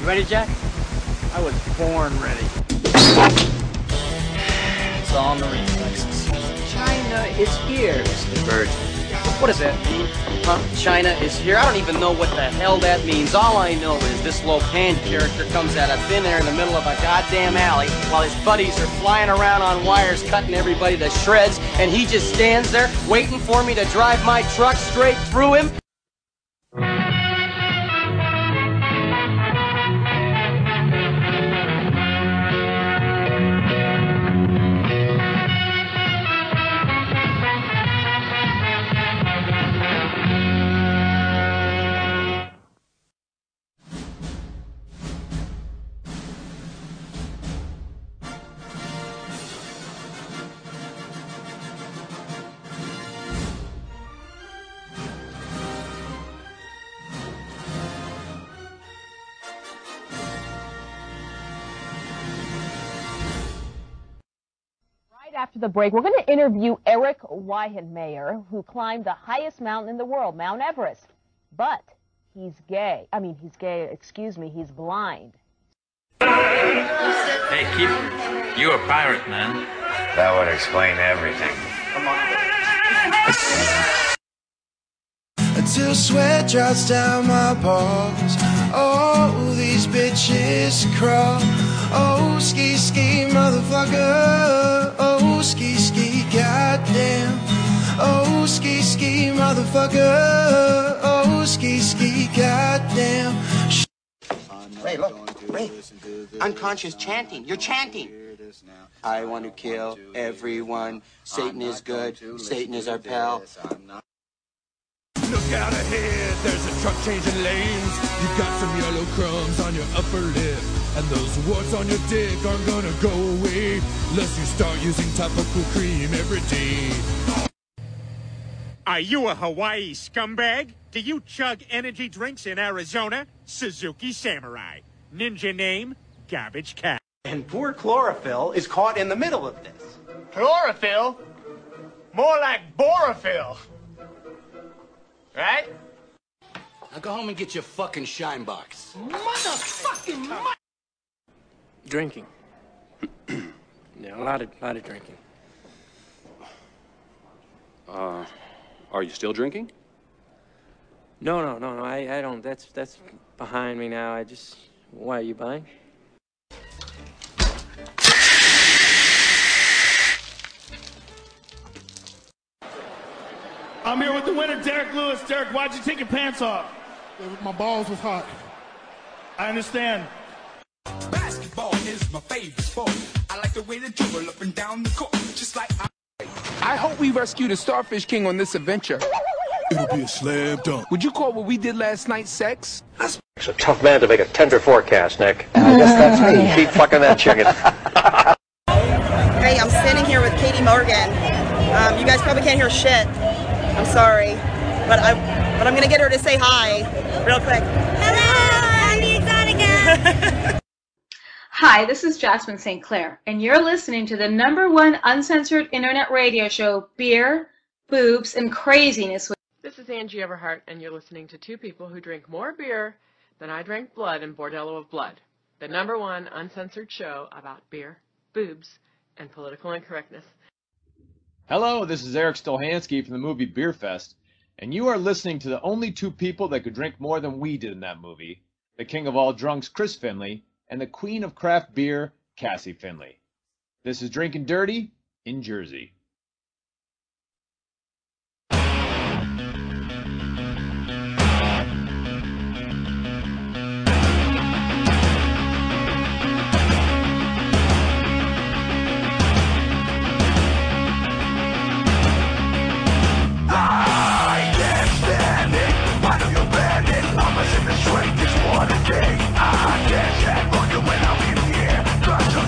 You ready, Jack? I was born ready. It's all in the reflexes. China is here. The bird. What does that mean? Huh? China is here? I don't even know what the hell that means. All I know is this Lopan character comes out of thin air in the middle of a goddamn alley while his buddies are flying around on wires cutting everybody to shreds, and he just stands there waiting for me to drive my truck straight through him. Right after the break, we're going to interview Eric Weihenmayer, who climbed the highest mountain in the world, Mount Everest. But he's gay. I mean, he's gay, excuse me, he's blind. Hey, keep. You a pirate, man. That would explain everything. Until sweat drops down my balls. Oh, these bitches crawl. Oh, ski ski, motherfucker. Oh, ski ski, goddamn. Oh, ski ski, motherfucker. Oh, ski ski, goddamn. Ray, look. Ray. Unconscious chanting. You're chanting. I want to kill everyone. Satan is good. Satan is our pal. Look out ahead, there's a truck changing lanes. You got some yellow crumbs on your upper lip, and those warts on your dick aren't gonna go away unless you start using topical cream every day. Are you a Hawaii scumbag? Do you chug energy drinks in Arizona? Suzuki Samurai. Ninja name, Garbage Cat. And poor chlorophyll is caught in the middle of this. Chlorophyll? More like borophyll. Right? Now go home and get your fucking shine box. Motherfucking mo- Drinking. yeah, a lot of, lot of drinking. Uh, are you still drinking? No, no, no, no. I, I don't. That's, that's behind me now. I just. Why are you buying? I'm here with the winner, Derek Lewis. Derek, why'd you take your pants off? My balls was hot. I understand. Basketball is my favorite sport. I like the way they dribble up and down the court, just like I. I hope we rescue the Starfish King on this adventure. It'll be a slam dunk. Would you call what we did last night sex? It's a tough man to make a tender forecast, Nick. I guess that's me. Keep fucking that chicken. Hey, I'm standing here with Katie Morgan. Um, you guys probably can't hear shit. I'm sorry, but I but I'm gonna get her to say hi real quick. Hi, this is Jasmine St. Clair, and you're listening to the number one uncensored internet radio show, Beer, Boobs, and Craziness. With- This is Angie Everhart, and you're listening to two people who drink more beer than I drank blood in Bordello of Blood, the number one uncensored show about beer, boobs, and political incorrectness. Hello, this is Eric Stolhansky from the movie Beer Fest, and you are listening to the only two people that could drink more than we did in that movie the king of all drunks, Chris Finley, and the queen of craft beer, Cassie Finley. This is Drinking Dirty in Jersey.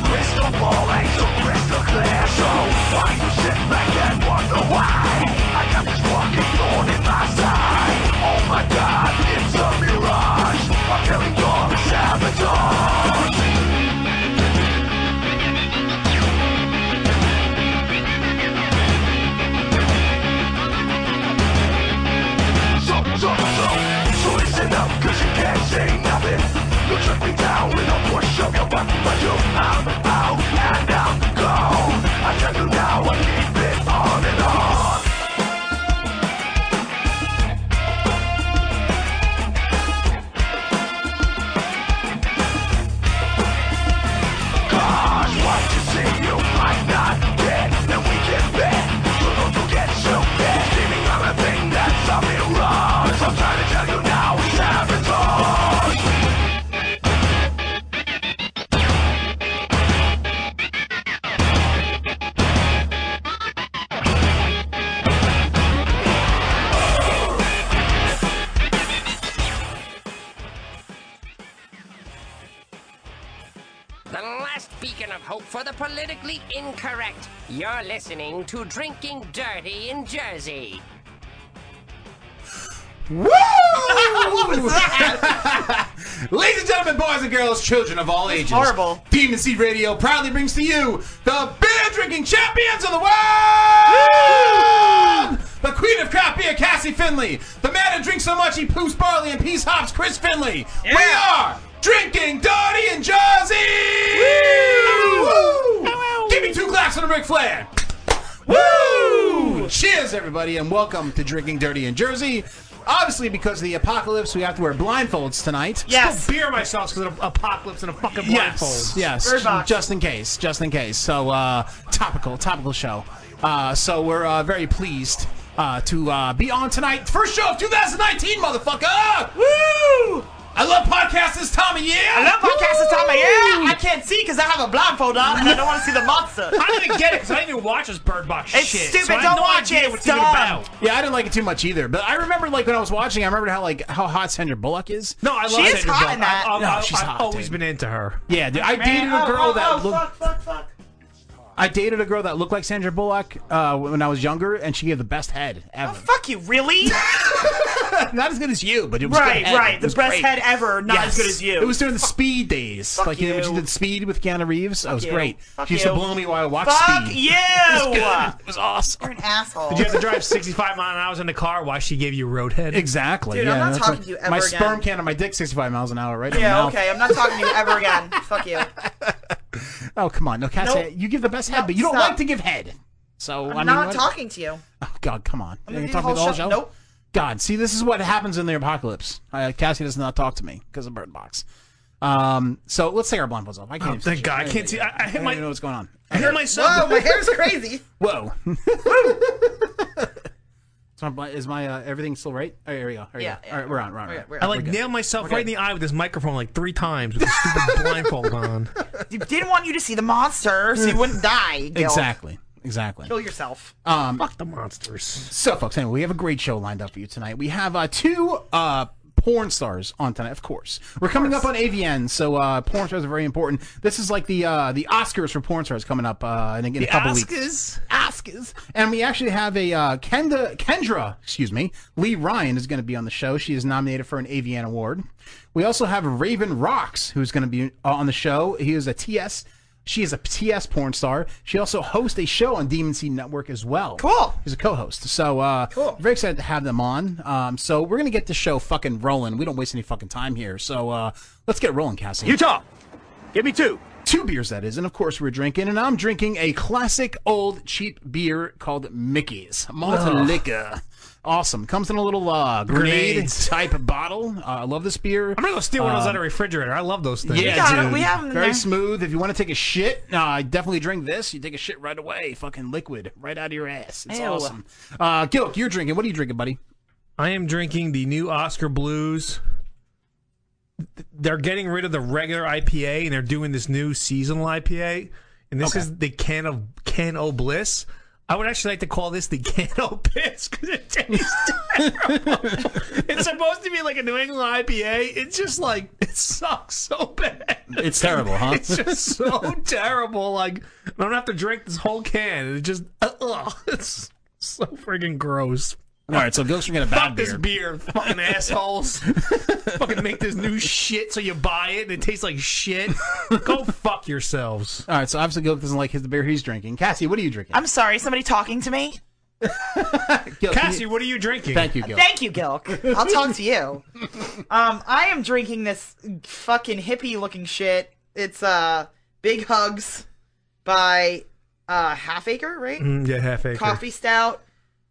Crystal ball ain't so crystal clear, so find yourself. the last beacon of hope for the politically incorrect. You're listening to Drinking Dirty in Jersey. Woo! what was that? Ladies and gentlemen, boys and girls, children of all ages, horrible. Demon Seed Radio proudly brings to you the beer drinking champions of the world! The queen of craft beer, Cassie Finley. The man who drinks so much he poops barley and peas hops, Chris Finley. We are drinking dirty in Jersey! Woo! Give me two glasses of Ric Flair. Woo! Cheers, everybody, and welcome to Drinking Dirty in Jersey. Obviously, because of the apocalypse, we have to wear blindfolds tonight. Yes. Still beer myself because of apocalypse and a fucking blindfold. Yes, yes, Bird box. just in case, just in case. So uh, topical, topical show. Uh, so we're uh, very pleased uh, to uh, be on tonight. First show of 2019, motherfucker! Woo! I love podcasts this time of year. I love podcasts this time of year. I can't see because I have a blindfold on and I don't want to see the monster. I didn't get it 'cause I didn't even watch this Bird Box it's shit, stupid. so I have don't no watch idea it. what's It's even dumb. about. Yeah, I didn't like it too much either. But I remember, like when I was watching, I remember how like how hot Sandra Bullock is. No, I love She is Sandra hot Bullock. in that. I, I- I- I- she's I've hot. always been into her. Yeah, dude, I dated a girl that looked. I dated a girl that looked like Sandra Bullock uh, when I was younger, and she gave the best head ever. Fuck you, really? not as good as you, but it was right, good head. right. It The was best great. head ever, not Yes. as good as you. It was during the Speed days, like you know, when she did Speed with Keanu Reeves. that was you. great. Fuck she used to you. blow me while I watched Fuck Speed. you! It was good. It was awesome. You're an asshole. Did you have to drive 65 mile an hour in the car while she gave you roadhead? Exactly. yeah, that's right. My sperm can on my dick, sixty-five miles an hour, right? in the Yeah, mouth. okay. I'm not talking to you ever again. Fuck you. Oh come on, no, Cassie, Nope. you give the best head, but you don't like to give head. So I'm I mean, not what- talking to you. Oh God, come on. I'm You're gonna gonna talk do the to me the whole whole show? show? Nope. God, see, this is what happens in the apocalypse. Uh, Cassie does not talk to me because of bird box. Um, so let's take our blindfolds off. I can't. Oh, even thank see God. I shit. can't see- I- I hit don't my- even know what's going on. I hit myself. Whoa, my hair's crazy. Whoa. Is my, bli- is my uh, everything still right? Oh, here we go. Here we Yeah, go. yeah. All right, we're on. We're on. We're we're on. good, we're I like We're good. nailed myself We're right in the eye with this microphone like three times with a stupid blindfold on. You didn't want you to see the monster, so you wouldn't die. Gil. Exactly. Exactly. Kill yourself. Um, The monsters. So, folks, anyway, we have a great show lined up for you tonight. We have uh, two uh, porn stars on tonight, of course. We're coming up on AVN, so uh, porn stars are very important. This is like the uh, the Oscars for porn stars coming up uh, in, a- in a couple weeks. Oscars. And we actually have a uh, Kendra, Kendra, excuse me, Lee Ryan is going to be on the show. She is nominated for an AVN award. We also have Raven Rocks, who's going to be uh, on the show. He is a TS. She is a TS porn star. She also hosts a show on Demon Seed Network as well. Cool. She's a co-host. So uh, cool. Very excited to have them on. Um, so we're gonna get the show fucking rolling. We don't waste any fucking time here. So uh, let's get rolling, Cassie. Utah, give me two. Two beers, that is. And of course, we're drinking. And I'm drinking a classic old cheap beer called Mickey's Malted Ugh. Liquor. Awesome. Comes in a little uh, grenade Grenades. type of bottle. Uh, I love this beer. I'm gonna go steal one of those Um, out of the refrigerator. I love those things. yeah, dude. Very smooth. If you want to take a shit, uh, definitely drink this. You take a shit right away. Fucking liquid right out of your ass. It's Ew. awesome. Uh, Gilk, you're drinking. What are you drinking, buddy? I am drinking the new Oscar Blues. They're getting rid of the regular IPA and they're doing this new seasonal IPA. And this is the can of can o bliss. I would actually like to call this the can o piss because it tastes terrible. it's supposed to be like a New England IPA. It's just like it sucks so bad. It's terrible, huh? It's just so terrible. Like I'm gonna have to drink this whole can. It just uh, ugh, it's so freaking gross. All right, so Gilk's drinking a Fuck bad beer. this beer, fucking assholes. fucking make this new shit so you buy it and it tastes like shit. Go fuck yourselves. All right, so obviously Gilk doesn't like his the beer he's drinking. Cassie, what are you drinking? I'm sorry. Somebody talking to me? Cassie, what are you drinking? Thank you, Gilk. Thank you, Gilk. I'll talk to you. Um, I am drinking this fucking hippie looking shit. It's uh Big Hugs by uh Half Acre, right? Mm, yeah, half acre. Coffee stout.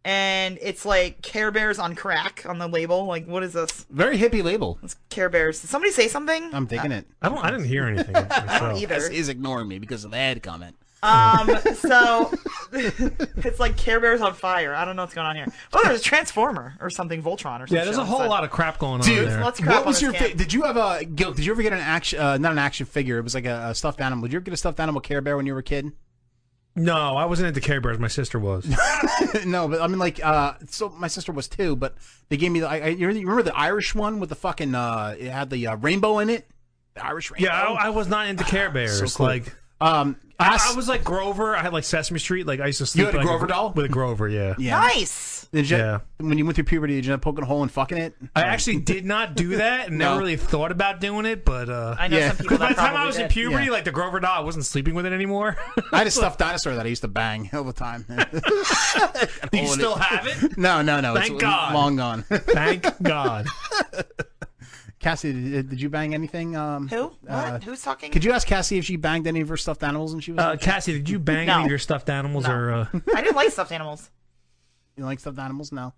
And it's like Care Bears on crack on the label. Like, what is this? Very hippie label. Care Bears. Did somebody say something? I'm thinking it. I don't. I didn't hear anything. either. This is ignoring me because of the ad comment. Um, so it's like Care Bears on fire. I don't know what's going on here. Oh, there's a Transformer or something, Voltron or something. Yeah, there's a whole lot of crap going on Dude, there. Let's crap what was on your? this Fa- did you have a Gilk? Did you ever get an action? Uh, not an action figure. It was like a, a stuffed animal. Did you ever get a stuffed animal Care Bear when you were a kid? No, I wasn't into Care Bears. My sister was. no, but I mean, like, uh, so my sister was too, but they gave me the. I, I, you remember the Irish one with the fucking? Uh, it had the uh, rainbow in it. The Irish Yeah, Rainbow. Ah. I, I was not into Care Bears. cool. Like, um, I, I was like Grover. I had like Sesame Street. Like I used to sleep had a like, Grover doll? with a Grover. Yeah, Nice. Did you, Yeah. When you went through puberty, did you end up poking a hole and fucking it? I actually did not do that, and No. never really thought about doing it. But uh, I know Yeah. some people 'Cause by that the time I probably was in did. puberty, Yeah. like the Grover doll, I wasn't sleeping with it anymore. I had a stuffed dinosaur that I used to bang all the time. you still have it? No, no, no. Thank it's God. Long gone. Thank God. Cassie, did, did you bang anything? Um, Who? What? Who's talking? Could you ask Cassie if she banged any of her stuffed animals when she was? Uh, Cassie, did you bang any of your stuffed animals or? Uh, I didn't like stuffed animals. You like stuffed animals? No.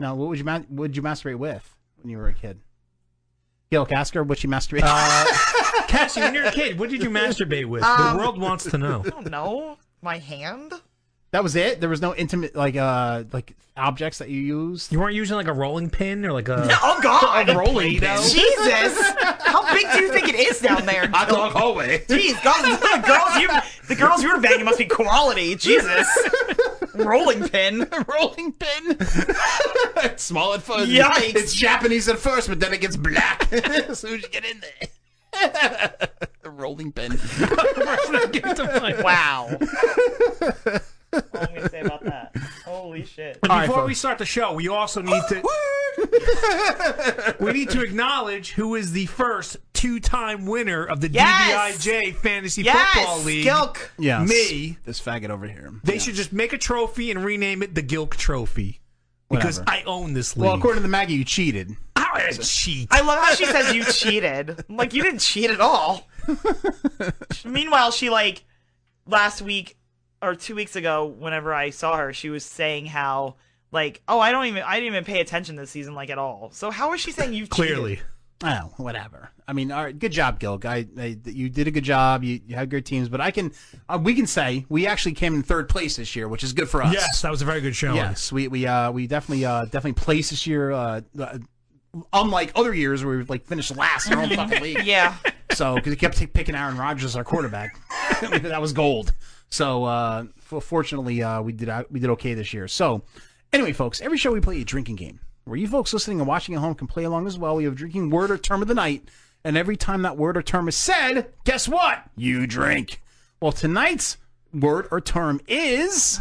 No. What would you ma- what would you masturbate with when you were a kid? Yo, ask her what she masturbated. Uh, Cassie, when you're a kid, what did you masturbate with? Um, the world wants to know. I don't know. My hand? that was it. There was no intimate like uh like objects that you used. You weren't using like a rolling pin or like a Oh God! a rolling pin. Jesus! How big do you think it is down there? Hot dog hallway. Jeez, God, the girls you the girls you were banging must be quality. Jesus. Rolling pin. Rolling pin. it's small at first. Yikes. It's Japanese at first, but then it gets black as soon as you get in there. the rolling pin. wow. All I'm gonna say about that. Holy shit. But before we start the show, we also need to we need to acknowledge who is the first two-time winner of the Yes! DBIJ Fantasy Yes, Football League. Gilk. Yes. me. This faggot over here. They should just make a trophy and rename it the Gilk Trophy because Whatever. I own this league. Well, according to Maggie, you cheated. I cheat. I love how she says you cheated. I'm like you didn't cheat at all. Meanwhile, she like last week or two weeks ago, whenever I saw her, she was saying how like oh I don't even I didn't even pay attention this season like at all. So how is she saying you Clearly. Oh, whatever. I mean, all right, good job, Gilk. I, I you did a good job. You, you had good teams, but I can uh, we can say we actually came in third place this year, which is good for us. Yes, that was a very good show. Yes, we we uh we definitely uh definitely placed this year. Uh, uh, unlike other years where we like finished last in our own fucking league. Yeah. So because we kept t- picking Aaron Rodgers as our quarterback, that was gold. So uh, f- fortunately, uh, we did uh, we did okay this year. So anyway, folks, every show we play a drinking game where you folks listening and watching at home can play along as well. We have a drinking word or term of the night, and every time that word or term is said, guess what? You drink. Well, tonight's word or term is.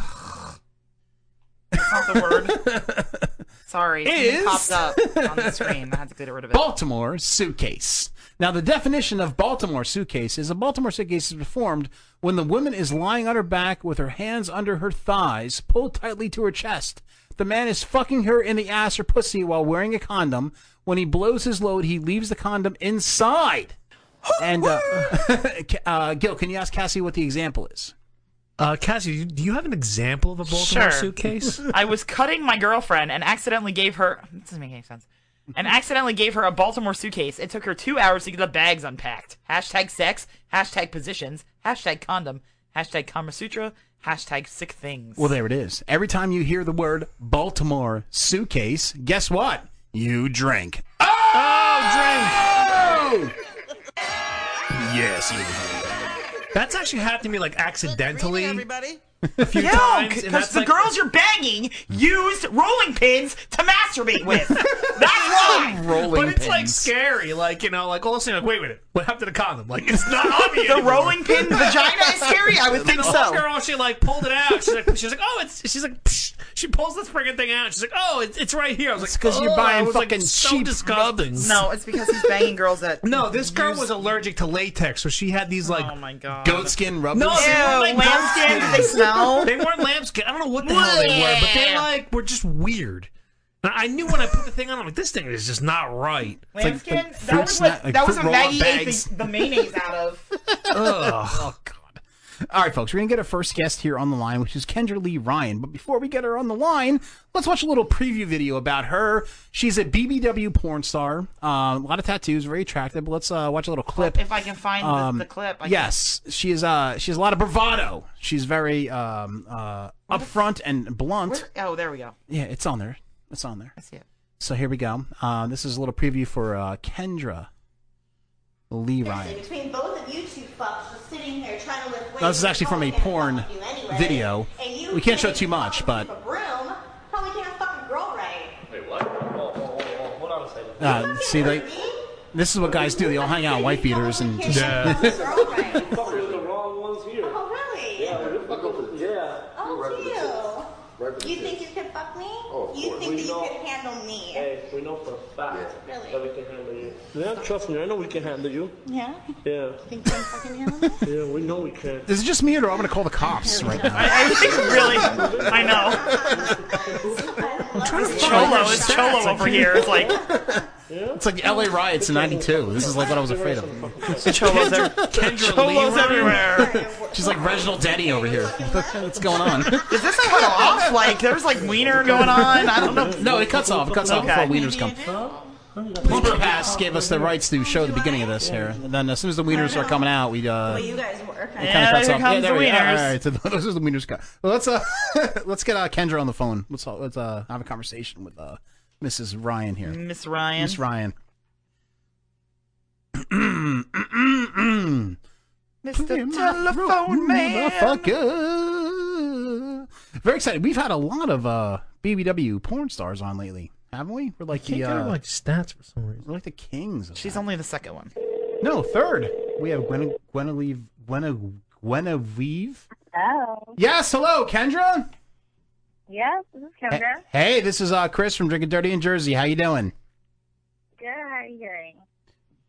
Sorry, Is- it popped up on the screen. I had to get rid of it. Baltimore suitcase. Now, the definition of Baltimore suitcase is a Baltimore suitcase is performed when the woman is lying on her back with her hands under her thighs, pulled tightly to her chest. The man is fucking her in the ass or pussy while wearing a condom. When he blows his load, he leaves the condom inside. And uh, Ca- uh, Gil, can you ask Cassie what the example is? Uh, Cassie, do you have an example of a Baltimore suitcase? I was cutting my girlfriend and accidentally gave her. This doesn't make any sense. And accidentally gave her a Baltimore suitcase. It took her two hours to get the bags unpacked. Hashtag sex. Hashtag positions. Hashtag condom. Hashtag Kama Sutra. Hashtag sick things. Well, there it is. Every time you hear the word Baltimore suitcase, guess what? You drink. Oh, Yes, That's actually happened to me like accidentally. everybody. yeah, times, and because that's the like- girls you're banging used rolling pins to masturbate with. That's why. Rolling but it's like scary, like you know, like all of a sudden, like wait a minute, what happened to the condom? Like it's not on me The anymore. rolling pin vagina is scary? I would And think the so. Girl, she like pulled it out. She's like, she's like, oh, it's. She's like, Psh. she pulls this friggin' thing out. She's like, oh, it's, it's right here. I was like, because oh, you're buying I was, like, fucking so cheap disgusting. No, it's because he's banging girls that. No, this girl was allergic to latex, so she had these like oh my god goatskin rubbers. No, they weren't Ew, like lambskin, goatskins. did they smell? They weren't lambskin. I don't know what the hell they were, but they Yeah. like were just weird. And I knew when I put the thing on, I'm like, this thing is just not right. Lambskin? that was what, that was what Maggie ate the, the mayonnaise out of. Oh, God. All right, folks, we're going to get our first guest here on the line, which is Kendra Lee Ryan. But before we get her on the line, let's watch a little preview video about her. She's a BBW porn star, uh, a lot of tattoos, very attractive. But let's uh, watch a little clip. If I can find Um, the, the clip, I yes, she is. Uh, she has a lot of bravado. She's very um, uh, upfront and blunt. Can, oh, there we go. Yeah, it's on there. It's on there. I see it. So here we go. Uh, this is a little preview for uh, Kendra Lee Ryan. Between both of you two fucks just sitting here trying to lift weights. Now, this is actually from a porn video. We can't show too much, but Room probably can't fucking grow right. Wait, what? Oh, oh, oh, oh, hold on a second. uh, see, like, This is what guys do. They all hang out in white beaters and just. Yeah. the wrong ones here. Oh, really? Yeah, we're fucking for Yeah. Oh, Right you. You think you could fuck me? Oh, of you course. think We that you know- could handle me? Hey, we know for a fact Really? that we can handle you. Yeah, trust me, I know we can handle you. Yeah. Yeah. Think you can fucking Uh, handle me? Yeah, we know we can. Is it just me or do I'm going to call the cops right now? I, I think really, I know. It's Cholo, it's Cholo over here. It's like It's like LA riots in '92. This is like what I was afraid of. Cholos ev- Kendra Cholos Leroy. everywhere. She's like Reginald Daddy over here. What's going on? is this cut off? Like there's like wiener going on. I don't know. No, it cuts off. It cuts off Okay. before wieners come. Plumber Pass gave us the rights to show the beginning of this here. And then as soon as the wieners start coming out, we uh. well, you guys work. it kinda cuts here off. comes there the we go. wieners. All right, so those are the wieners cut. Well, let's uh, let's get uh, Kendra on the phone. Let's uh, let's uh, have a conversation with uh, Mrs. Ryan here. Miss Ryan. Miss Ryan. Mr. Mr. Telephone Man. Motherfucker. Very excited. We've had a lot of uh, BBW porn stars on lately, haven't we? We're like Can't the get her, uh, like, stats for some reason. We're like the kings. Of She's only the second one. No, third. We have Gwen Gwenolive Gweno Guinevere. Oh, Yes, hello, Kendra. yes, this is Kendra. Hey, this is uh, Chris from Drinking Dirty in Jersey. How you doing? Good, how are you doing?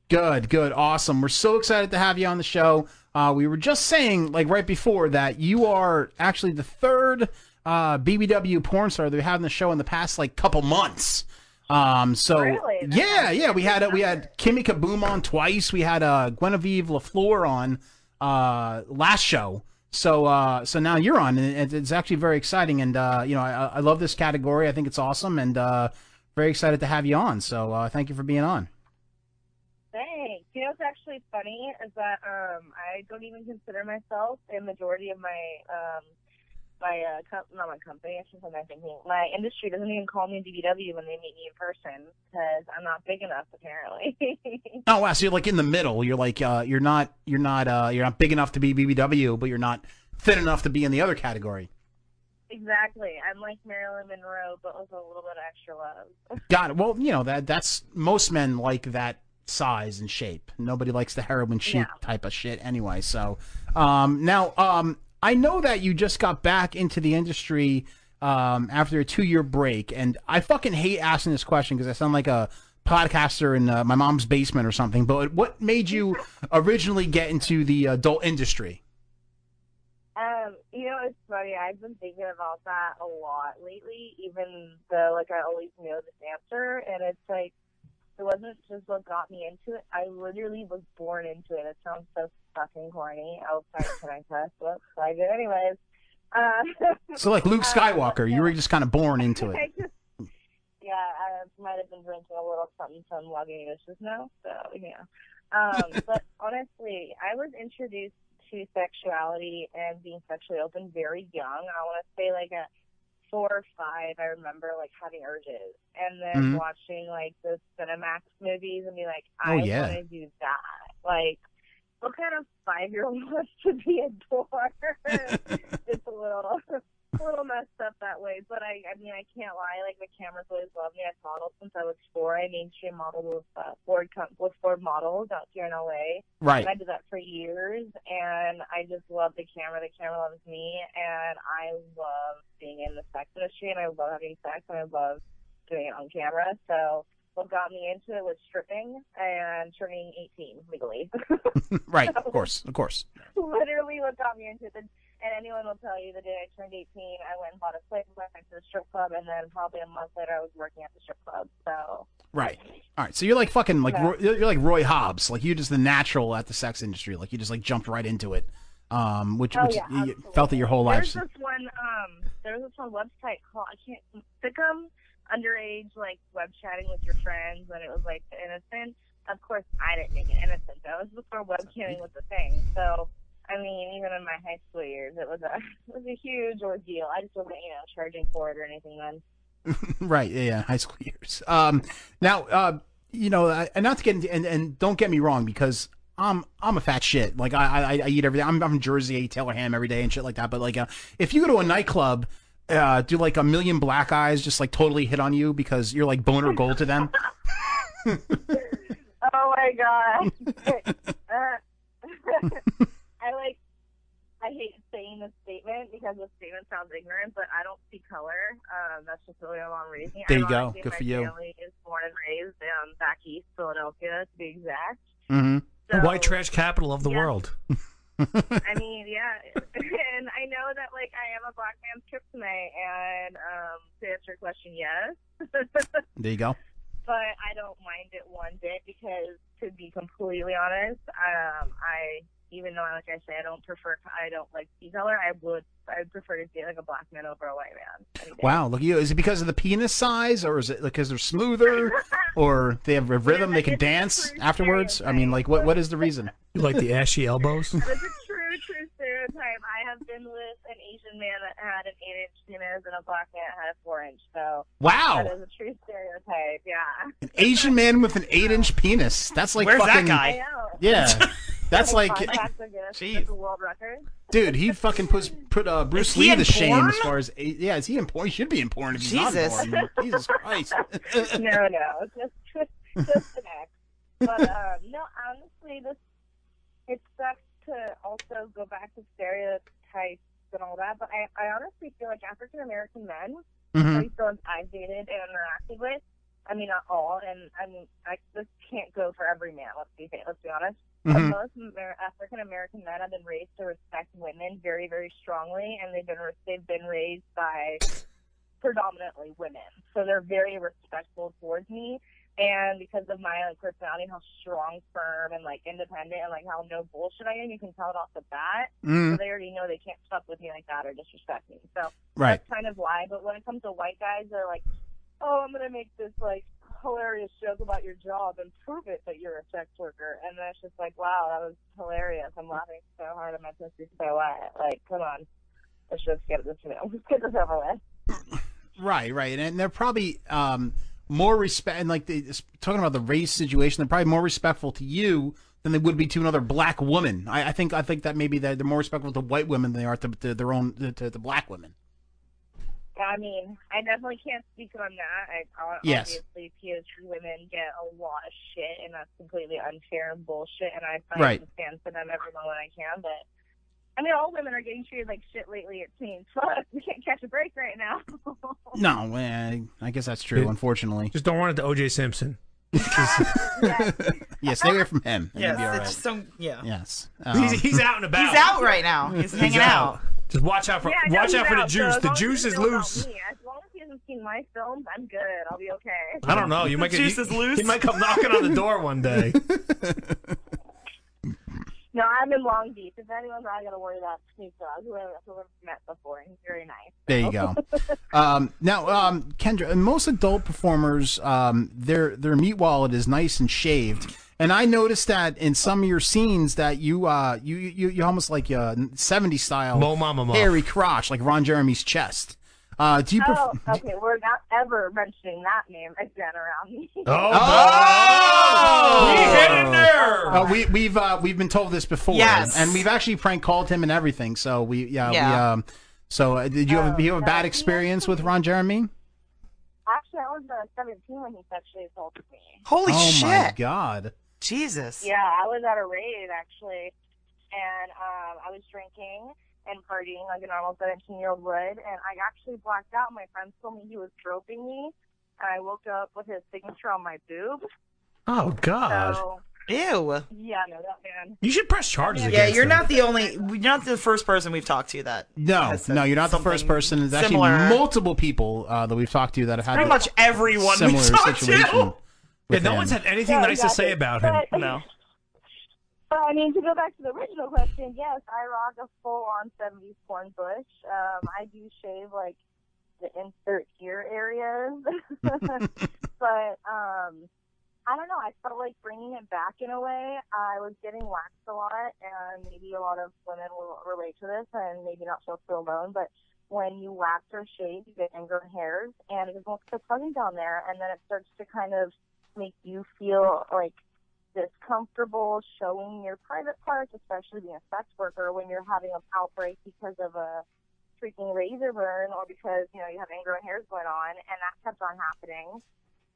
Good, good, awesome. We're so excited to have you on the show. Uh, we were just saying, like right before, that you are actually the third uh, BBW porn star that we had on the show in the past like couple months. Um, so yeah, yeah, we had uh, we had Kimmy Kaboom on twice. We had uh, Guinevere Lafleur on uh, last show. So uh, so now you're on, and it- it's actually very exciting. And uh, you know, I, I love this category. I think it's awesome, and uh, very excited to have you on. So uh, thank you for being on. Thanks. You know what's actually funny is that um, I don't even consider myself a majority of my um, my uh, com- not my company. I should say my thinking. My industry doesn't even call me a DBW when they meet me in person because I'm not big enough apparently. Oh wow! So you're like in the middle. You're like uh, you're not you're not uh, you're not big enough to be BBW, but you're not thin enough to be in the other category. exactly. I'm like Marilyn Monroe, but with a little bit of extra love. Got it. Well, you know that that's most men like that size and shape. Nobody likes the heroin chic type of shit anyway. So um, now um, I know that you just got back into the industry um, after a two year break, and I fucking hate asking this question because I sound like a podcaster in uh, my mom's basement or something. But what made you originally get into the adult industry? Um, you know, it's funny. I've been thinking about that a lot lately, even though like I always know this answer, and it's like it wasn't just what got me into it. I literally was born into it. It sounds so fucking corny. I'll try to I cuss, but I did anyways. Uh, So like Luke uh, Skywalker, you were just kind of born into I it. just, yeah, I might have been drinking a little something from Lagunitas now, so yeah. Um, but honestly, I was introduced to sexuality and being sexually open very young. I want to say like at four or five, I remember like having urges, and then Mhm. watching like the Cinemax movies and be like, Oh, I yeah. want to do that. Like, what kind of five year old wants to be a door? it's a little a little messed up that way. But I I mean I can't lie, like the cameras always love me. I've modeled since I was four. I mainstream modeled with uh, Ford com- with Ford models out here in LA. Right. And I did that for years and I just love the camera. The camera loves me and I love being in the sex industry and I love having sex and I love doing it on camera. So what got me into it was stripping and turning 18 legally. right, of course, of course. literally what got me into it. And and anyone will tell you the day I turned 18, I went and bought a place, went to the strip club, and then probably a month later I was working at the strip club. So Right. All right. So you're like fucking like Yeah. Roy, you're like Roy Hobbs. Like you're just the natural at the sex industry. Like you just like jumped right into it. Um, which, Oh, which yeah, you- you felt that your whole life. there's this one, um, there's this one website called I can't Thickum underage like web chatting with your friends, and it was like the innocent. Of course, I didn't make it innocent. That was before webcamming was a thing. So, I mean, even in my high school years, it was a it was a huge ordeal. I just wasn't, you know, charging for it or anything then. right. Yeah, yeah. High school years. Um, now, uh, you know, I- and not to get into, and, and don't get me wrong because I'm I'm a fat shit. Like I I, I eat everything. I'm, I'm from Jersey. I eat Taylor ham every day and shit like that. But like, uh, if you go to a nightclub. Uh, do like a million black eyes just like totally hit on you because you're like boner gold to them. Oh my god. I like. I hate saying this statement because this statement sounds ignorant, but I don't see color. Um, that's just the way I'm raised. There you go. Ironically, Good my for you. Family is born and raised um, back east, Philadelphia, to be exact. Mm-hmm. White trash capital of the Yeah. world. I mean, yeah, and I know that like I am a black man's kryptonite, and um, to answer your question, yes, There you go. but I don't mind it one bit because, to be completely honest, um, I even though like I say I don't prefer I don't like sea color, I would I would prefer to date like a black man over a white man. any day. Wow, look at you. Is it because of the penis size, or is it because they're smoother, or they have a rhythm, they can dance afterwards? I mean, like, what what is the reason? You like the ashy elbows? That's a true, true stereotype. I have been with an Asian man that had an eight-inch penis and a black man that had a four-inch. So Wow. that is a true stereotype. Yeah. An Asian man with an eight-inch penis. That's like Where's that fucking, guy? I know. Yeah, that's like, That's a Guinness- that's a world record. dude, he fucking puts put uh, Bruce Is he Lee to in shame porn? as far as eight, yeah, is he in porn? He should be in porn if he's not in porn. Jesus Christ. no, no, just just an X. But um, no, honestly, this it sucks to also go back to stereotypes and all that. But I, I honestly feel like African American men, Mhm. at least the ones I've dated and interacted with. I mean, not all, and I mean, I, this can't go for every man. Let's be let's be honest. But Mhm. most Amer- African American men have been raised to respect women very, very strongly, and they've been they've been raised by predominantly women, so they're very respectful towards me. And because of my like personality, how strong, firm, and like independent, and like how no bullshit I am, you can tell it off the bat. Mhm. So they already know they can't fuck with me like that or disrespect me. So Right. that's kind of why. But when it comes to white guys, they're like, "Oh, I'm gonna make this like hilarious joke about your job and prove it that you're a sex worker," and that's just like, "Wow, that was hilarious. I'm laughing so hard at my pussy so wet. Like, come on, let's just get this, let's get this over with." Right, right, and they're probably um, more respect. And like they, talking about the race situation, they're probably more respectful to you than they would be to another black woman. I, I think I think that maybe that they're more respectful to white women than they are to, to their own to, to, to black women. I mean, I definitely can't speak on that. I, I- Yes. Obviously, PhD women get a lot of shit, and that's completely unfair and bullshit, and I find Right. and stand for them every moment I can. But, I mean, all women are getting treated like shit lately, it seems. Fuck, we can't catch a break right now. No, eh, I guess that's true. Yeah. Unfortunately, Just don't run into O.J. Simpson. yeah, stay away from him. and you'll Yes, be all it's right. just some yeah. Yes, um, he's, he's out and about. He's out right now. He's hanging out. Just watch out for Yeah, I know watch he's out for the out, so juice. as The long as juice you is know about loose. me, As long as he hasn't seen my films, I'm good. I'll be okay. I don't know. You might get juice he- is loose. He might come knocking on the door one day. No, I'm in Long Beach. If anyone's not going to worry about Snoop Dogg, who I've who I've met before, he's very nice. There you go. um, now, um, Kendra, most adult performers, um, their their meat wallet is nice and shaved, and I noticed that in some of your scenes that you uh, you you you almost like uh, '70s style Mo Mama Muff. hairy crotch, like Ron Jeremy's chest. Uh, do you? Perf- Oh, okay. We're not ever mentioning that name again around me. Oh! We hit a nerve! Uh, we, we've uh, we've been told this before, Yes. and we've actually prank called him and everything. So we yeah, Yeah. we um. So uh, did you Oh. have, you have a bad experience with Ron Jeremy? Actually, I was uh, 17 when he sexually assaulted me. Holy oh shit! my god! Jesus. Yeah, I was at a raid actually, and um, I was drinking and partying like a normal 17 year old would, and I actually blacked out. My friends told me he was groping me, and I woke up with his signature on my boob. Oh God. So, Ew. yeah, no, that man. You should press charges. Yeah, against you're him. not the only. You're not the first person we've talked to that. No, no, you're not the first person. There's actually similar. multiple people uh, that we've talked to that have had Pretty a much everyone similar we've talked to. situation. Yeah, with no him. one's had anything Yeah, nice to exactly. say about him. But- No. But I mean, to go back to the original question, yes, I rock a full-on 70s porn bush. Um, I do shave like the insert ear areas, but um, I don't know. I felt like bringing it back in a way. I was getting waxed a lot, and maybe a lot of women will relate to this, and maybe not feel so alone. But when you wax or shave, you get ingrown hairs, and it just won't stop plugging down there, and then it starts to kind of make you feel like discomfortable showing your private parts, especially being a sex worker when you're having an outbreak because of a freaking razor burn or because you know you have ingrown hairs going on, and that kept on happening.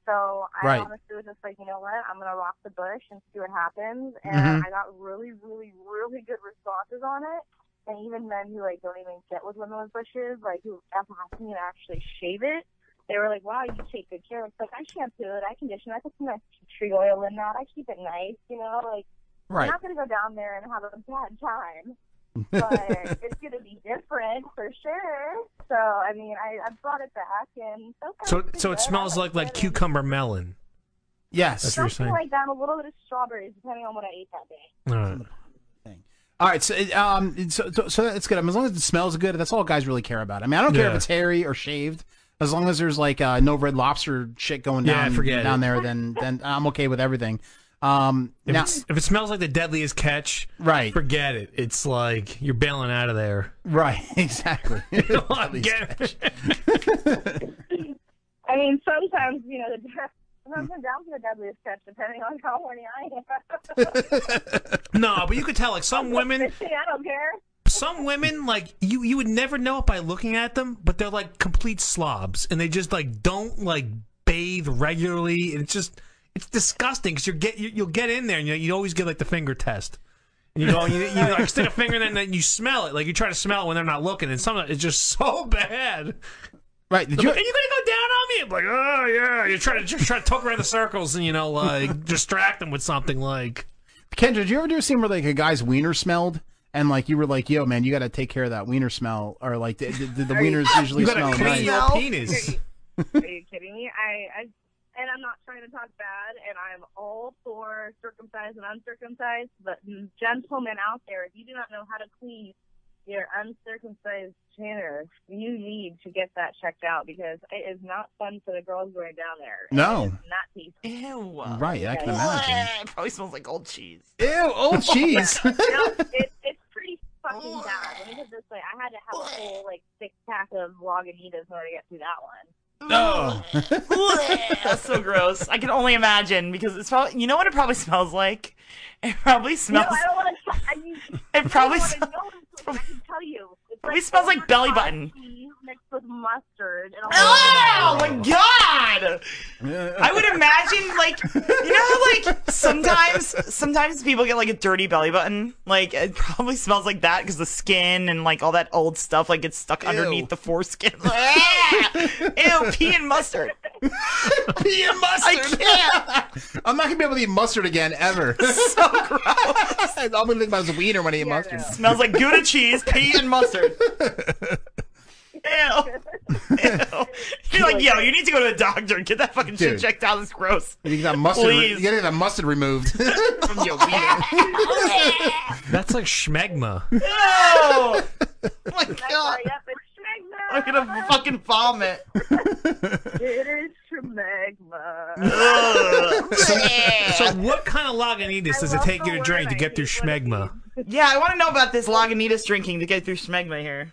So I Right. honestly was just like, you know what? I'm gonna rock the bush and see what happens. Mm-hmm. And Mhm. I got really, really, really good responses on it. And even men who like don't even get with women with bushes, like who have asked me to actually shave it, they were like, "Wow, you take good care." It's like I shampoo it, I condition, it, I put some nice tree oil in that, I keep it nice, you know, like. Right. I'm not gonna go down there and have a bad time but it's going to be different for sure. So, I mean, I, I brought it back, and so far So it's been so it good. smells like like cucumber melon. Yes, that's what you're Something saying. like that, and a little bit of strawberries, depending on what I ate that day. All right. All right, so it, um, so so- so that's good. I mean, as long as it smells good, that's all guys really care about. I mean, I don't care Yeah. if it's hairy or shaved. As long as there's like uh, no red lobster shit going Yeah, down forget down it. there, then then I'm okay with everything. Um, If, now, it's, if it smells like the deadliest catch, right? Forget it. It's like you're bailing out of there. Right. Exactly. I mean, sometimes, you know, the sometimes down to the deadliest catch, depending on how horny I am. no, but you could tell like some women, See, I don't care. some women like you you would never know it by looking at them, but they're like complete slobs and they just like don't like bathe regularly. And it's just it's disgusting because you get you, you'll get in there and you, you always get like the finger test. And you go, you, you like stick a finger in and then you smell it. Like you try to smell it when they're not looking, and some of it- it's just so bad. Right? Did you? Are you gonna go down on me? I'm like, oh yeah. You're trying to you try to poke around the circles and you know like distract them with something like. Kendra, did you ever do a scene where like a guy's wiener smelled? And like you were like, yo, man, you got to take care of that wiener smell, or like the, the, the Are you- wieners usually You smell gotta clean nice. your No. penis. Are you kidding me? I, I and I'm not trying to talk bad, and I'm all for circumcised and uncircumcised. But gentlemen out there, if you do not know how to clean your uncircumcised channel, you need to get that checked out because it is not fun for the girls going down there. No. It is not tasty. Ew. Right, I can imagine. It probably smells like old cheese. Ew, oh, Oh, old cheese. It, it's pretty fucking bad. Let me put it this way: I had to have a whole like six pack of Lagunitas in order to get through that one. No. That's so gross. I can only imagine because it's probably you know what it probably smells like. It probably smells. No, I don't want to. I mean, It probably I, don't wanna know. I can tell you. It's Probably smells like belly hot button. cheese mixed with mustard. And a Oh lot my of- god! I would imagine like you know like sometimes sometimes people get like a dirty belly button. Like it probably smells like that because the skin and like all that old stuff like gets stuck underneath the foreskin. Ew, pee and mustard. pee and mustard. I I'm not gonna be able to eat mustard again ever. so gross. I'm gonna think about is wiener when I eat mustard. can't. Smells like Gouda cheese, pee and mustard. Ew. Ew. You're like, yo, you need to go to the doctor and get that fucking shit Dude. checked out. It's gross. You get that mustard. re- Please. you gotta get that mustard removed. From your That's like schmegma. No! my god. Yep, it's I'm gonna fucking vomit. schmegma. It is schmegma. Ugh. So, so what kind of Lagunitas does it take you to drink to get through schmegma? Yeah, I want to know about this Lagunitas drinking to get through schmegma here.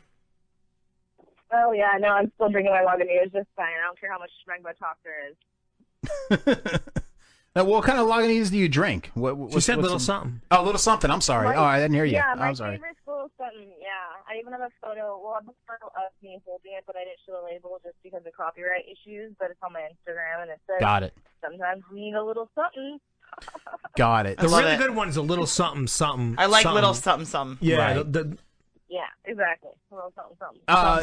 oh yeah, no, I'm still drinking my Lagunitas just fine. I don't care how much schmegma talk there is. Now, what kind of Lagunitas do you drink? What, what, She said what's little some- something. Oh, little something. I'm sorry. My- oh, I didn't hear you. Yeah, my I'm sorry. favorite school is something. Yeah, I even have a photo. Well, I have a photo of me holding it, but I didn't show the label just because of copyright issues. But it's on my Instagram, and it says, Got it. Sometimes we need a little something. Got it. The really good one is a little something something. I like little something something. Yeah, Right. the- the- Yeah, exactly. A little something,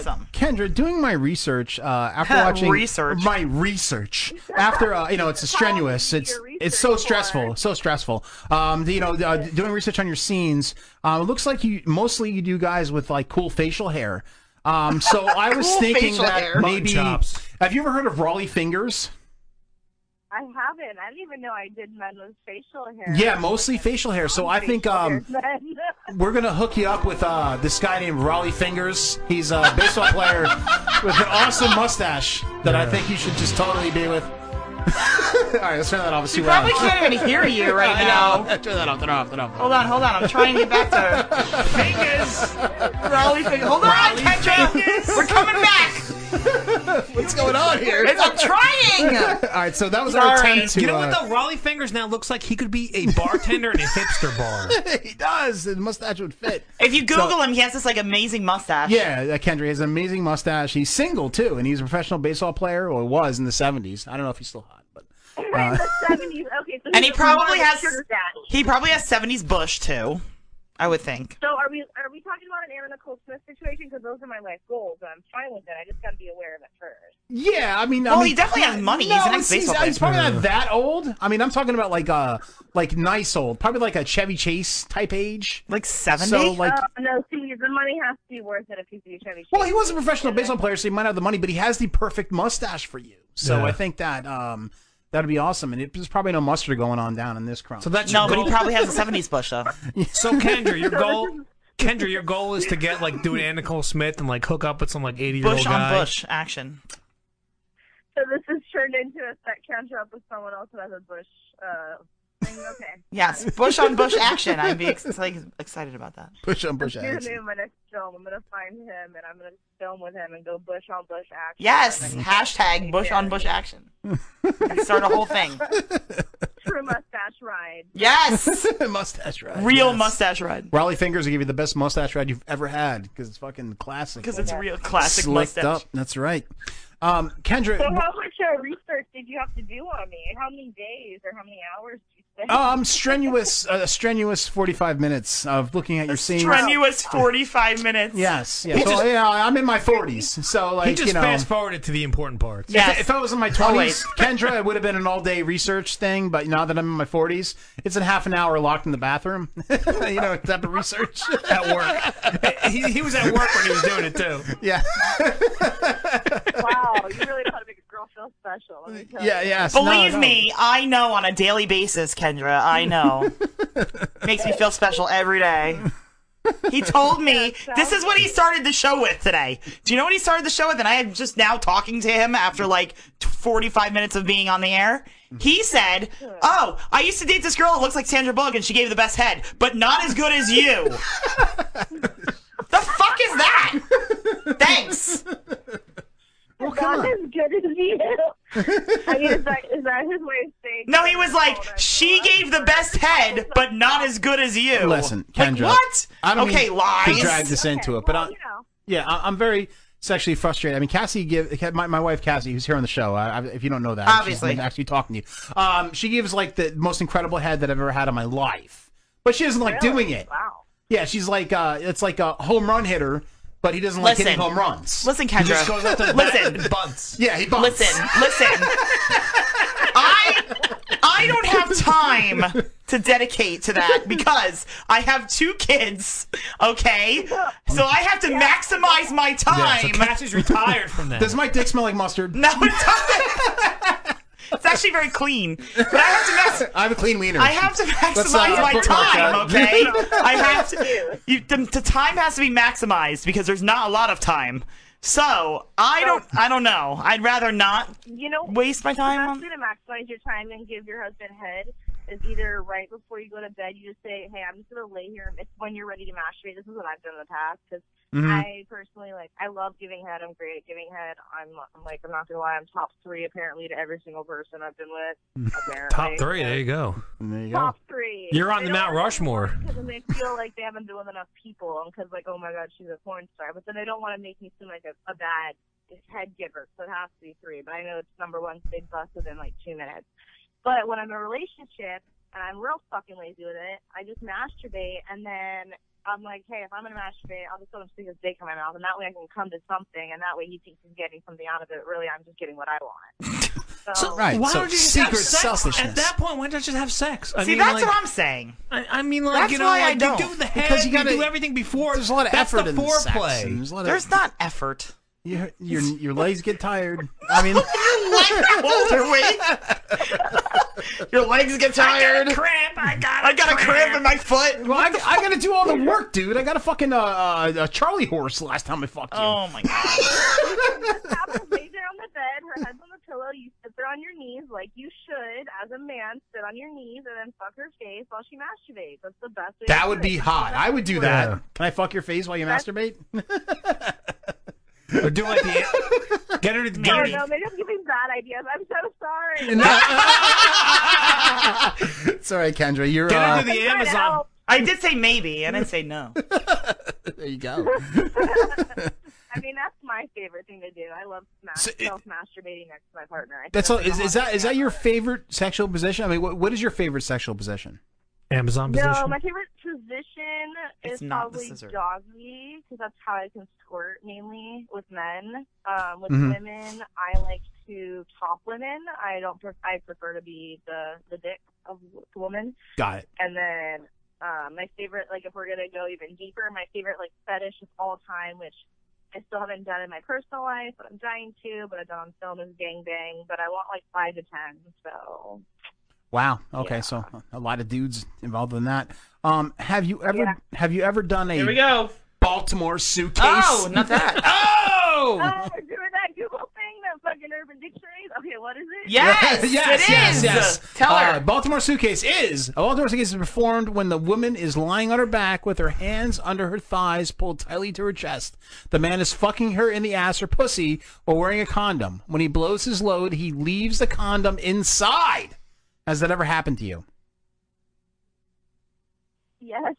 something. Uh, Kendra, doing my research uh, after watching Research. my research after uh, you know it's strenuous. It's it's so stressful, so stressful. Um, you know, uh, doing research on your scenes. Uh, it looks like you mostly you do guys with like cool facial hair. Um, so I was Cool thinking facial that hair. maybe. Mutton chops. Have you ever heard of Raleigh fingers? I haven't. I didn't even know I did men with facial hair. Yeah, mostly facial hair. So I think um, we're gonna hook you up with uh, this guy named Raleigh Fingers. He's a baseball player with an awesome mustache that I think you should just totally be with. All right, let's turn that off. and see You what probably happens. can't even hear you right I now. know. Turn that off. Turn it off. Turn it off. Hold on, hold on. I'm trying to get back to fingers. Raleigh fingers. Hold on, Raleigh Kendra. fingers. We're coming back. What's going on here? It's- I'm trying. All right, so that was our Sorry. attempt to. You uh, know what what the- the- the Raleigh fingers now looks like he could be a bartender in a hipster bar. he does. The mustache would fit. If you Google him, he has this like amazing mustache. Yeah, uh, Kendra he has an amazing mustache. He's single too, and he's a professional baseball player, or was in the '70s. I don't know if he's still hot, but uh, in the seventies. Okay, so And he he's more of probably a has sugar daddy. he probably has seventies bush too. I would think. So are we are we talking about an Anna Nicole Smith situation? Because those are my life goals, and I'm fine with it. I just got to be aware of it first. Yeah, I mean, I Well, mean- he definitely has money. He's No, an he's- ex-baseball he's, uh, player. he's probably Yeah. not that old. I mean, I'm talking about like uh, like nice old, probably like a Chevy Chase type age, like Uh, 70? So like, Oh, no, see, the money has to be worth it if he's being Chevy Chase. well, he was a professional baseball player, so he might have the money, but he has the perfect mustache for you. So Yeah. I think that um, that'd be awesome, and it, there's probably no mustard going on down in this crowd. So that's no, your but goal? he probably has a seventies bush though. So Kendra, your goal, Kendra, your goal is to get like do an Anna Nicole Smith and like hook up with some like eighty year old Bush on guy. bush action. So this has turned into a set counter up with someone else who has a bush. Uh, thing. Okay. Yes, bush on bush action. I'd be ex- like excited about that. Bush on That's gonna be my next film. I'm gonna find him and I'm gonna film with him and go bush on bush action. Yes, And then- hashtag bush on bush action. Start a whole thing. True mustache ride. Yes, mustache ride. Real mustache ride. Raleigh fingers will give you the best mustache ride you've ever had because it's fucking classic. 'Cause it's real classic Slicked mustache. up. That's right. Um, Kendra, So how much uh, research did you have to do on me? How many days or how many hours did you spend? Oh, Um, strenuous, uh, strenuous forty-five minutes of looking at your scenes. Strenuous forty-five minutes. Yes, yes. He Well, just- yeah, I'm in my forties, so like he just you know. fast forwarded to the important parts. If- If, I was in my twenties, Kendra, it would have been an all-day research thing. But now that I'm in my forties, it's in half an hour locked in the bathroom. you know, type of research at work. he, he was at work when he was doing it too. Yeah. Oh, wow, you really know how to make a girl feel special. Let me tell you. Believe me, I know on a daily basis, Kendra. I know. Makes me feel special every day. He told me this is what he started the show with today. Do you know what he started the show with? And I am just now talking to him after like t- 45 minutes of being on the air. He said, Oh, I used to date this girl that looks like Sandra Bullock and she gave the best head, but not as good as you. the fuck is that? Thanks. Well, come Not as good as you. I mean, is that, is that his way of saying? No, he was like, she gave the best head, but not as good as you. Listen, Like, Kendra. what? I don't okay, mean lies. To drag this into it, but I, yeah, I, I'm very sexually frustrated. I mean, Cassie give my, my wife Cassie, who's here on the show. I, I, if you don't know that, Obviously. she's actually talking to you. Um, she gives like the most incredible head that I've ever had in my life, but she doesn't like doing it. Wow. Yeah, she's like uh, it's like a home run hitter, but he doesn't like Listen. hitting home runs. Listen, He just Kendra. goes up to the bat Listen. and bunts. Yeah, he bunts. Listen, listen. I I don't have time to dedicate to that because I have two kids. Okay, so I have to maximize my Yeah, time. so Cassie's retired from Does my dick smell like mustard? No, it doesn't. it's actually very clean, but I have to max. I have a clean wiener. I have to Let's, uh, maximize my bookmark that. time, okay? I have to. You, the, the time has to be maximized because there's not a lot of time. So I don't. I don't know. I'd rather not. You know, Waste my time on- The best way to maximize your time and give your husband head is either right before you go to bed, you just say, "Hey, I'm just gonna lay here." and It's when you're ready to masturbate. This is what I've done in the past because Mhm. I personally like I love giving head. I'm great at giving head. I'm, I'm like I'm not gonna lie, I'm top three apparently to every single person I've been with. apparently. Top three. There you go. There you Top three. You're on They the don't Mount really Rushmore. because then they feel like they haven't been with enough people and because like oh my god she's a porn star but then they don't want to make me seem like a, a bad head giver so it has to be three but i know it's number one 'cause they bust within like two minutes but when i'm in a relationship and i'm real fucking lazy with it i just masturbate and then i'm like hey if i'm gonna masturbate i'll just let him stick his dick in my mouth and that way i can come to something and that way he thinks he's getting something out of it really i'm just getting what i want so, Right, Why so don't you just secret have sex? selfishness. At that point, why don't you just have sex? See, that's what I'm saying. I, I mean, like That's you know, why I like, don't. You do the head, Because you you, gotta- do everything before. There's a lot of that's effort the in foreplay. sex, and there's a lot of- There's not effort. Your your your legs get tired. I mean, Older weight. Your legs get tired. I got a cramp. I got. I got a cramp in my foot. Well, I, I gotta do all the work, dude. I got a fucking uh, uh, a Charlie horse last time I fucked you. Oh my god. lay there on the bed, her head's on the pillow, you sit there on your knees like you should, as a man, sit on your knees and then fuck her face while she masturbates. That's the best way. to That do would it. be hot. I would do that. Can I fuck your face while you masturbate? or do like the get her to No, get her. Oh, no, maybe I'm giving bad ideas. I'm so sorry. It's all right, Kendra. You're Get uh, into the Amazon. I did say maybe. I didn't say no. there. You go. I mean, that's my favorite thing to do. I love smash, So it- self-masturbating next to my partner. I think That's all. Is, the is that is that your favorite sexual position? I mean, what, what is your favorite sexual position? Amazon No, my favorite position It's is not the probably scissor. doggy because that's how I can squirt mainly with men. Um, with Mhm. women, I like to top women. I don't. Pre- I prefer to be the the dick of the woman. Got it. And then um, my favorite, like if we're gonna go even deeper, my favorite like fetish of all time, which I still haven't done in my personal life, but I'm dying to, but I've done on film is gangbang. But I want like five to ten, so Wow. Okay, so a lot of dudes involved in that. Um, have you ever have you ever done a Here we go. Baltimore suitcase? Oh, not that. oh. Oh, we're doing that Google thing, that fucking Urban Dictionaries. Okay, what is it? yes, yes, yes. Uh, Baltimore suitcase is a Baltimore suitcase is performed when the woman is lying on her back with her hands under her thighs pulled tightly to her chest. The man is fucking her in the ass or pussy while wearing a condom. When he blows his load, he leaves the condom inside. Has that ever happened to you? Yes.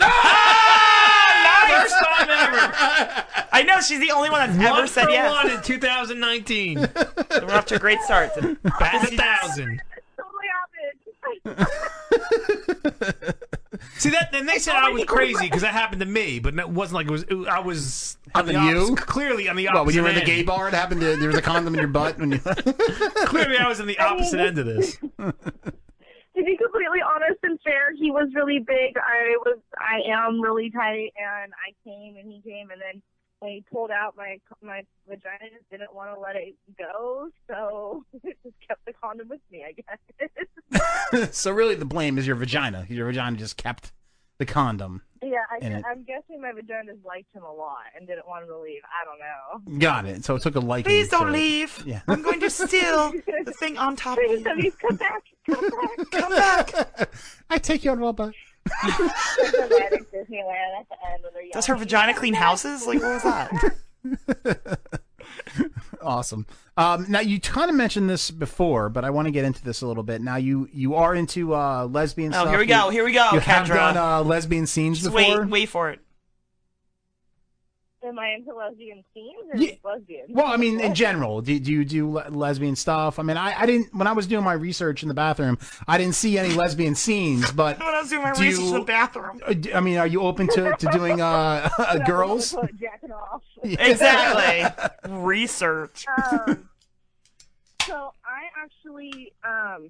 Ah! First time ever. I know she's the only one that's ever One said for yes. one in 2019. We're off to a great start. Back a thousand. totally happened. See that? Then they said I was crazy because that happened to me, but it wasn't like it was. It, I was on the Happened to oppos- you? clearly on the opposite. Well, when you were in the end. gay bar, it happened to there was a condom in your butt when you. Clearly, I was in the opposite end of this. to be completely honest and fair, he was really big. I was, I am really tight, and I came and he came, and then when he pulled out my my vagina, just didn't want to let it go, so just kept the condom with me. I guess. so really, the blame is your vagina. Your vagina just kept the condom. yeah, I, in it. I'm guessing my vagina just liked him a lot and didn't want him to leave. I don't know. Got it. So it took a liking. Please don't to- leave. Yeah. I'm going to steal the thing on top of you. Come back. Come back. I take your rubber. It's a ride at Disneyland at the end when they're yelling. Does her vagina clean houses? Like, what was that? Awesome. Um, now you kind of mentioned this before, but I want to get into this a little bit. Now you you are into uh, lesbian. Oh, stuff. here we You- go, here we go, You have Kendra. done uh, lesbian scenes Just before. wait, wait for it. Am I into lesbian themes or just lesbians? Well, I mean, in general, do, do you do le- lesbian stuff? I mean, I, I didn't when I was doing my research in the bathroom, I didn't see any lesbian scenes. But When I was doing my do research you- in the bathroom. Uh, d- I mean, are you open to, to doing uh, uh, girls? Jacking off. Exactly. Research. um, so I actually um,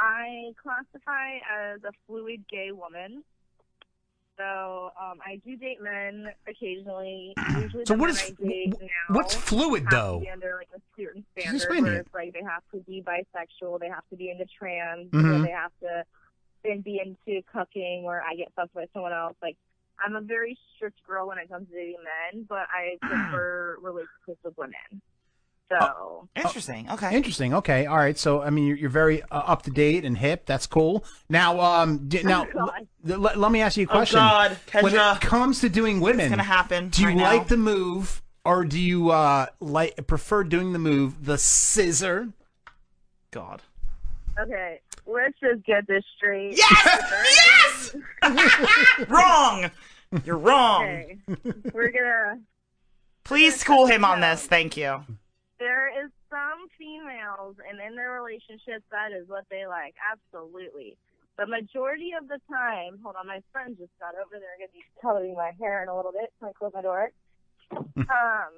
I classify as a fluid gay woman. So um, I do date men occasionally. Usually So the what men is- I date wh- now what's fluid, have though? To be under like a certain you standard explain where it? it's like they have to be bisexual, they have to be into trans, Mhm. Mm-hmm. or they have to then be into cucking where I get fucked by someone else. Like I'm a very strict girl when it comes to dating men, but I prefer relationships with women. So Oh, Interesting. Okay. Interesting. Okay. All right. So, I mean, you're, you're very uh, up to date and hip. That's cool. Now, um, d- now, l- let- let me ask you a Oh, question. God, When it Kendra. comes to doing women, It's gonna happen Do you right now. like the move, or do you uh like prefer doing the move, the scissor? God. Okay, let's just get this straight. Yes! yes! wrong. You're wrong. Okay, we're gonna. Please school him on this. Thank you. There is some females, and in their relationships, that is what they like. Absolutely. The majority of the time, hold on, my friend just got over. They're gonna be coloring my hair in a little bit. Can I close my door? um.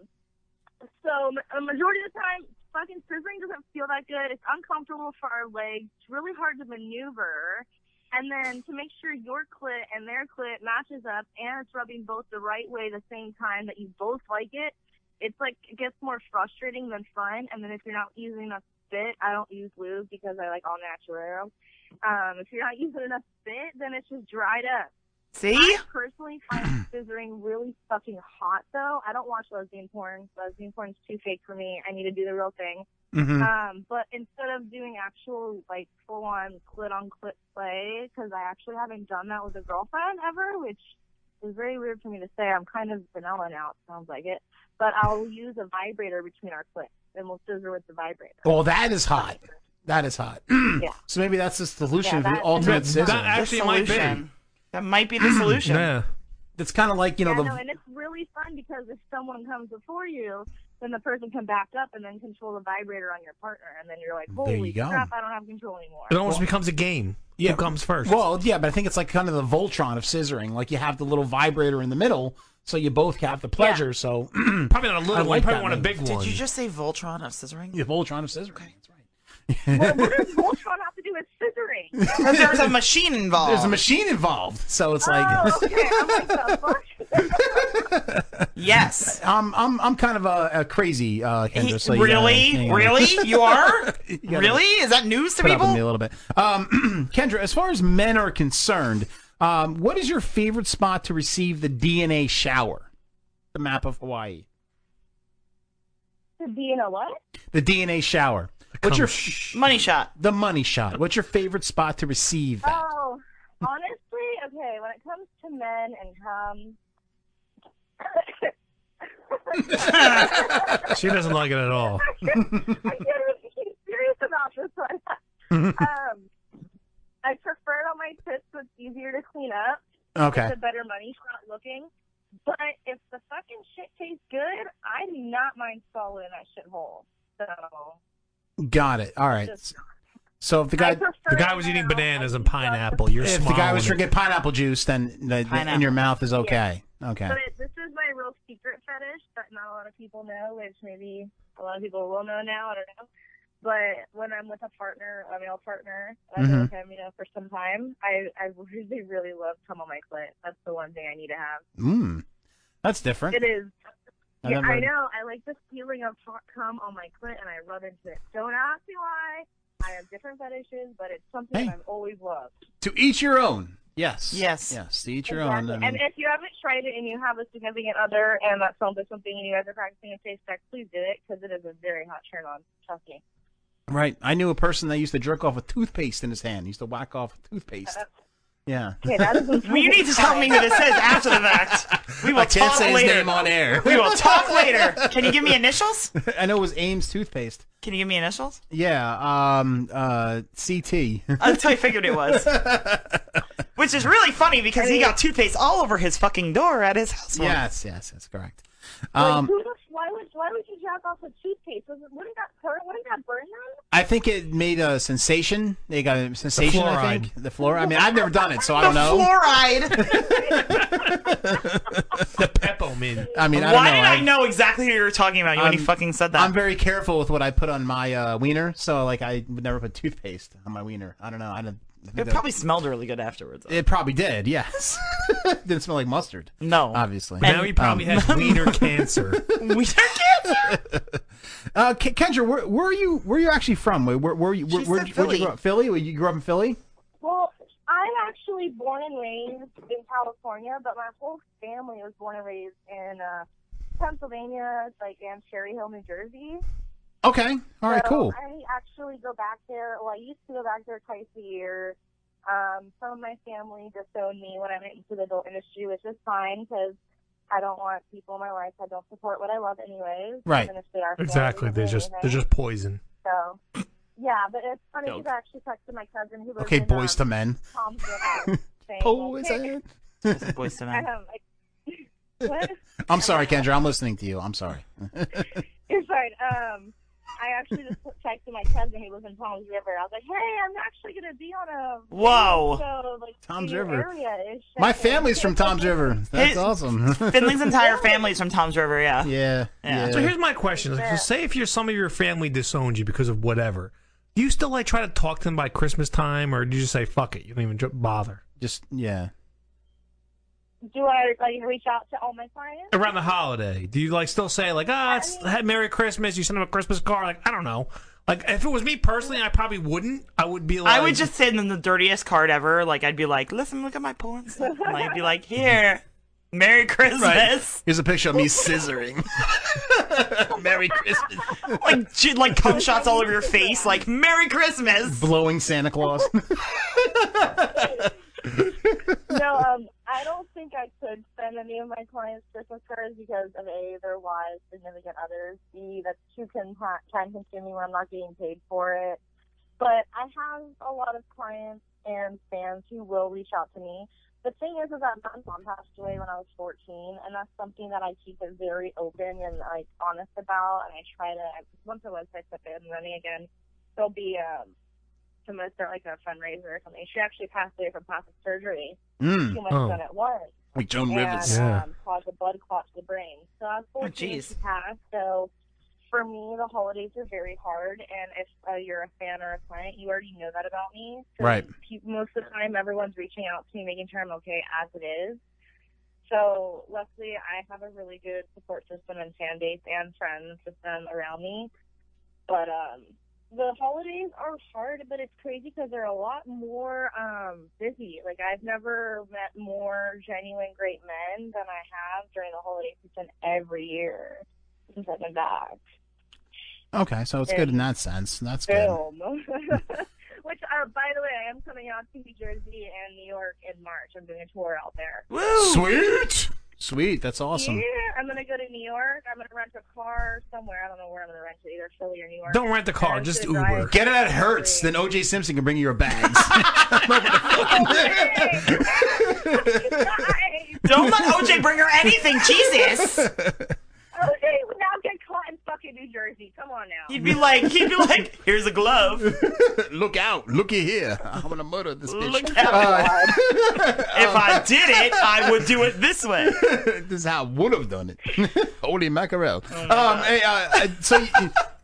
So ma- a majority of the time, fucking scissoring doesn't feel that good. It's uncomfortable for our legs. It's really hard to maneuver. And then to make sure your clit and their clit matches up and it's rubbing both the right way the same time that you both like it, it's like it gets more frustrating than fun. And then if you're not using enough spit, I don't use lube because I like all natural. Um, if you're not using enough spit, then it's just dried up. See? I personally find scissoring really fucking hot though. I don't watch lesbian porn. Lesbian porn's too fake for me. I need to do the real thing. Mhm. Um, but instead of doing actual like full on clit on clit play, because I actually haven't done that with a girlfriend ever, which is very weird for me to say. I'm kind of vanilla now. It sounds like it. But I'll use a vibrator between our clits, and we'll scissor with the vibrator. Well, that is hot. That is hot. So maybe that's the solution Yeah, to the that- ultimate That- scissor. that actually Hmm. The might be. solution. That might be the solution. That's kind of like you know yeah, the no, and it's really fun because if someone comes before you, then the person can back up and then control the vibrator on your partner, and then you're like, There holy you go. crap, I don't have control anymore. It almost becomes a game. Yeah, Who comes first? Well, yeah, but I think it's like kind of the Voltron of scissoring. Like you have the little vibrator in the middle, so you both have the pleasure. So probably not a I like that name. Did you just say Voltron of scissoring? Yeah, Voltron of scissoring. Voltron have to do with scissoring? Because there's a machine involved. There's a machine involved, so it's Oh, like okay. I'm like, the fuck? yes. I'm I'm I'm kind of a, a crazy uh, Kendra. So you gotta really? hang on. really? You are? You gotta really? Is that news to put up with people? me a little bit. Um, Kendra, as far as men are concerned, um, what is your favorite spot to receive the DNA shower? The map of Hawaii. To be in a what? The DNA shower. What's your money shot? The money shot. What's your favorite spot to receive? that? Oh, honestly, okay. When it comes to men and cum, She doesn't like it at all. I can't really be serious about this one. um, I prefer it on my tits, so it's easier to clean up. Okay. It's a better money shot looking. But if the fucking shit tastes good, I do not mind swallowing that shithole. So Got it. All right. So if the guy the guy was eating bananas and pineapple. You're if the guy was smiling. drinking pineapple juice, then the, the, in your mouth is okay. Okay. But this is my real secret fetish that not a lot of people know, which maybe a lot of people will know now. I don't know. But when I'm with a partner, a male partner, I've been Mhm. with him, you know, for some time, I I really, really love cum on my clit. That's the one thing I need to have. Mm. That's different. It is. I Yeah, never- I know. I like the feeling of hot cum on my clit, and I rub into it. Don't ask me why. I have different fetishes, but it's something that I've always loved. To each your own. Yes. Yes. Yes. To each your Exactly. own. I And mean, if you haven't tried it and you have a significant other and that sounds like something you guys are practicing in safe sex, please do it because it is a very hot turn on. Trust me. right. I knew a person that used to jerk off with toothpaste in his hand. He used to whack off with toothpaste. Yeah. Okay, that is Well, you need to tell me who this is after the fact. We will I can't talk say his later. name on air. We will talk later. Can you give me initials? I know it was Ames toothpaste. Can you give me initials? Yeah. Um. Uh. CT. That's how I figured it was. Which is really funny because he got toothpaste all over his fucking door at his house. once. yes. Yes. That's correct. Um, Um. who the, why would why would you jack off with toothpaste? Was it, wouldn't that hurt? Wouldn't that burn them? I think it made a sensation. They got a sensation. I fluoride. think the fluoride. I mean, I've never done it, so I don't know. Fluoride. Peppo mint. I mean, I why don't know. did I I- know exactly who you were talking about when you I'm- fucking said that? I'm very careful with what I put on my uh, wiener, so like I would never put toothpaste on my wiener. I don't know. I don't. I think It that- probably smelled really good afterwards. It probably did. Yes. Didn't smell like mustard. No. Obviously. But now he probably Um, has wiener cancer. Wiener Uh, Ke- Kendra, where, where are you? Where are you actually from? Where, where, where, where, where, where'd you- where'd you grow up? Philly? Where You grew up in Philly? Well, I'm actually born and raised in California, but my whole family was born and raised in uh, Pennsylvania, like in Cherry Hill, New Jersey. Okay. All right. So Cool. I actually go back there. Well, I used to go back there twice a year. Um, some of my family disowned me when I went into the adult industry, which is fine because I don't want people in my life that don't support what I love, anyways. Right. Even if they are Exactly. They're just they're just poison. so. Yeah, but it's funny Dope. because I actually texted my cousin who lives Okay, in, boys um, to men. Palmsville, saying, Boys like, to men. Boys to men. Um, I- what? I'm sorry, Kendra. I'm listening to you. I'm sorry. You're fine. Um, I actually just texted my cousin who lives in Palms River. I was like, "Hey, I'm actually gonna be on a Whoa. So, like, Tom's in your River. Area is My checking." family's from Tom's River. That's His- awesome. Finley's entire family's from Tom's River. Yeah. Yeah. Yeah. So here's my question: like, so Say if your some of your family disowned you because of whatever, do you still like try to talk to them by Christmas time, or do you just say fuck it, you don't even j- bother? Just yeah. Do I like reach out to all my clients? Around the holiday, do you like still say like ah, it's hey, Merry Christmas? You send them a Christmas card? Like I don't know. Like if it was me personally, I probably wouldn't. I would be like I would just send them the dirtiest card ever. Like I'd be like, listen, look at my porn stuff. And I'd be like, here, Merry Christmas. Here's a picture of me scissoring. Merry Christmas. like j- like cum shots all over your face. Like Merry Christmas. Blowing Santa Claus. no, um, I don't think I could send any of my clients Christmas cards because of A, their wives, significant others, B, that's too con- time consuming when I'm not getting paid for it. But I have a lot of clients and fans who will reach out to me. the thing is, is that my mom passed away when I was 14, and that's something that I keep it very open and like honest about. And I try to once the website's up and running again, there'll be um, I'm gonna start like a fundraiser or something. She actually passed away from plastic surgery, Mm. too much Oh. done at once. Like Joan and, Rivers. Oh, Yeah. Um, caused a blood clot to the brain. So I was 14 when she jeez. passed. So for me, the holidays are very hard, and if uh, you're a fan or a client, you already know that about me. So Right. pe- most of the time, everyone's reaching out to me, making sure I'm okay as it is. So luckily, I have a really good support system and fan base and friends system around me. But um, the holidays are hard, but it's crazy because they're a lot more um, busy. Like I've never met more genuine great men than I have during the holiday season every year since I've been back. Okay, so it's good in that sense. That's good. Boom. Which, uh, by the way, I am coming out to New Jersey and New York in March. I'm doing a tour out there. Sweet, sweet. That's awesome. Yeah, I'm gonna go to New York. I'm gonna rent a car somewhere. I don't know where I'm gonna rent it, either Philly or New York. Don't rent the car, just Uber. Get it at Hertz, then OJ Simpson can bring you your bags. Don't let OJ bring her anything, Jesus. Okay, well, now get caught in fucking New Jersey. Come on now. He'd be like, he'd be like, here's a glove. Look out! Looky here! I'm gonna murder this bitch. Uh, Look out. if I did it, I would do it this way. Um, this is how I would have done it. Holy mackerel! Oh, um, hey, uh, uh, so you,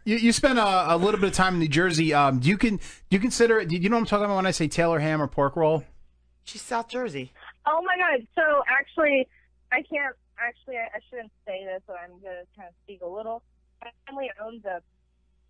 you, you spent a, a little bit of time in New Jersey. Um, do you can do you consider? Do you know what I'm talking about when I say Taylor ham or pork roll? She's South Jersey. Oh my god. So actually, I can't. Actually, I, I shouldn't say this, but I'm gonna kind of speak a little. My family owns a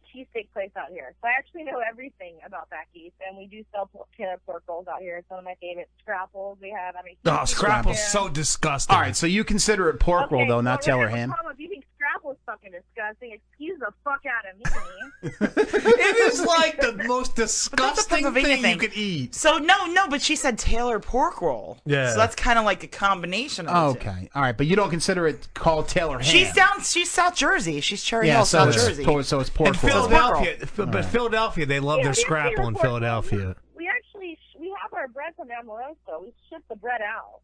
cheesesteak place out here, so I actually know everything about back east, and we do sell por- Taylor pork rolls out here. It's one of my favorite scrapples we have. I mean, Oh, scrapple's so disgusting. All right, so you consider it pork roll though, not Taylor ham. Tom, if you think scrapple is fucking disgusting, excuse the fuck out of me. it is like the most disgusting thing you could eat. So no, no, but she said Taylor pork roll. Yeah. So that's kind of like a combination of. the two. Okay, all right, but you don't consider it called Taylor ham. She's down. She's South Jersey. She's Cherry yeah, Hill, so South it's, Jersey. por- so it's pork And roll. Philadelphia, but All right. Philadelphia, they love Yeah, their we have scrapple in Taylor pork rolls. Philadelphia. We actually we have our bread from Amarosa. We ship the bread out.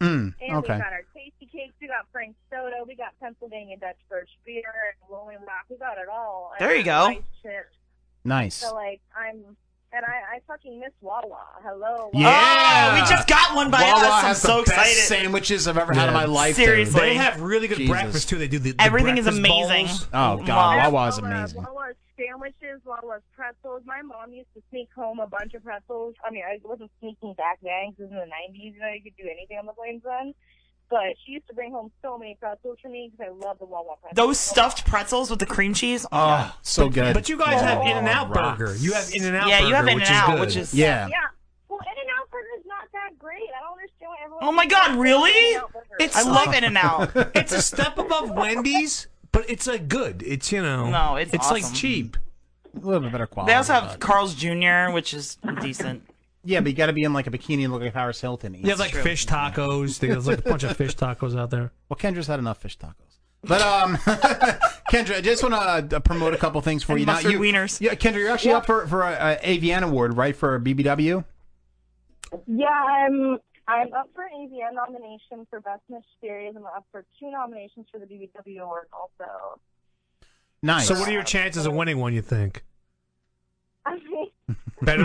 Mm, And we okay. got our tasty cakes. We got Frank soda. We got Pennsylvania Dutch Birch beer and Rolling Rock. We got it all. And There you go. rice chips. Nice. So like I'm. And I, I fucking miss Wawa. Hello. Wawa. Yeah, we just got one by Wawa us. I'm has so the best excited. Sandwiches I've ever had in my life. dude. Seriously. They have really good Jesus. breakfast too. They do the, the Everything is breakfast amazing. bowls. Oh Wow. god, Wawa is amazing. Wawa's sandwiches, Wawa's pretzels. My mom used to sneak home a bunch of pretzels. I mean, I wasn't sneaking back then 'cause it was in the 90s. You know, you could do anything on the planes then. But she used to bring home so many pretzels for me because I love the Wawa pretzels. Those stuffed pretzels with the cream cheese. Oh, so good. But you guys have In-N-Out rocks. Burger. You have In-N-Out Yeah, Burger, you have which In-N-Out, is good. which is- Yeah. Yeah. Well, In-N-Out Burger's not that great. I don't understand why everyone. Oh my God, really? I love In and Out. it's a step above Wendy's, but it's like good. It's you know, No, it's awesome. like cheap. A little bit better quality. They also have Carl's Jr., which is decent. Yeah, but you got to be in like a bikini and look like Paris Hilton. You have like True. fish tacos. There's like a bunch of fish tacos out there. Well, Kendra's had enough fish tacos. But um, Kendra, I just want to uh, promote a couple things for And you. Now, mustard you wieners. Yeah, Kendra, you're actually up for for an AVN award, right? For BBW. Yeah, I'm. I'm up for an AVN nomination for Best Miss Series. I'm up for two nominations for the BBW Award also. Nice. So, what are your chances of winning one? You think I mean, better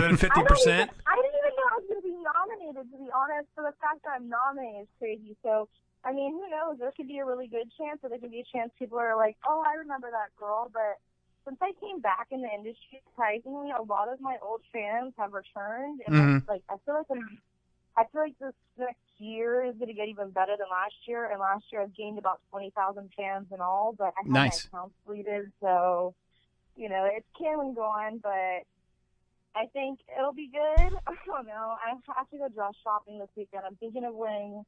than I fifty don't even- percent? I didn't even know I was going to be nominated, to be honest. So the fact that I'm nominated is crazy. So, I mean, who knows? There could be a really good chance, or there could be a chance people are like, oh, I remember that girl. But since I came back in the industry, surprisingly, a lot of my old fans have returned. And Mm-hmm. Mhm. like, I feel like I'm. I feel like this next year is going to get even better than last year. And last year I've gained about 20,000 fans in all, but I have Nice. my account deleted. So, you know, it's can and gone, but I think it'll be good. I don't know. I have to go dress shopping this weekend. I'm thinking of wearing.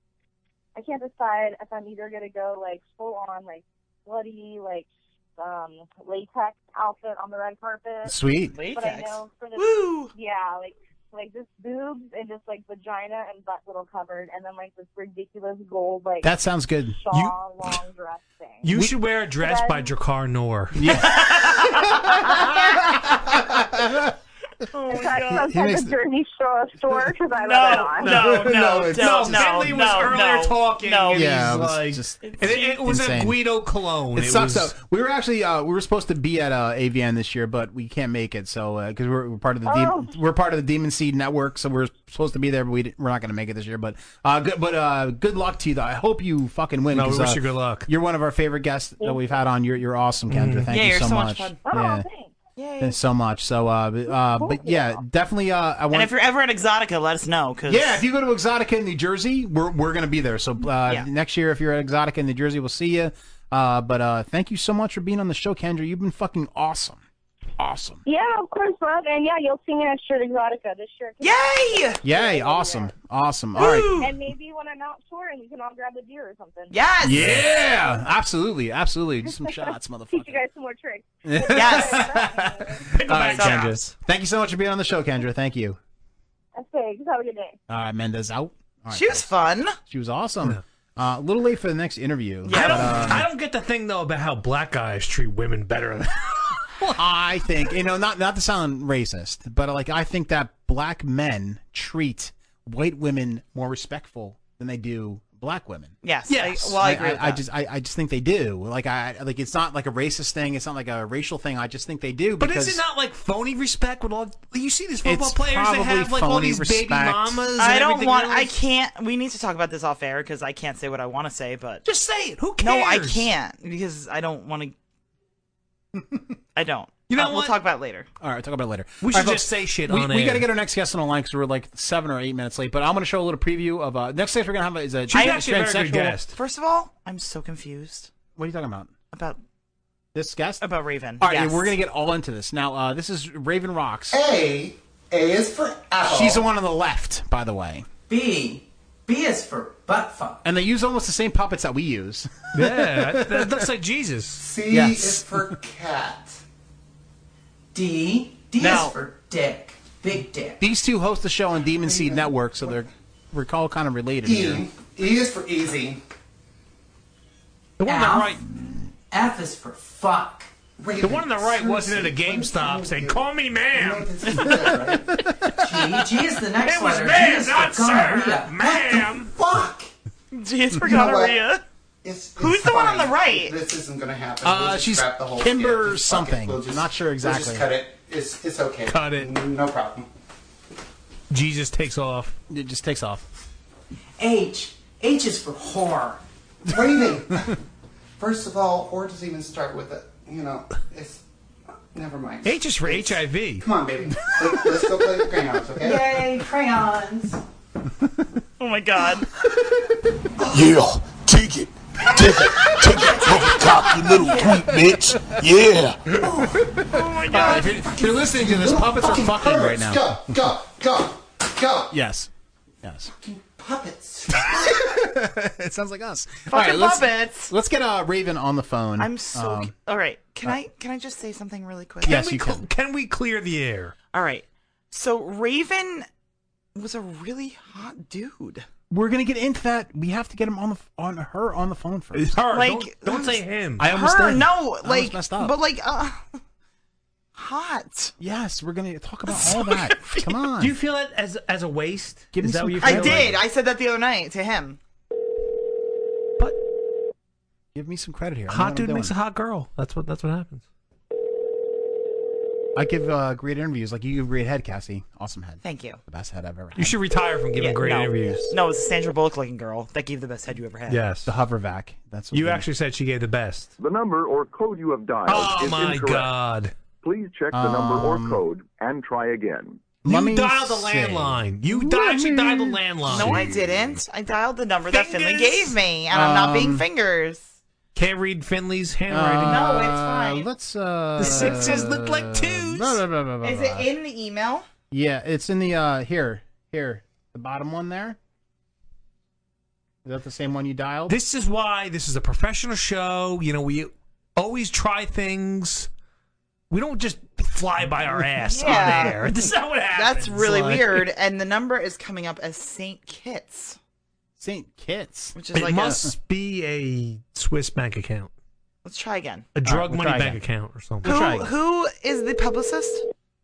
I can't decide if I'm either gonna go like full on like bloody like um latex outfit on the red carpet. Sweet. But I Latex. know for the yeah, like like just boobs and just like vagina and butt little covered, and then like this ridiculous gold like That sounds good. shawl You- long dress thing. You should wear a dress by Jakar Noor. Yeah. Oh Is that God. some He type makes of the- Jersey Shore store? Because I No, love it on. no, no, no, it's- no, No, no, Finley no, was earlier no, talking, No, and Yeah, he's it was like- just And it, it was a insane. Guido cologne. It, sucks was- though. We were actually uh, we were supposed to be at uh, AVN this year, but we can't make it. So because we're, we're part of the Oh. Dem- we're part of the Demon Seed Network, so we're supposed to be there, but we didn't, we're not going to make it this year. But uh, good, but uh, good luck to you. though. I hope you fucking win. No, we 'cause, wish uh, you good luck. You're one of our favorite guests that we've had on. You're you're awesome, Kendra. Mhm. Thank Yeah, you you're so, so much much. fun. Oh, yeah. Thanks so much. So, uh, b- uh, but yeah, definitely. Uh, I want. And if you're ever at Exotica, let us know. Cause Yeah, if you go to Exotica in New Jersey, we're we're gonna be there. So uh, next year, if you're at Exotica in New Jersey, we'll see you. Uh, but uh, thank you so much for being on the show, Kendra. You've been fucking awesome, awesome. Yeah, of course, love, and yeah, you'll see me at Shirt Exotica this year. Yay! Yay, awesome, awesome. All right. And maybe when I'm out touring, we can all grab a beer or something. Yeah, absolutely, absolutely. Just some shots, motherfucker. Teach you guys some more tricks. All right, Kendra. Thank you so much for being on the show, Kendra. Thank you. Okay, just have a good day. All right, Mendez out. All right, she was fun. She was awesome. Uh, a little late for the next interview. I but, don't. um, I don't get the thing though about how black guys treat women better. Than I think you know, not not to sound racist, but like I think that black men treat white women more respectful than they do black women. Yes. I, well, I agree. with I, that. just I, I just think they do. Like I like it's not like a racist thing. It's not like a racial thing. I just think they do. But because is it not like phony respect with all you see these football It's players that have probably like all phony these baby respect. mamas? and I don't everything want. else? I can't. We need to talk about this off air because I can't say what I want to say. But just say it. Who No, I cares? can't because I don't want to. I don't. You know Uh, We'll what? talk about it later. All right, talk about it later. We All should right, just say shit we, on We air. got to get our next guest on the line because we're like seven or eight minutes late. But I'm going to show a little preview of uh, next guest we're going to have is a I- transsexual- First of all, I'm so confused. What are you talking about? About this guest? About Raven. All right, yes. yeah, we're gonna get all into this now. Uh, this is Raven Rocks. A. A is for apple. She's the one on the left, by the way. B. B is for butt fuck. And they use almost the same puppets that we use. Yeah, that looks like Jesus. C is for cat. D. D Now- is for dick. Big dick. These two host the show on Demon Seed Network, so they're we're all kind of related here. E. E is for easy. The one on the F. right. F is for fuck. The one on the right wasn't at a GameStop saying, "Call me ma'am." G. G is the next It was letter. ma'am, G is not for sir. gonorrhea. Ma'am. Fuck. G is for You know what? gonorrhea. It's, it's Who's the one on fine. the right? This isn't gonna happen. Uh, We'll just she's scrap the whole skit. Kimber Just fuck it. something. We'll just- Not sure We'll exactly. just cut it. It's it's okay. Cut it. No problem. Jesus takes off. It just takes off. H. H is for whore. Raven. First of all, whore doesn't even start with it. You know, it's never mind. H is for HIV. Come on, baby. Let, let's go play the crayons, okay? Yay, crayons. Oh my god. Yeah, take it. Take it. Take it from the top, you little tweet bitch. Yeah. Uh, if, you're, if you're listening to this, puppets are fucking right now. Go, go, go. Yes. Yes. Puppets. it sounds like us. Fucking All right, let's, puppets. Let's get uh, Raven on the phone. I'm so. Um, all right. Can uh, I can I just say something really quick? Yes, you can. Can we clear the air? All right. So Raven was a really hot dude. We're gonna get into that. We have to get him on the on her on the phone first. Her. Like, don't- don't say him. I almost Her, did. I no, almost like, messed up. but like, uh, hot. yes, we're gonna talk about all that. Come on. Do you feel it as as a waste? Give me is that some what you I feel? did. I said that the other night to him. Give me some credit here. I know what I'm Hot dude doing. makes a hot girl. That's what that's what happens. I give uh, great interviews. Like you give great head, Cassie. Awesome head. Thank you. The best head I've ever had. You should retire from giving Yeah, great no. interviews. No, it's a Sandra Bullock looking girl that gave the best head you ever had. Yes. The hover vac. That's what You we- actually said she gave the best. The number or code you have dialed Oh is my incorrect. god. Please check the number Um, or code and try again. Let you me dialed the see. landline. You dialed. She dialed the landline. No, I didn't. I dialed the number that Finley Fingers. gave me, and I'm not being Um, fingers. Can't read Finley's handwriting. No, it's fine. Uh, Let's. Uh, The sixes look like twos. Blah, blah, blah, blah, blah, Is blah. it in the email? Yeah, it's in the uh here, here, the bottom one there. Is that the same one you dialed? This is why this is a professional show. You know, we always try things. We don't just fly by our ass on air. This is not what happens. That's really Like- weird. And the number is coming up as Saint Kitts, Saint Kitts. which is It like must a. be a Swiss bank account, Let's try again. a drug we'll money try bank again. account or something. Who who is the publicist?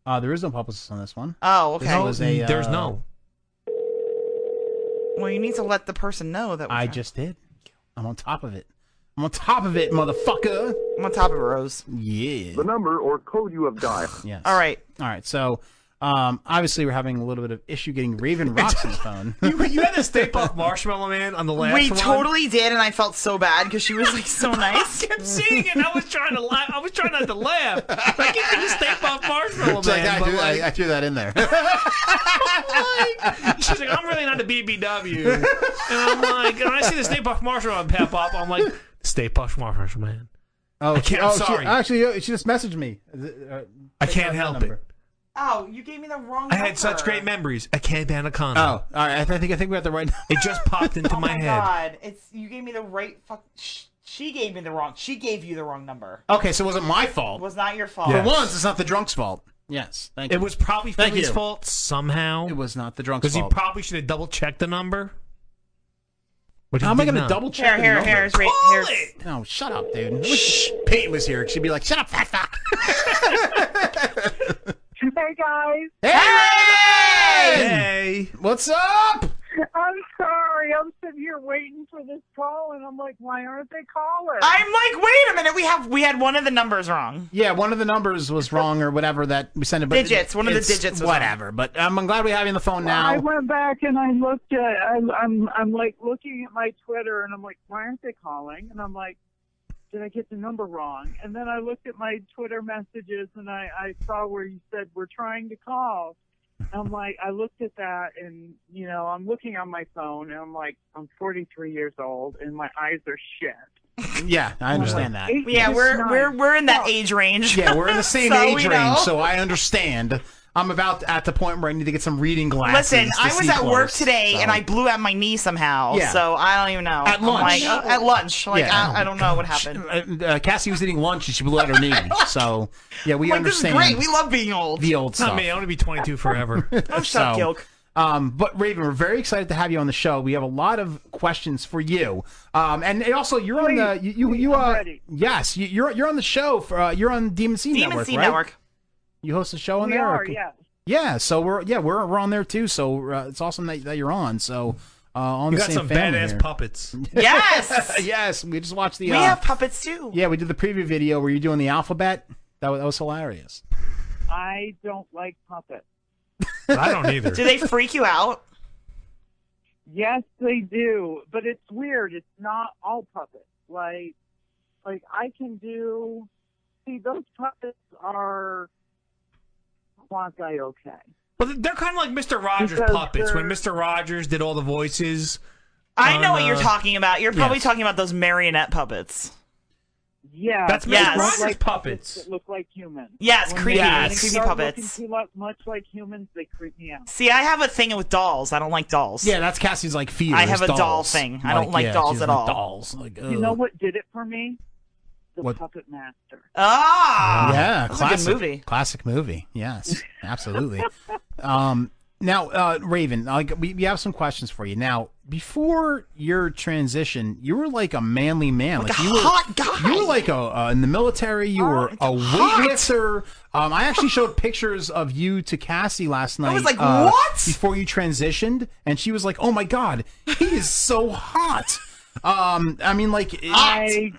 Uh, there is no publicist on this one. Oh, okay. This was a, Mm, there's uh, no. Well, you need to let the person know that. We're I just did. I'm on top of it. I'm on top of it, motherfucker. I'm on top of it, Rose. Yeah. The number or code you have dialed. Yes. All right. All right. So, um, obviously, we're having a little bit of issue getting Raven Rocks on the phone. you had to stay puff Marshmallow Man on the last we one. totally did, and I felt so bad because she was like so nice. I kept seeing it. I was trying to laugh. I was trying not to laugh. I keep thinking stay puff Marshmallow It's like, Man. I, but threw, like, I, I threw that in there. She's like, I'm really not a BBW. And I'm like, and when I see the Stay Puft Marshmallow Man pop up, I'm like, Stay Puft Marshmallow Man. Oh, I can't, oh, I'm she- sorry. actually, uh, she just messaged me. Uh, I take can't out that help number. it. Oh, you gave me the wrong. I had such great memories. I can't ban a condom. Oh, all right. I, th- I think I think we got the right. Oh It just popped into my, head. Oh God, it's you gave me the right fuck. Sh- she gave me the wrong. She gave you the wrong number. Okay, so it wasn't my fault. It was not your fault. For once, it's not the drunk's fault. Yes, thank It you. was probably Thank Philly's you. fault somehow. It was not the drunk's Because he fault. probably should have double checked the number. But he How am I did going to not. double check? Here, here, the here, it's right- number? here's- No, shut up, dude. I wish Peyton was here. She'd be like, "Shut up, fat fuck." Hey guys. Hey! What's up? I'm sorry. I'm sitting here waiting for this call, and I'm like, why aren't they calling? I'm like, wait a minute. We have we had one of the numbers wrong. Yeah, one of the numbers was wrong or whatever that we sent it. But Digits, one of the it's digits was whatever. But um, I'm glad we have you on the phone I now. went back and I looked at. I, I'm I'm like looking at my Twitter, and I'm like, why aren't they calling? And I'm like, did I get the number wrong? And then I looked at my Twitter messages, and I I saw where you said we're trying to call. I'm like, I looked at that, and you know, I'm looking on my phone, and I'm like, I'm 43 years old, and my eyes are shit. Yeah, I understand that. Yeah, we're we're we're in that age range. Yeah, we're in the same So, age you know. range, so I understand. I'm about at the point where I need to get some reading glasses. Listen, to I was see at work close, today so- and I blew out my knee somehow. Yeah. So I don't even know. At I'm lunch. like, uh, at lunch. Like Yeah. I, I don't know what happened. Uh, uh, Cassie was eating lunch and she blew out her knee. So yeah, we like, understand. This is great. We love being old. the old Not stuff. me. I want to be 22 forever. Oh, shut up, Gilk. Um, but Raven, we're very excited to have you on the show. We have a lot of questions for you, um, and and also you're on the you you, you uh yes you, you're you're on the show for uh, you're on Demon Scene Demon Network, Scene right? Network. You host a show on We there. or are, can- yeah. Yeah, so we're yeah we're we're on there too. So uh, it's awesome that, that you're on. So uh, on You the got same some family badass here. puppets. Yes. yes. We just watched the. We uh, have puppets too. yeah, we did the preview video where you're doing the alphabet. That was, that was hilarious. I don't like puppets. I don't either. Do they freak you out? Yes, they do, but it's weird. It's not all puppets. Like, like I can do. See, those puppets are quasi okay. Well, they're kind of like Mr. Rogers Because puppets. When they're- Mr. Rogers did all the voices. I know on, what you're uh, talking about. You're probably yes. talking about those marionette puppets. Yeah, That's they Mr. look Rogers' puppets. that look like humans. Yes, When creepy- they- yes. when they creepy start puppets. Looking too much, much like humans, they creep me out. See, I have a thing with dolls. I don't like dolls. Yeah, that's Cassie's like fear. I is have a doll dolls. thing. I don't like yeah, dolls she's at like all. Dolls. Like, You ugh. know what did it for me? The What? Puppet Master. Ah, yeah, that's classic a good movie. Classic movie. Yes, absolutely. um, now, uh, Raven, like we, we have some questions for you. Now, before your transition, you were like a manly man, like, a you were hot guy. Oh, You were like a uh, in the military. You were a hot. weightlifter. Um, I actually showed pictures of you to Cassie last night. was like, uh, "What?" Before you transitioned, and she was like, "Oh my god, he is so hot." Um, I mean, like, it- I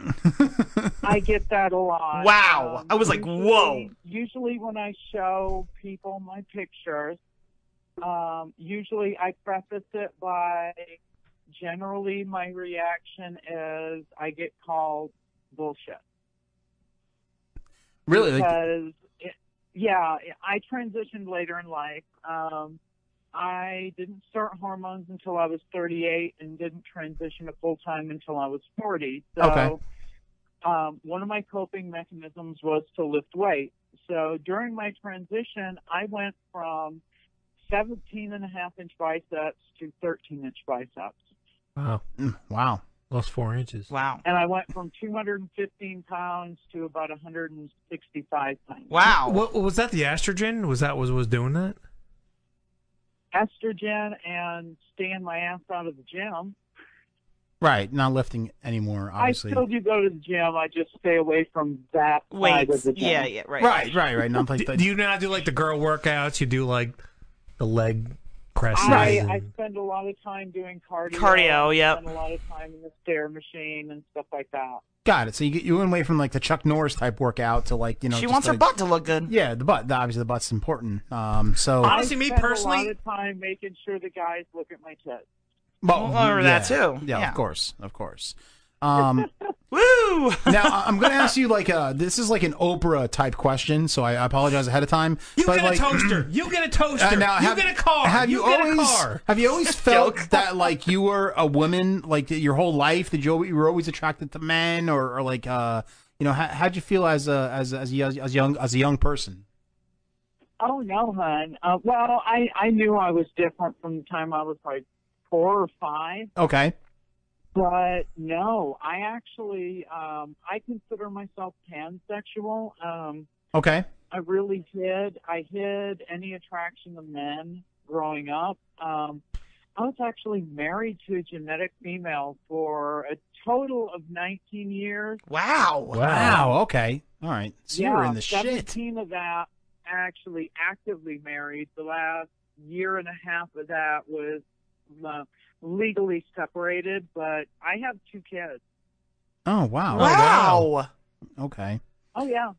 I get that a lot. um, Wow. I was like, usually- whoa. Usually when I show people my pictures, um, usually I preface it by generally my reaction is I get called bullshit. really, like, Because, it, yeah, I transitioned later in life. Um, I didn't start hormones until I was 38 and didn't transition to full time until I was 40. So, uh, Okay. um, one of my coping mechanisms was to lift weight. So, during my transition, I went from 17 and a half inch biceps to 13 inch biceps. Mm, Wow. wow, Lost four inches. Wow. And I went from 215 pounds to about 165 pounds. What, was that the estrogen? Was that was was doing that? estrogen and staying my ass out of the gym. Right, not lifting anymore, obviously. I still do go to the gym. I just stay away from that side of the gym. Right, right, right. Not like do, that. do you not do like the girl workouts? You do like the leg presses. I, and- I spend a lot of time doing cardio. Cardio, I yep. Spend a lot of time in the stair machine and stuff like that. Got it. So you get you went away from like the Chuck Norris type workout to like you know She just wants her like- butt to look good. Yeah, the butt. the- Obviously, the butt's important. Um, so I spend a lot of time making sure the guys look at my tits. Well, Well, or that yeah. too. Yeah, Yeah. of course, of course. Um, Woo! now I- I'm going to ask you like uh this is like an Oprah type question, so I I apologize ahead of time. You but get like- a toaster. You get a toaster. Uh, now, you have- get a car. Have you, get always a car. have you always felt that like you were a woman like that your whole life? Did you al- you were always attracted to men or, or like uh you know how how'd you feel as a as as a, as a young as a young person? Oh no, hun. Uh, well, I I knew I was different from the time I was like four or five. Okay, But no, I actually um, I consider myself pansexual. Um, okay, I really hid I hid any attraction to men growing up. Um, I was actually married to a genetic female for a total of 19 years. Wow, wow, okay, all right. So you were in the shit. 17 of that actually actively married. The last year and a half of that was uh, legally separated, but I have two kids. Oh wow, Wow. okay, Oh yeah.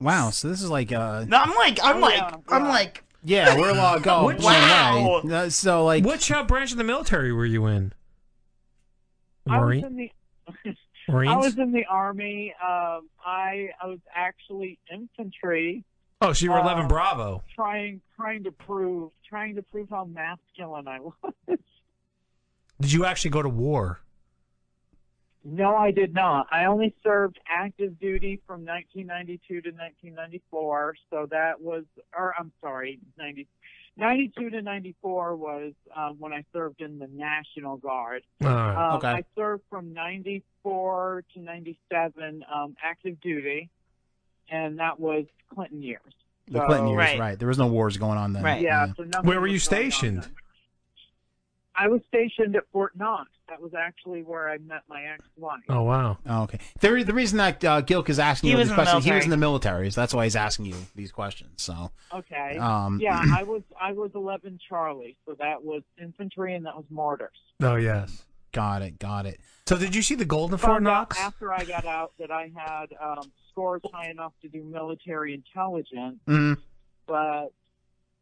wow. So this is like uh No, I'm like, I'm Oh, like, yeah, I'm like, yeah, we're all going Which- one way. Wow. No, So like Which uh, branch of the military were you in? The I was Marine- in the Marines. I was in the army. Um, I I was actually infantry, oh, so you were 11 uh, Bravo. trying trying to prove trying to prove how masculine I was. Did you actually go to war? No, I did not. I only served active duty from 1992 to 1994. So that was, or I'm sorry, 90, 92 to 94 was um, when I served in the National Guard. All right, Um, okay. I served from 94 to 97 um, active duty, and that was Clinton years. the So- Clinton years, right. There was no wars going on then. Yeah. so nothing Where were you was going on stationed? then. I was stationed at Fort Knox. That was actually where I met my ex-wife. Oh wow. okay. The, re- the reason that uh, Gilk is asking He you was these in the questions, he was military. in the military, so that's why he's asking you these questions. So Okay. Um, yeah, I was I was eleven Charlie, so that was infantry and that was mortars. Oh yes. Got it. Got it. So did you see the Golden Fort Found out Knox? After I got out, that I had um, scores high enough to do military intelligence, Mm. but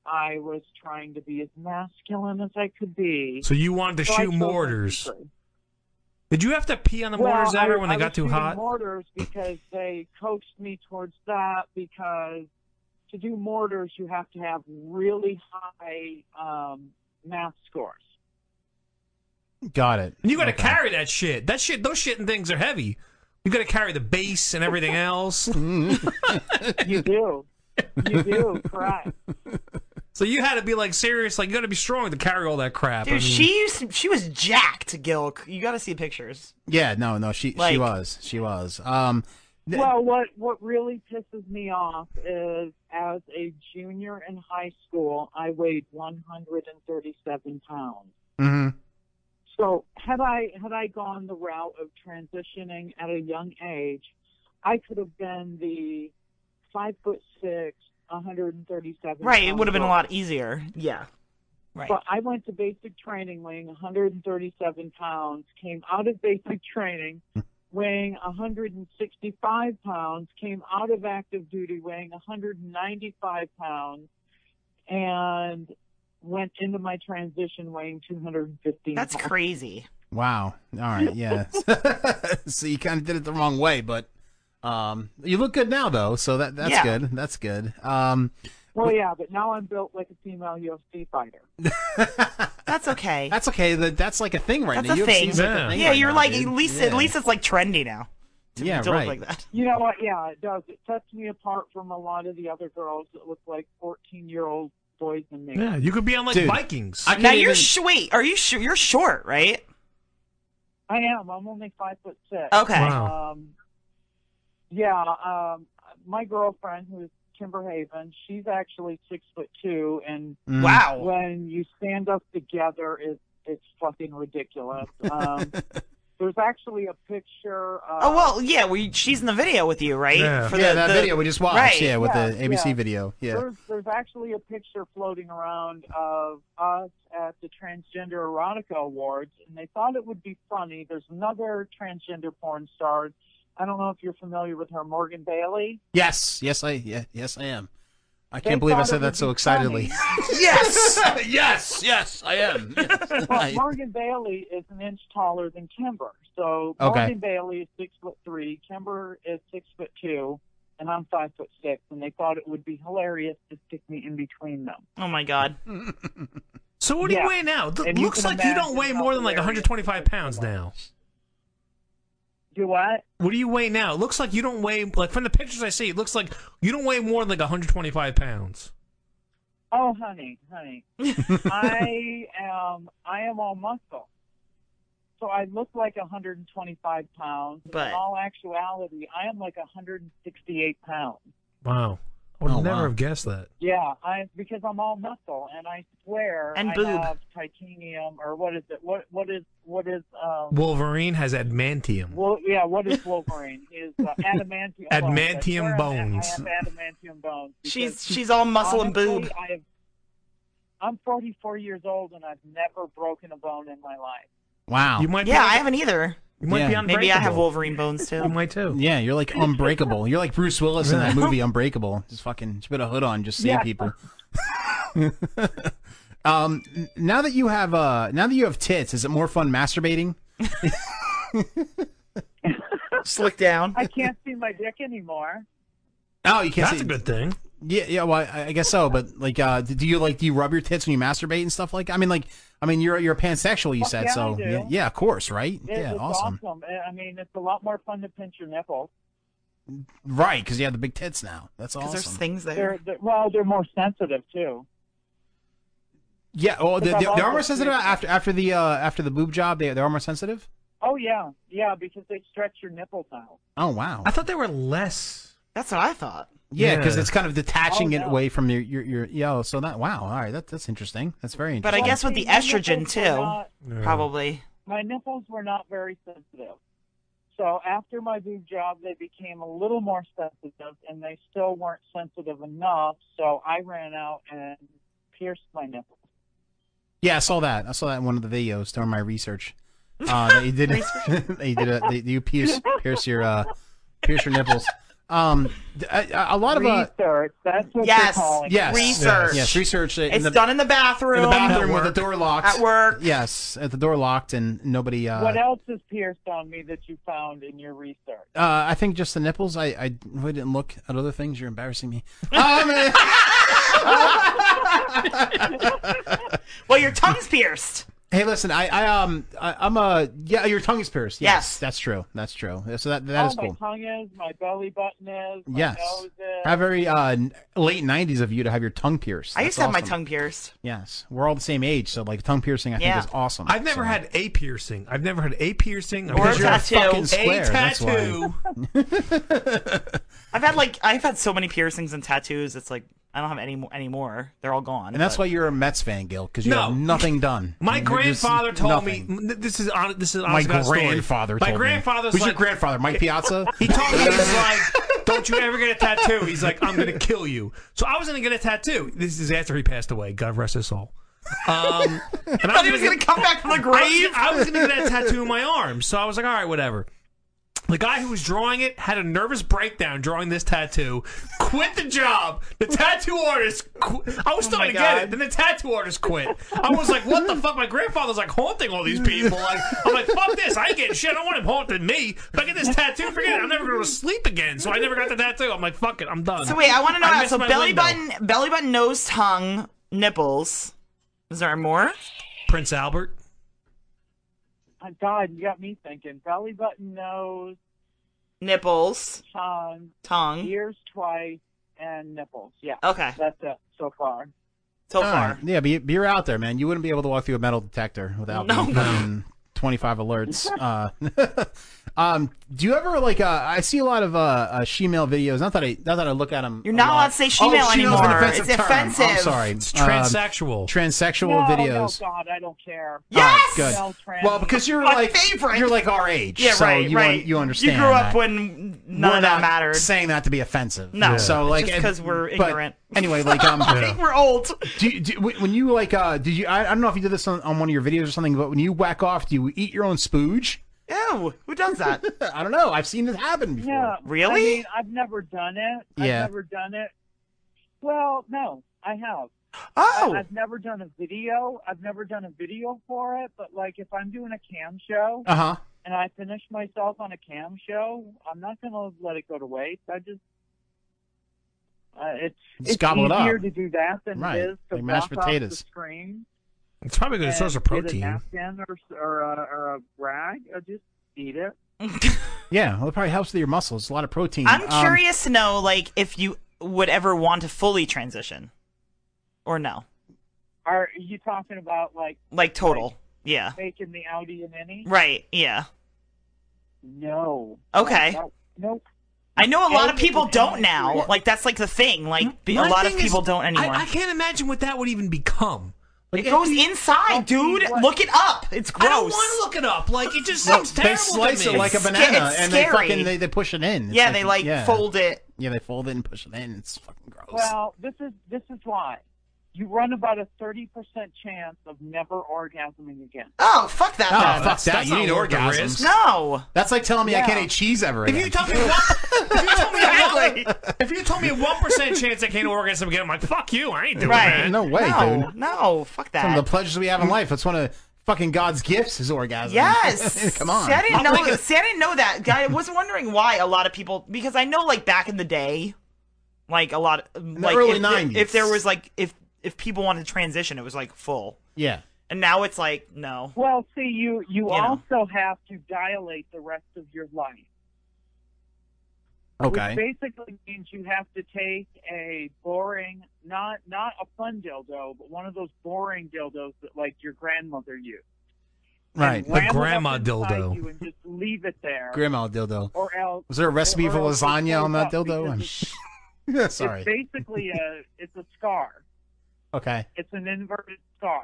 I was trying to be as masculine as I could be. So you wanted to So I shoot chose mortars. infantry. Did you have to pee on the Well, mortars ever I- when they I got was too shooting hot? Mortars because they coaxed me towards that because to do mortars you have to have really high um, math scores. Got it. And you got to carry that shit. That shit, those shit and things are heavy. You got to carry the base and everything else. you do. You do, correct. So you had to be like serious, like you got to be strong to carry all that crap. dude, I mean- she used, to, she was jacked, Gilk. You got to see pictures. Yeah. No. No. She. she Like- was. She was. Um. th- Well, what what really pisses me off is as a junior in high school, I weighed 137 pounds. mhm. So had I had I gone the route of transitioning at a young age, I could have been the five foot six, 137. Right, it would have been a pound lot easier. Yeah. Right. But I went to basic training weighing 137 pounds, came out of basic training weighing 165 pounds, came out of active duty weighing 195 pounds, and went into my transition weighing 215 That's pounds. crazy. Wow. All right. Yeah. so you kind of did it the wrong way, but um, you look good now though. So that that's Yeah. good. That's good. Um. Well, yeah, but now I'm built like a female UFC fighter. That's okay. That's okay. That that's like a thing right That's now. a UFC thing. is Like a thing yeah, right you're now, like dude. at least at Yeah. least it's like trendy now. To, Yeah, to right. Look like that. You know what? Yeah, it does. It sets me apart from a lot of the other girls that look like 14 year old boys and me. yeah, you could be on like Dude, Vikings. I now can't you're even- sh- wait. Are you sh- you're short, right? I am. I'm only five foot six. Okay. Wow. Um, yeah. Um, my girlfriend, who's Kimber Haven, she's actually six foot two, and Mm. Wow. when you stand up together, it's it's fucking ridiculous. Um, There's actually a picture. Uh, Oh well, yeah. We she's in the video with you, right? Yeah, that video we just watched. Right. Yeah, with Yeah, the ABC yeah. video. Yeah. There's, there's actually a picture floating around of us at the Transgender Erotica Awards, and they thought it would be funny. There's another transgender porn star. I don't know if you're familiar with her, Morgan Bailey. Yes. Yes. I. Yeah, yes, I am. I They can't believe I thought it said would that so be excitedly. Yes! yes. Yes. I am. Yes. Well, Morgan Bailey is an inch taller than Kimber. So Okay. Morgan Bailey is six foot three, Kimber is six foot two, and I'm five foot six. And they thought it would be hilarious to stick me in between them. Oh my god. So what do Yeah. you weigh now? Th- And you looks can like you don't imagine weigh how more than like hilarious 125 pounds now. Do what? What do you weigh now? It looks like you don't weigh like from the pictures I see. It looks like you don't weigh more than like 125 pounds. Oh, honey, honey, I am I am all muscle, so I look like 125 pounds. But- in all actuality, I am like 168 pounds. Wow, I would Oh, never wow. have guessed that. Yeah, I because I'm all muscle, and I swear And I boob. have titanium or what is it? What what is what is um? Wolverine has adamantium. Well, yeah, what is Wolverine? He is uh, adamantium. Adamantium bones. I bones. have adamantium bones. She's because she's all muscle and honestly, boob. I have, I'm 44 years old and I've never broken a bone in my life. Wow. You might. Yeah, I haven't either. You might be Maybe I have unbreakable. Wolverine bones too. You might too. Yeah, you're like unbreakable. You're like Bruce Willis in that movie Unbreakable. Just fucking just put a hood on, just save Yeah. people. um, n- now that you have uh, now that you have tits, is it more fun masturbating? Slick down. I can't see my dick anymore. Oh, you can't. That's a good thing. Yeah, yeah. Well, I, I guess so. But like, uh, d- do you like do you rub your tits when you masturbate and stuff like? I mean, like, I mean, you're you're a pansexual. You Fuck said yeah, I so. do. Yeah, yeah, of course, right? It- yeah, it's awesome. awesome. I- I mean, it's a lot more fun to pinch your nipples. Right, because you have the big tits now. That's awesome. They're, they're, well, they're more sensitive too. Yeah. Well, the, Because the, I've they're also more sensitive seen- after after the uh, after the boob job. They they're more sensitive. Oh yeah, yeah, because they stretch your nipples out. Oh wow. I thought they were less. That's what I thought. Yeah, because it's kind of detaching Oh, it no. away from your your your yo. So that wow, all right, that, that's interesting. That's very But I interesting. guess with the Well, see, my estrogen nipples are too, probably. My nipples were not very sensitive, so after my boob job, they became a little more sensitive, and they still weren't sensitive enough. So I ran out and pierced my nipples. yeah, I saw that. I saw that in one of the videos during my research. Uh, that you did. they did. A, they, you pierce pierce your uh, pierce your nipples. Um, d- a, a- a lot of uh, research. That's what Yes. they're calling. it. yes, Research. yes, research. in It's done in the bathroom. In the bathroom At with the work. door locked. At work. Yes, at the door locked and nobody. Uh, what else is pierced on me that you found in your research? Uh, I think just the nipples. I, I really didn't look at other things. You're embarrassing me. Um, well, your tongue's pierced. Hey, listen, I, I um, I, I'm a yeah. Your tongue is pierced. Yes, Yes. that's true. That's true. So that that oh, is cool. my tongue is, my belly button is, my Yes, nose is. how very uh, n- late '90s of you to have your tongue pierced. I That's used to have my awesome. tongue pierced. Yes, we're all the same age, so like tongue piercing, I Yeah. think is awesome. I've never So- had a piercing. I've never had a piercing. I've Or a never had tattoo. fucking square, A that's why. tattoo. I've had like I've had so many piercings and tattoos. It's like I don't have any mo- anymore. They're all gone. and that's but- why you're a Mets fan, Gil, because you No. have nothing done. My You're just grandfather told nothing. me m- this is on, this is My honest to God story. grandfather. My told grandfather's Me. Who's like, your grandfather? Mike Piazza. He told me he's like, "Don't you ever get a tattoo?" He's like, "I'm gonna kill you." So I was gonna get a tattoo. This is after he passed away. God rest his soul. Um, and Thought he was gonna come back from the grave? I was, I was gonna get a tattoo in my arm. So I was like, "All right, whatever." The guy who was drawing it had a nervous breakdown drawing this tattoo. Quit the job. The tattoo artist. Qu- I was still Oh my gonna get God. it. Then the tattoo artist quit. I was like, "What the fuck?" My grandfather's like haunting all these people. Like, I'm like, "Fuck this! I ain't getting shit. I don't want him haunting me. If I get this tattoo, forget it. I'm never gonna sleep again." So I never got the tattoo. I'm like, "Fuck it. I'm done." So wait, I want to know. how, missed so my belly window. button, belly button, nose, tongue, nipples. Is there more? Prince Albert. Uh, God, you got me thinking. Belly button, nose, Nipples. tongue, Tongue. ears twice, and nipples. Yeah. Mm-hmm. Okay. That's it so far. So All right. Yeah, but you- but you're out there, man. You wouldn't be able to walk through a metal detector without No. being fucking 25 alerts. Uh, um, do you ever like? Uh, I see a lot of uh, uh shemale videos. Not that I not that I look at them. You're not allowed to say shemale oh, shemale's an anymore. offensive It's term. I'm offensive. sorry. It's Um, transsexual. transsexual Oh, no, videos. No, God, I don't care. Yes! good. No, trans. Well, because you're like you're like our age. Yeah, so right, You, right. un- you understand. You grew up that. when none We're of not that mattered. Saying that to be offensive. No, Yeah. So like just 'cause we're but ignorant. Anyway, like um, I think we're old. do, you- do you- when you like uh, did you? I, I don't know if you did this on, on one of your videos or something, but when you whack off, do you eat your own spooge? Ew, who does that? I don't know. I've seen this happen before. Yeah. I mean, I've never done it. Yeah. I've never done it. Well, no, I have. Oh. I, have never done a video. I've never done a video for it, but like if I'm doing a cam show Uh huh. and I finish myself on a cam show, I'm not going to let it go to waste. I just. Uh, it's Just it's gobble it up. easier to do that than Right, it is to like mashed walk off potatoes. the screen It's probably a good and source of get a protein. napkin or, or, a, or a rag, or just eat it. Yeah, well, it probably helps with your muscles. A lot of protein. I'm Um, curious to know, like, if you would ever want to fully transition, or no, Are you talking about like like total. Yeah. making the Audi and any? Right. Yeah. No. Okay. No, nope. I know a lot of Anything people is don't an now. issue. Like that's like the thing. Like be- a Mm-hmm. My lot of thing is, people don't anymore. I, I can't imagine what that would even become. it goes inside, dude. Look it up. It's I gross. don't want to look it up. Like it just Look, sounds they terrible. slice to it me. like a banana and they fucking they, they push it in. It's Yeah, they, like, fold it. Yeah, they fold it and push it in. It's fucking gross. Well, this is this is why you run about a thirty percent chance of never orgasming again. Oh, fuck that. Oh, then. fuck that. You need orgasms. No. That's like telling me I can't Yeah. eat cheese ever If again. you tell me if you told me a one percent chance I can't orgasm again, I'm like, fuck you, I ain't doing Right. that. No way, no, dude. No, fuck that. Some of the pleasures we have in life. That's one of fucking God's gifts is orgasm. Yes. Come on. See, I didn't know. see, I didn't know that. Guy, I was wondering why a lot of people because I know like back in the day, like a lot, like early if, 90s. if there was like if if people wanted to transition, it was like full, Yeah. and now it's like no. Well, see, you you, You know. also have to dilate the rest of your life. Okay. Which basically means you have to take a boring, not not a fun dildo, but one of those boring dildos that like your grandmother used. Right. The grandma Inside dildo. You and just leave it there. Grandma dildo. Or else. Was there a recipe or for else lasagna it's on that fucked up dildo? because I'm It's sorry. basically a it's a scar. Okay. It's an inverted scar,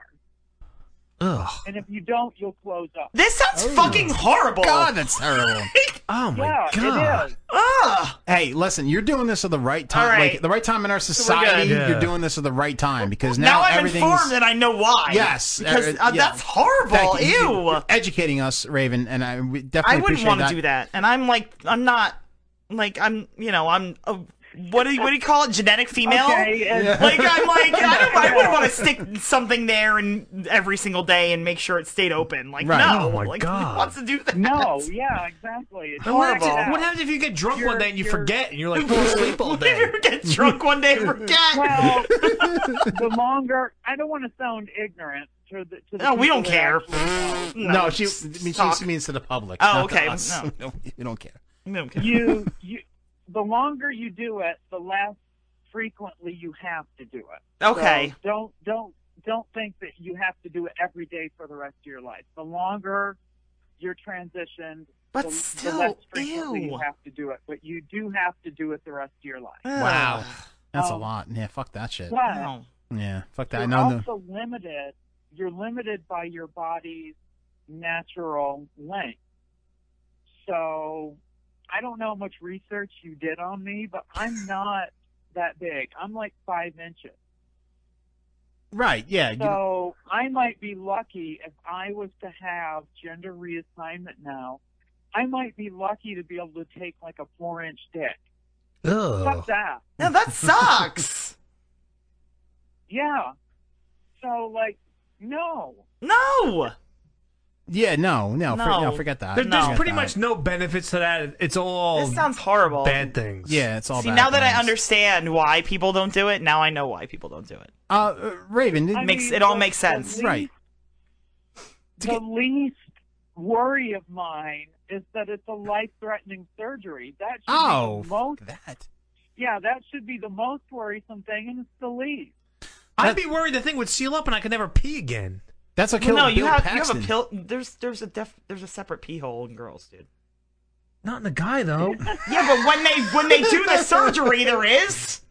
Ugh. and if you don't, you'll close up. This sounds fucking horrible. Oh. God, that's terrible. oh my yeah, God. it is. Hey, listen, you're doing this at the right time. All right. Like the right time in our good. society, Yeah. you're doing this at the right time because Now, now, I'm everything's informed and I know why. Yes, because er, uh, yeah. that's horrible. Thank you. Ew. You're educating us, Raven, and I we definitely I wouldn't appreciate want that. to do that, and I'm like, I'm not, like, I'm, you know, I'm a. What do you what do you call it? Genetic female? Okay, and- Like I'm like I, don't, I wouldn't want to stick something there and every single day and make sure it stayed open. Like Right. no, Oh my like God. who wants to do that? No, yeah, exactly. It's Horrible. blacked out. What happens if you get drunk one You're- day and you you're- forget and you're like fall asleep all day? You get drunk one day and forget. Well, the longer I don't want to sound ignorant to the. To the No, we people don't that care. actually know. No, she I mean, talk. she means to the public. Oh, not to okay. us. No. We don't- we don't care. No, okay. You you, the longer you do it, the less frequently you have to do it. Okay. So don't don't don't think that you have to do it every day for the rest of your life. The longer you're transitioned. But the, still, the less frequently ew. you have to do it, but you do have to do it the rest of your life. Wow, that's a Oh. Um, lot. Yeah, fuck that shit. But No. Yeah, fuck you're that. No, no. also limited. You're limited by your body's natural length. So, I don't know how much research you did on me, but I'm not that big. I'm like five inches. Right? Yeah. you- So I might be lucky if I was to have gender reassignment now. I might be lucky to be able to take like a four inch dick. Fuck that. No, that sucks. Yeah. So like, no. no. yeah. No. No. for- No. no, forget that. There- No. There's pretty Forget much that. no benefits to that. It's all This sounds horrible. bad things. Yeah, it's all. See, bad now that I things. understand why people don't do it, now I know why people don't do it. Uh, uh, Raven, did, I Makes mean, it all the- makes the sense. least- right? The least worry of mine is that it's a life-threatening surgery. That should Oh, be the fuck most. that. Yeah, that should be the most worrisome thing, and it's the least. I'd be worried the thing would seal up and I could never pee again. That's a Well, killer. no, you Bill have Paxton. you have a pill. There's there's a def, there's a separate pee hole in girls, dude. Not in the guy though. Yeah, but when they when they do the surgery, there is.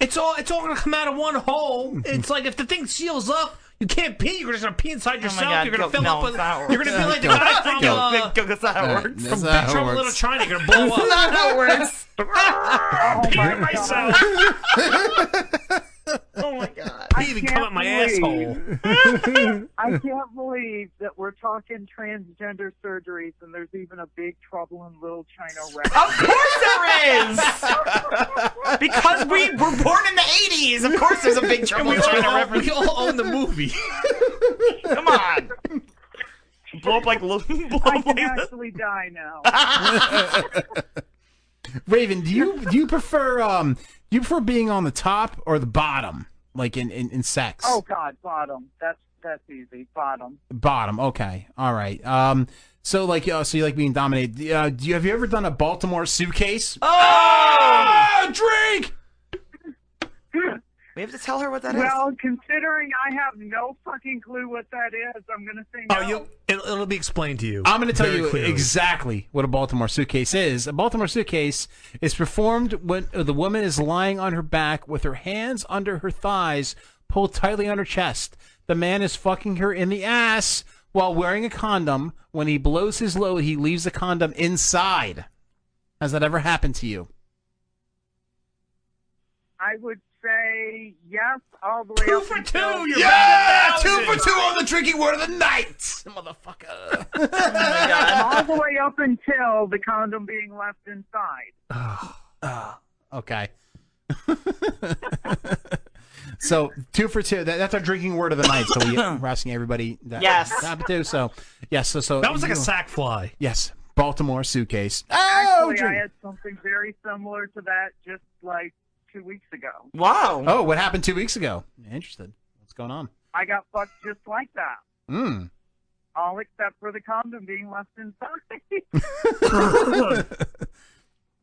It's all it's all gonna come out of one hole. It's like if the thing seals up, you can't pee. You're just gonna pee inside yourself. Oh God, you're gonna go- fill no, up with. it's not how it You're gonna be works. like the Go- guy from go- uh, go- that's not how it uh, From works. That's not Big how Trouble in it Little works. China, you're gonna blow up. That's not how it works. I'm peeing myself. oh my god! Pee even come at my asshole. I can't believe that we're talking transgender surgeries and there's even a big trouble in Little China record. Of course there is. because we were born in the '80s. Of course, there's a big trouble. And we China all- reference. we all own the movie. Come on. Blow up like blow I up can like. actually die now. Raven, do you do you prefer um do you prefer being on the top or the bottom, like in in, in sex? Oh God, bottom. That's that's easy. Bottom. Bottom. Okay. All right. Um. So like, uh, so you like being dominated? Uh, do you have you ever done a Baltimore suitcase? Oh! drink. We have to tell her what that is. Well, considering I have no fucking clue what that is, I'm gonna say no. Oh, you it'll, it'll be explained to you. I'm going to tell very you clearly. exactly what a Baltimore suitcase is. A Baltimore suitcase is performed when the woman is lying on her back with her hands under her thighs, pulled tightly on her chest. The man is fucking her in the ass while wearing a condom. When he blows his load, he leaves the condom inside. Has that ever happened to you? I would say yes all the way two up for two. you're back at two for two on the drinking word of the night, motherfucker. Oh all the way up until the condom being left inside. Okay. so two for two. That, that's our drinking word of the night. So we, we're asking everybody. That, Yes. That too. So yes. So, so That was like a you- sack fly. Yes. Baltimore suitcase. Ah! Oh, Actually, I had something very similar to that just like two weeks ago. Wow. Oh, what happened two weeks ago? Interested. What's going on? I got fucked just like that. Mm. All except for the condom being left inside.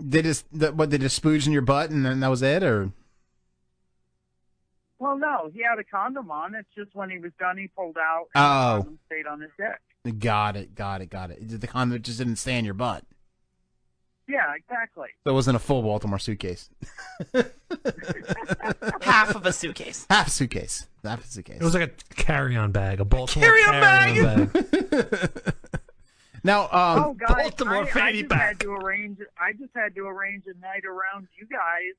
They just the, what they just spooged in your butt and then that was it, or well, no, he had a condom on. It's just when he was done, he pulled out and the Oh. condom stayed on his dick. got it, got it, got it. The condom just didn't stay in your butt. Yeah, exactly. So it wasn't a full Baltimore suitcase. Half of a suitcase. Half suitcase. Half suitcase. It was like a carry-on bag, a Baltimore Carry-on carry-on bag. Now, um, oh, guys, I, I just had to arrange. I just had to arrange a night around you guys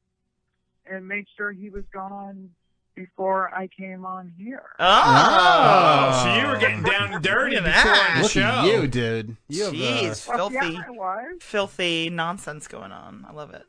and make sure he was gone before I came on here. Oh. so you were getting down and dirty Look before at that. the Look show. at you, dude. You have, Jeez, uh, Well, filthy, yeah, I was. filthy nonsense going on. I love it.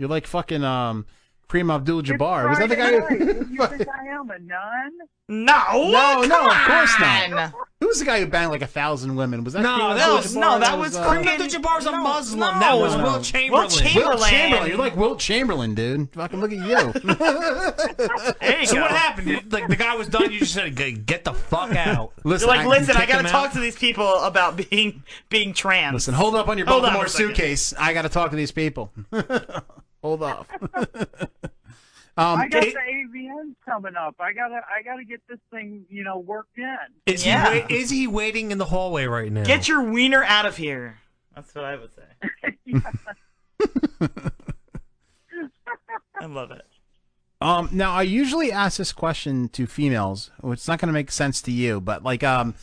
You're like fucking um, Kareem Abdul-Jabbar. Was that the guy? Friday Who, night. you think I am a nun? No, no, come no, of course on. not. Who was the guy who banged like a thousand women? Was that Kareem Abdul-Jabbar? Kareem Abdul-Jabbar's a Muslim. No, that was no. Will Chamberlain. Wilt Chamberlain. You're like Wilt Chamberlain, dude. Fucking look at you. so what happened? You- Like the guy was done. You just said, "G- "Get the fuck out." Listen, like, listen, I gotta talk to these people about being being trans. Listen, hold up on your Hold on Baltimore a second. suitcase. I got to talk to these people. hold off. um, I got it- the AVN coming up. I gotta, I gotta get this thing, you know, worked in. Is he wait, is he waiting in the hallway right now? Get your wiener out of here. That's what I would say. I love it. Um, now I usually ask this question to females, which is not going to make sense to you, but like, um,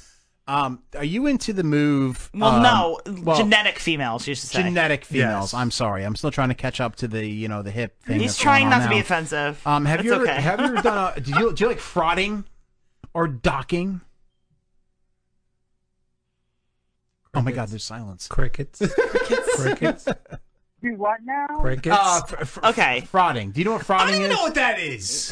um, are you into the move? Well, um, no, well, genetic females. You should say genetic females. Yes. I'm sorry, I'm still trying to catch up to the you know the hip thing. He's that's going trying on not to be now. offensive. Um, have That's you ever, okay. have you ever done a? Do you do you like frauding or docking? Oh my God! There's silence. Uh, Crickets. Crickets. Do what now? Crickets. Uh, fr- fr- okay. Frauding. Do you know what frauding is? that is.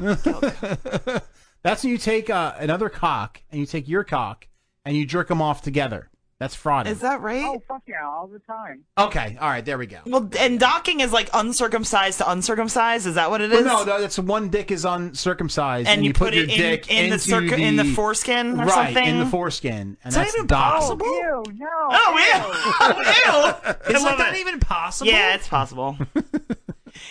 That's when you take uh, another cock and you take your cock and you jerk them off together. That's frauding. Is that right? Oh fuck yeah, all the time. okay, all right, there we go. Well, and docking is like uncircumcised to uncircumcised. Is that what it is? Well, no, no, that's one dick is uncircumcised, And and, you you, put, put your it in- dick in the into circ- in the foreskin or right, in something? the foreskin, and Is that that's even docking. possible? Ew, no. Oh, ew. Is I like love that it. even possible? Yeah, it's possible.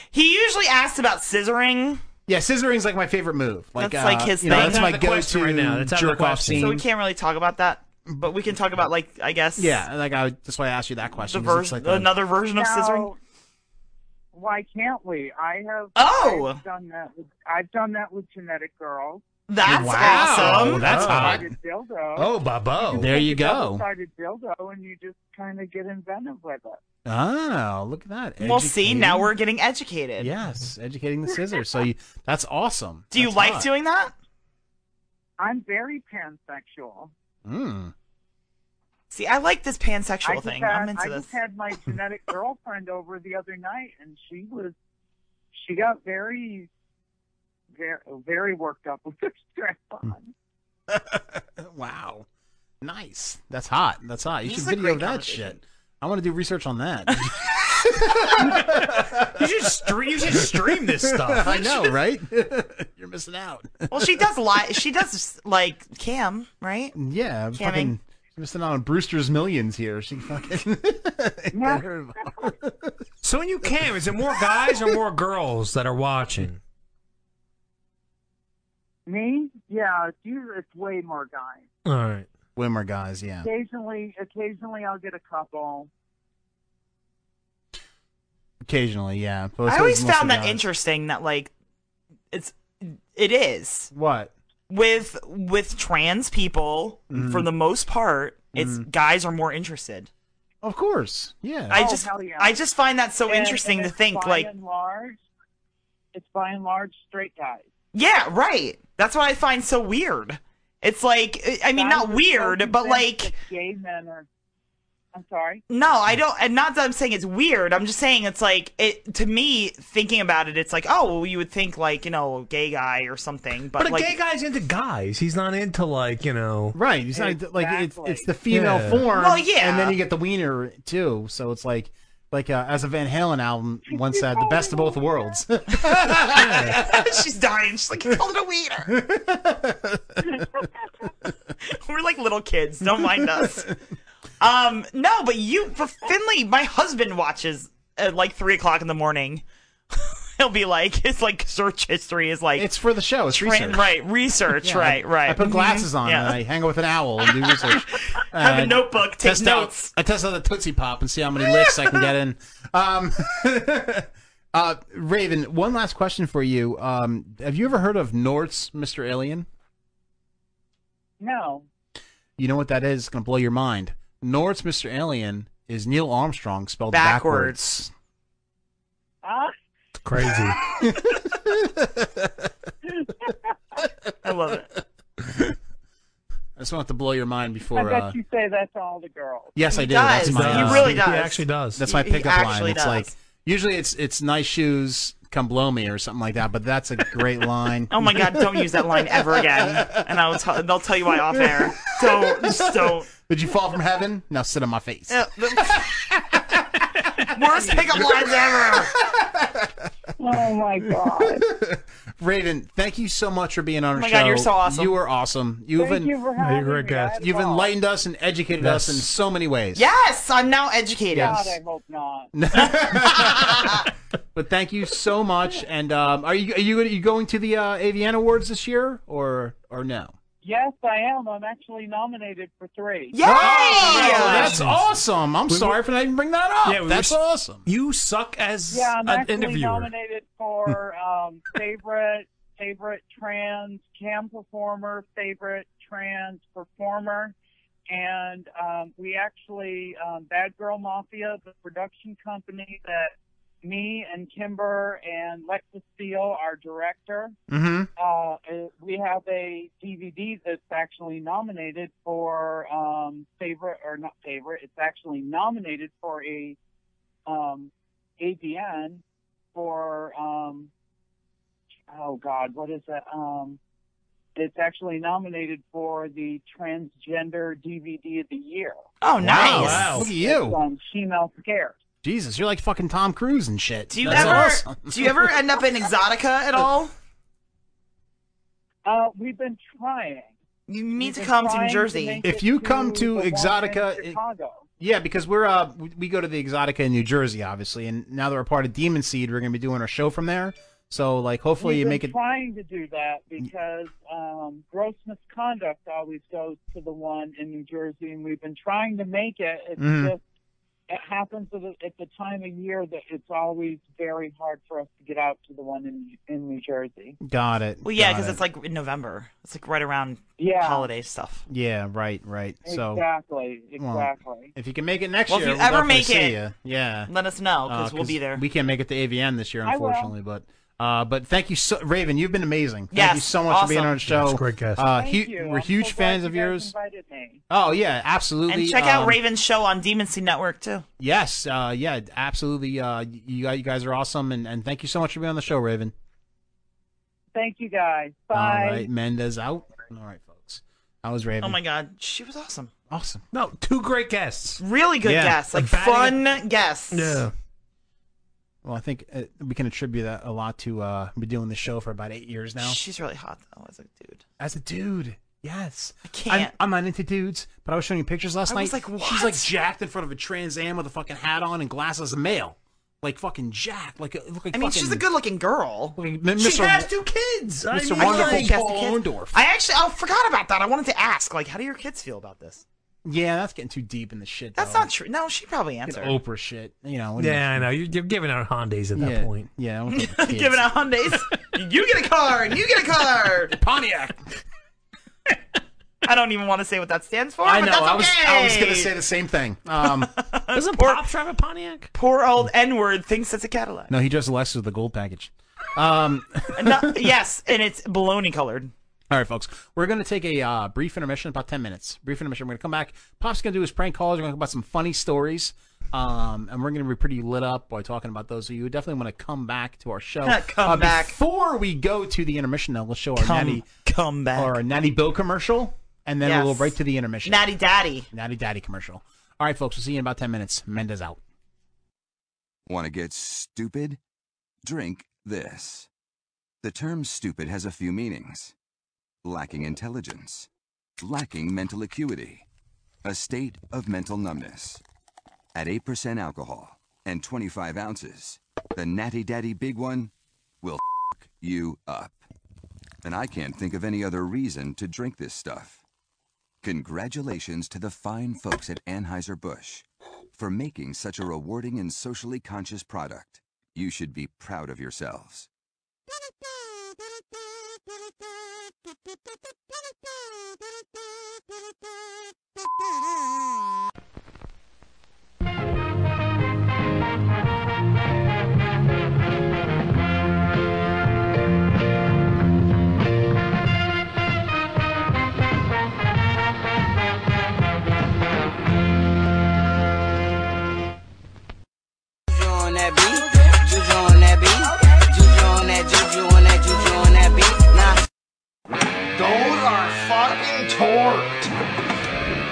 he usually asks about scissoring, Yeah, scissoring's like my favorite move. Like, uh, that's like his you thing. know, that's my go-to jerk off scene. So we can't really talk about that, but we can talk about like I guess yeah, like I that's why I asked you that question. the 'cause it's version, like a- another version of Now, scissoring. Why can't we? I have. Oh! I've done that. With, I've done that with genetic girls. That's Wow, awesome. that's Oh. hot. Dildo. Oh, Bobo. There you go. Started dildo, and you just kind of get inventive with it. Oh, look at that. Well, see, now Educating. we're getting educated. yes, educating the scissors. So you, that's awesome. Do you That's like hot. doing that? I'm very pansexual. Mm. See, I like this I pansexual just thing. Had, I'm into I this. just had my genetic girlfriend over the other night, and she was, she got very, very, very worked up with this strap on. wow. Nice. That's hot. That's hot. You This should is a video great that conversation. shit. I want to do research on that. you should stream. You should stream this stuff. I know, right? You're missing out. well, she does li- She does like cam, right? Yeah, I'm Camming. fucking you're missing out on Brewster's Millions here. She fucking. So when you cam, is it more guys or more girls that are watching? Hmm. Me? Yeah, it's usually it's way more guys. All right. Wimmer guys, yeah. Occasionally, occasionally I'll get a couple. Occasionally, yeah. But I it's always mostly found that guys. interesting. That like, it's it is What? with with trans people Mhm. for the most part. It's Mhm. guys are more interested. Of course, yeah. I just I just find that so Oh, And- interesting and to it's think. by Like, and large, it's by and large straight guys. yeah, right. That's what I find so weird. It's like I- I mean, not I'm so weird, but convinced like that gay men are. I'm sorry. No, I don't. And not that I'm saying it's weird. I'm just saying it's like it to me. Thinking about it, it's like oh, well, you would think like you know, a gay guy or something. But, But, a like, gay guy's into guys. He's not into like you know. Right. He's not like it's it's the female Yeah. form. Well, yeah. And then you get the wiener too. So it's like like uh, as a Van Halen album once said, the best of both worlds. she's dying. She's like, you called it a wiener. We're like little kids. Don't mind us. Um, no, but you, but Finley, my husband watches at like three o'clock in the morning. He'll be like, it's like search history is like it's for the show. It's research. right? Research, Yeah, I- right? Right. I put Mhm. glasses on Yeah. and I hang out with an owl and do research. Have a Uh, notebook, take test out- notes. I test out the Tootsie Pop and see how many licks I can get in. Um, uh, Raven, one last question for you. Um, have you ever heard of Nortz, Mr. Alien? No. You know what that is? It's going to blow your mind. Nortz, Mr. Alien is Neil Armstrong spelled backwards. Backwards. Ah, Crazy. I love it. I just want to blow your mind I before. bet Uh, you say that to all the girls. yes, I He do. That's does. my. He uh, really does. does. That's my He- he pickup line. actually It's does. like usually it's it's nice shoes, come blow me or something like that. But that's a great line. Oh my god, don't use that line ever again. And I'll tell they'll tell you why off air. Don't just don't. Did you fall from heaven? Now sit on my face. Uh, the- Worst pickup lines ever. Oh my god! Raven, thank you so much for being on our Oh my show. God, you're so awesome. You are awesome. You've Thank en- you for having great me. guest. I had a you've ball. enlightened us and educated us in Yes. so many ways. Yes, I'm now educated. Yes. God, I hope not. But thank you so much. And um, are you are you, are you going to the uh, AVN Awards this year or or no? Yes, I am. I'm actually nominated for three. Yay! Oh, that's Congratulations. awesome. I'm sorry for not even bringing that up. Yeah, we that's were- awesome. You suck as Yeah, I'm an actually interviewer. nominated for um, favorite favorite trans cam performer, favorite trans performer, and um, we actually um, Bad Girl Mafia, the production company that me and Kimber and Lexus Steele, our director, Mm-hmm. uh, uh, we have a DVD that's actually nominated for um, favorite or not favorite. It's actually nominated for a um, ABN for um, oh god, what is that? Um, it's actually nominated for the transgender DVD of the year. Oh, nice. Wow. Look It's, at you. um, female scared. Jesus, you're like fucking Tom Cruise and shit. Do you That's ever awesome. do you ever end up in Exotica at all? Uh, we've been trying. You need We've to been come to trying New Jersey. make If it you come to the one in Exotica, it- Chicago. Yeah, because we're uh we- we go to the Exotica in New Jersey, obviously, and now that we're part of Demon Seed, we're gonna be doing our show from there. So like, hopefully We've you been make it. Trying to do that because um, gross misconduct always goes to the one in New Jersey, and we've been trying to make it. It's Mm-hmm. Mhm. just it happens at the, at the time of year that it's always very hard for us to get out to the one in in New Jersey. Got it. Well, yeah, got because it. it's like in November. It's like right around Yeah. holiday stuff. Yeah, right, right. So exactly, well, exactly. if you can make it next Well, if year, you we'll ever definitely make see it, ya. yeah, let us know, 'cause Uh, we'll be there. We can't make it to AVN this year, I will. unfortunately, but. Uh, but thank you, so, Raven. You've been amazing. Thank Yes, you so much for being awesome. on the show. Yes, great guest. Uh, Thank hu- you. We're I'm huge so glad fans you of guys yours. Invited me. Oh yeah, absolutely. And check out Um, Raven's show on Demon Sea Network too. Yes, uh, yeah, absolutely. Uh, you guys, you guys are awesome, and, and thank you so much for being on the show, Raven. Thank you guys. Bye. All right, Mendez out. All right, folks. That was Raven. Oh my God, she was awesome. Awesome. No, two great guests. Really good Yeah. guests, like Batting- fun guests. Well, I think uh, we can attribute that a lot to uh, been doing this show for about eight years now. She's really hot though, as a dude. As a dude, yes. I can't. I'm, I'm not into dudes, but I was showing you pictures last I night. was like, what? She's like jacked in front of a Trans Am with a fucking hat on and glasses, a male, like fucking jacked. Like, a- look like I mean, she's a good-looking girl. Mr. Wo- kids. I Mr. mean, Wonderful she has two Paul kids. Orndorff. I actually, I forgot about that. I wanted to ask, like, how do your kids feel about this? Yeah, that's getting too deep in the shit. That's though. not true. No, she probably Fucking answered. Oprah shit. You know. what do you Yeah, I mean? know. You're, you're giving out Hondas at that Yeah, point. Yeah. Giving out Hyundais. you get a card. You get a card. Pontiac. I don't even want to say what that stands for. I but know. That's I was okay. I was gonna say the same thing. Um, Doesn't Pop drive a Pontiac? Poor old N word thinks it's a Cadillac. no, he just Lexus with the gold package. Um, No, yes, and it's baloney colored. All right, folks. We're going to take a uh, brief intermission, about 10 minutes. Brief intermission. We're going to come back. Pop's going to do his prank calls. We're going to talk about some funny stories. Um, and we're going to be pretty lit up by talking about those. So you definitely want to come back to our show. Come Uh, back. Before we go to the intermission, though, let's show our Come- Natty, come back. Our Natty Bill commercial. And then Yes. we'll go right to the intermission. Natty Daddy. Natty Daddy commercial. All right, folks. We'll see you in about 10 minutes. Mendez out. Want to get stupid? Drink this. The term stupid has a few meanings lacking intelligence, lacking mental acuity, a state of mental numbness. At 8% alcohol and 25 ounces, the Natty Daddy Big One will f you up. And I can't think of any other reason to drink this stuff. Congratulations to the fine folks at Anheuser-Busch for making such a rewarding and socially conscious product. You should be proud of yourselves. Juju on that beat, Juju on that beat, Juju on that Juju on that Juju on that beat. Nah. Those are fucking torqued.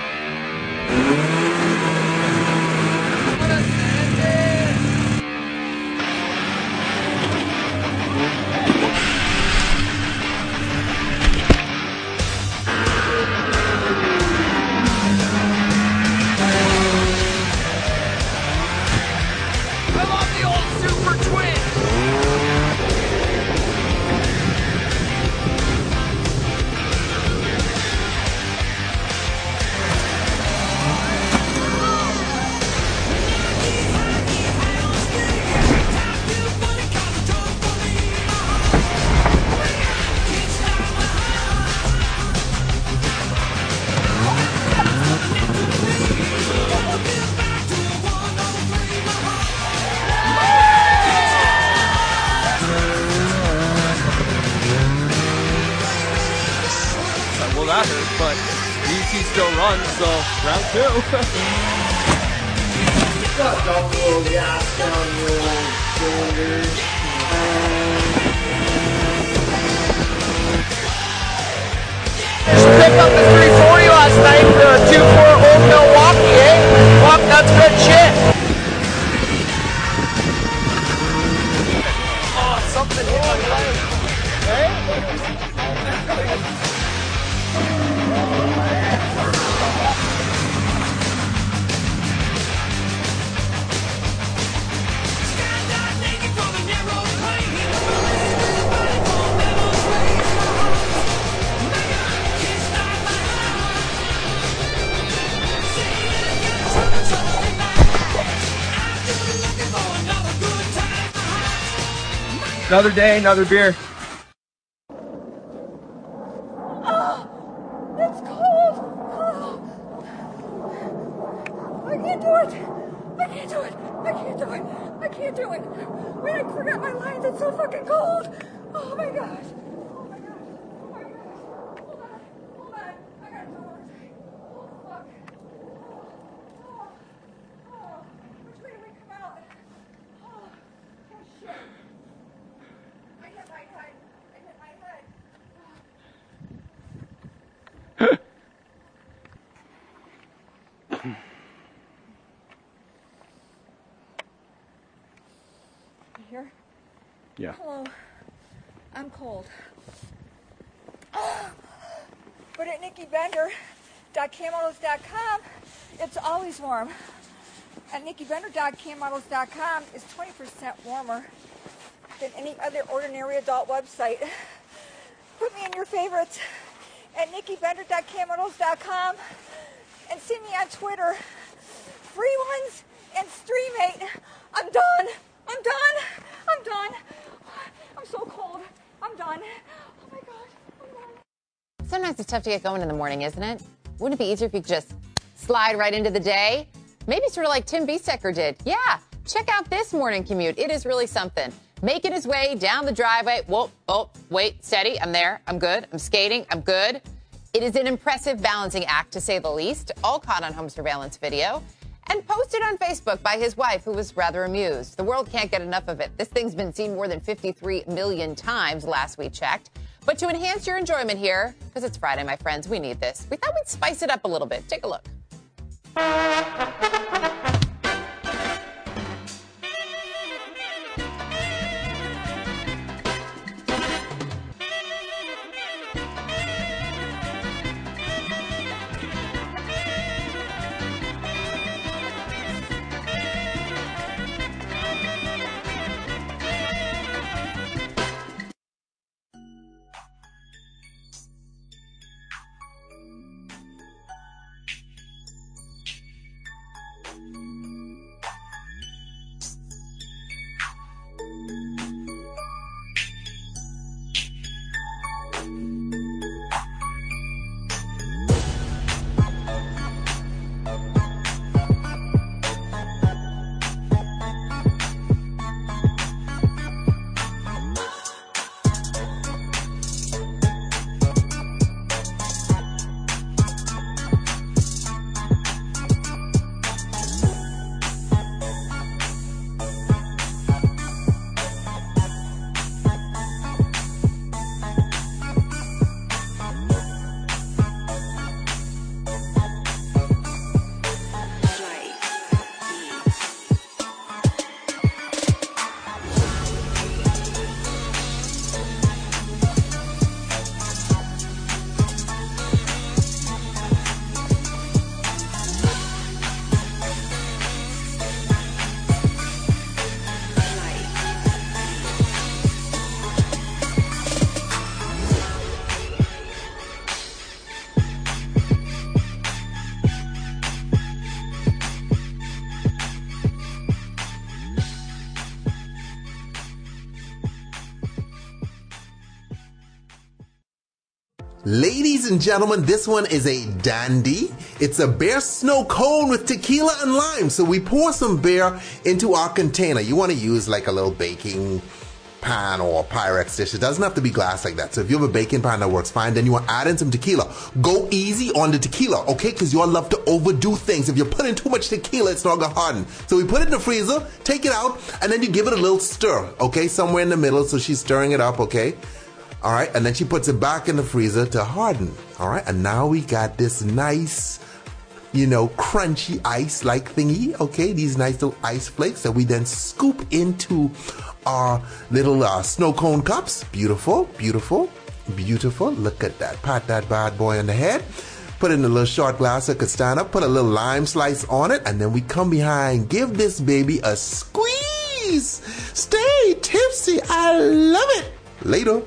Well, that hurt, but DC still runs, so round two. Picked up the 340 last night for a 2 4 old Milwaukee, eh? Fuck, that's good shit. Oh, something hit my leg. Another day, another beer. Ah, It's cold. Ah. I can't do it. I can't do it. I can't do it. I can't do it. Wait, I forgot my lines. It's so fucking cold. Oh my gosh. Oh, oh, You here? Yeah. Hello. I'm cold. But at nikkibender.cammodels.com, it's always warm. At nikkibender.cammodels.com is 20% warmer than any other ordinary adult website. Put me in your favorites at nikkibender.cammodels.com and see me on Twitter. Free ones and Streamate. I'm done. I'm done. I'm done. I'm so cold. I'm done. Oh Sometimes it's tough to get going in the morning, isn't it? Wouldn't it be easier if you could just slide right into the day? Maybe sort of like Tim Biesecker did. Yeah, check out this morning commute. It is really something. Making his way down the driveway. Whoa, oh, wait, steady. I'm there. I'm good. I'm skating. I'm good. It is an impressive balancing act, to say the least, all caught on home surveillance video and posted on Facebook by his wife, who was rather amused. The world can't get enough of it. This thing's been seen more than 53 million times last we checked. But to enhance your enjoyment here, because it's Friday, my friends, we need this. We thought we'd spice it up a little bit. Take a look. Ladies and gentlemen, this one is a dandy. It's a bear snow cone with tequila and lime. So we pour some beer into our container. You want to use like a little baking pan or a Pyrex dish. It doesn't have to be glass like that. So if you have a baking pan that works fine, then you want to add in some tequila. Go easy on the tequila, okay? Because you all love to overdo things. If you put in too much tequila, it's not gonna harden. So we put it in the freezer, take it out, and then you give it a little stir, okay? Somewhere in the middle. So she's stirring it up, okay? All right, and then she puts it back in the freezer to harden. All right, and now we got this nice, you know, crunchy ice like thingy. Okay, these nice little ice flakes that we then scoop into our little uh, snow cone cups. Beautiful, beautiful, beautiful. Look at that. Pat that bad boy on the head. Put it in a little short glass of castana, put a little lime slice on it, and then we come behind, give this baby a squeeze. Stay tipsy. I love it. Later.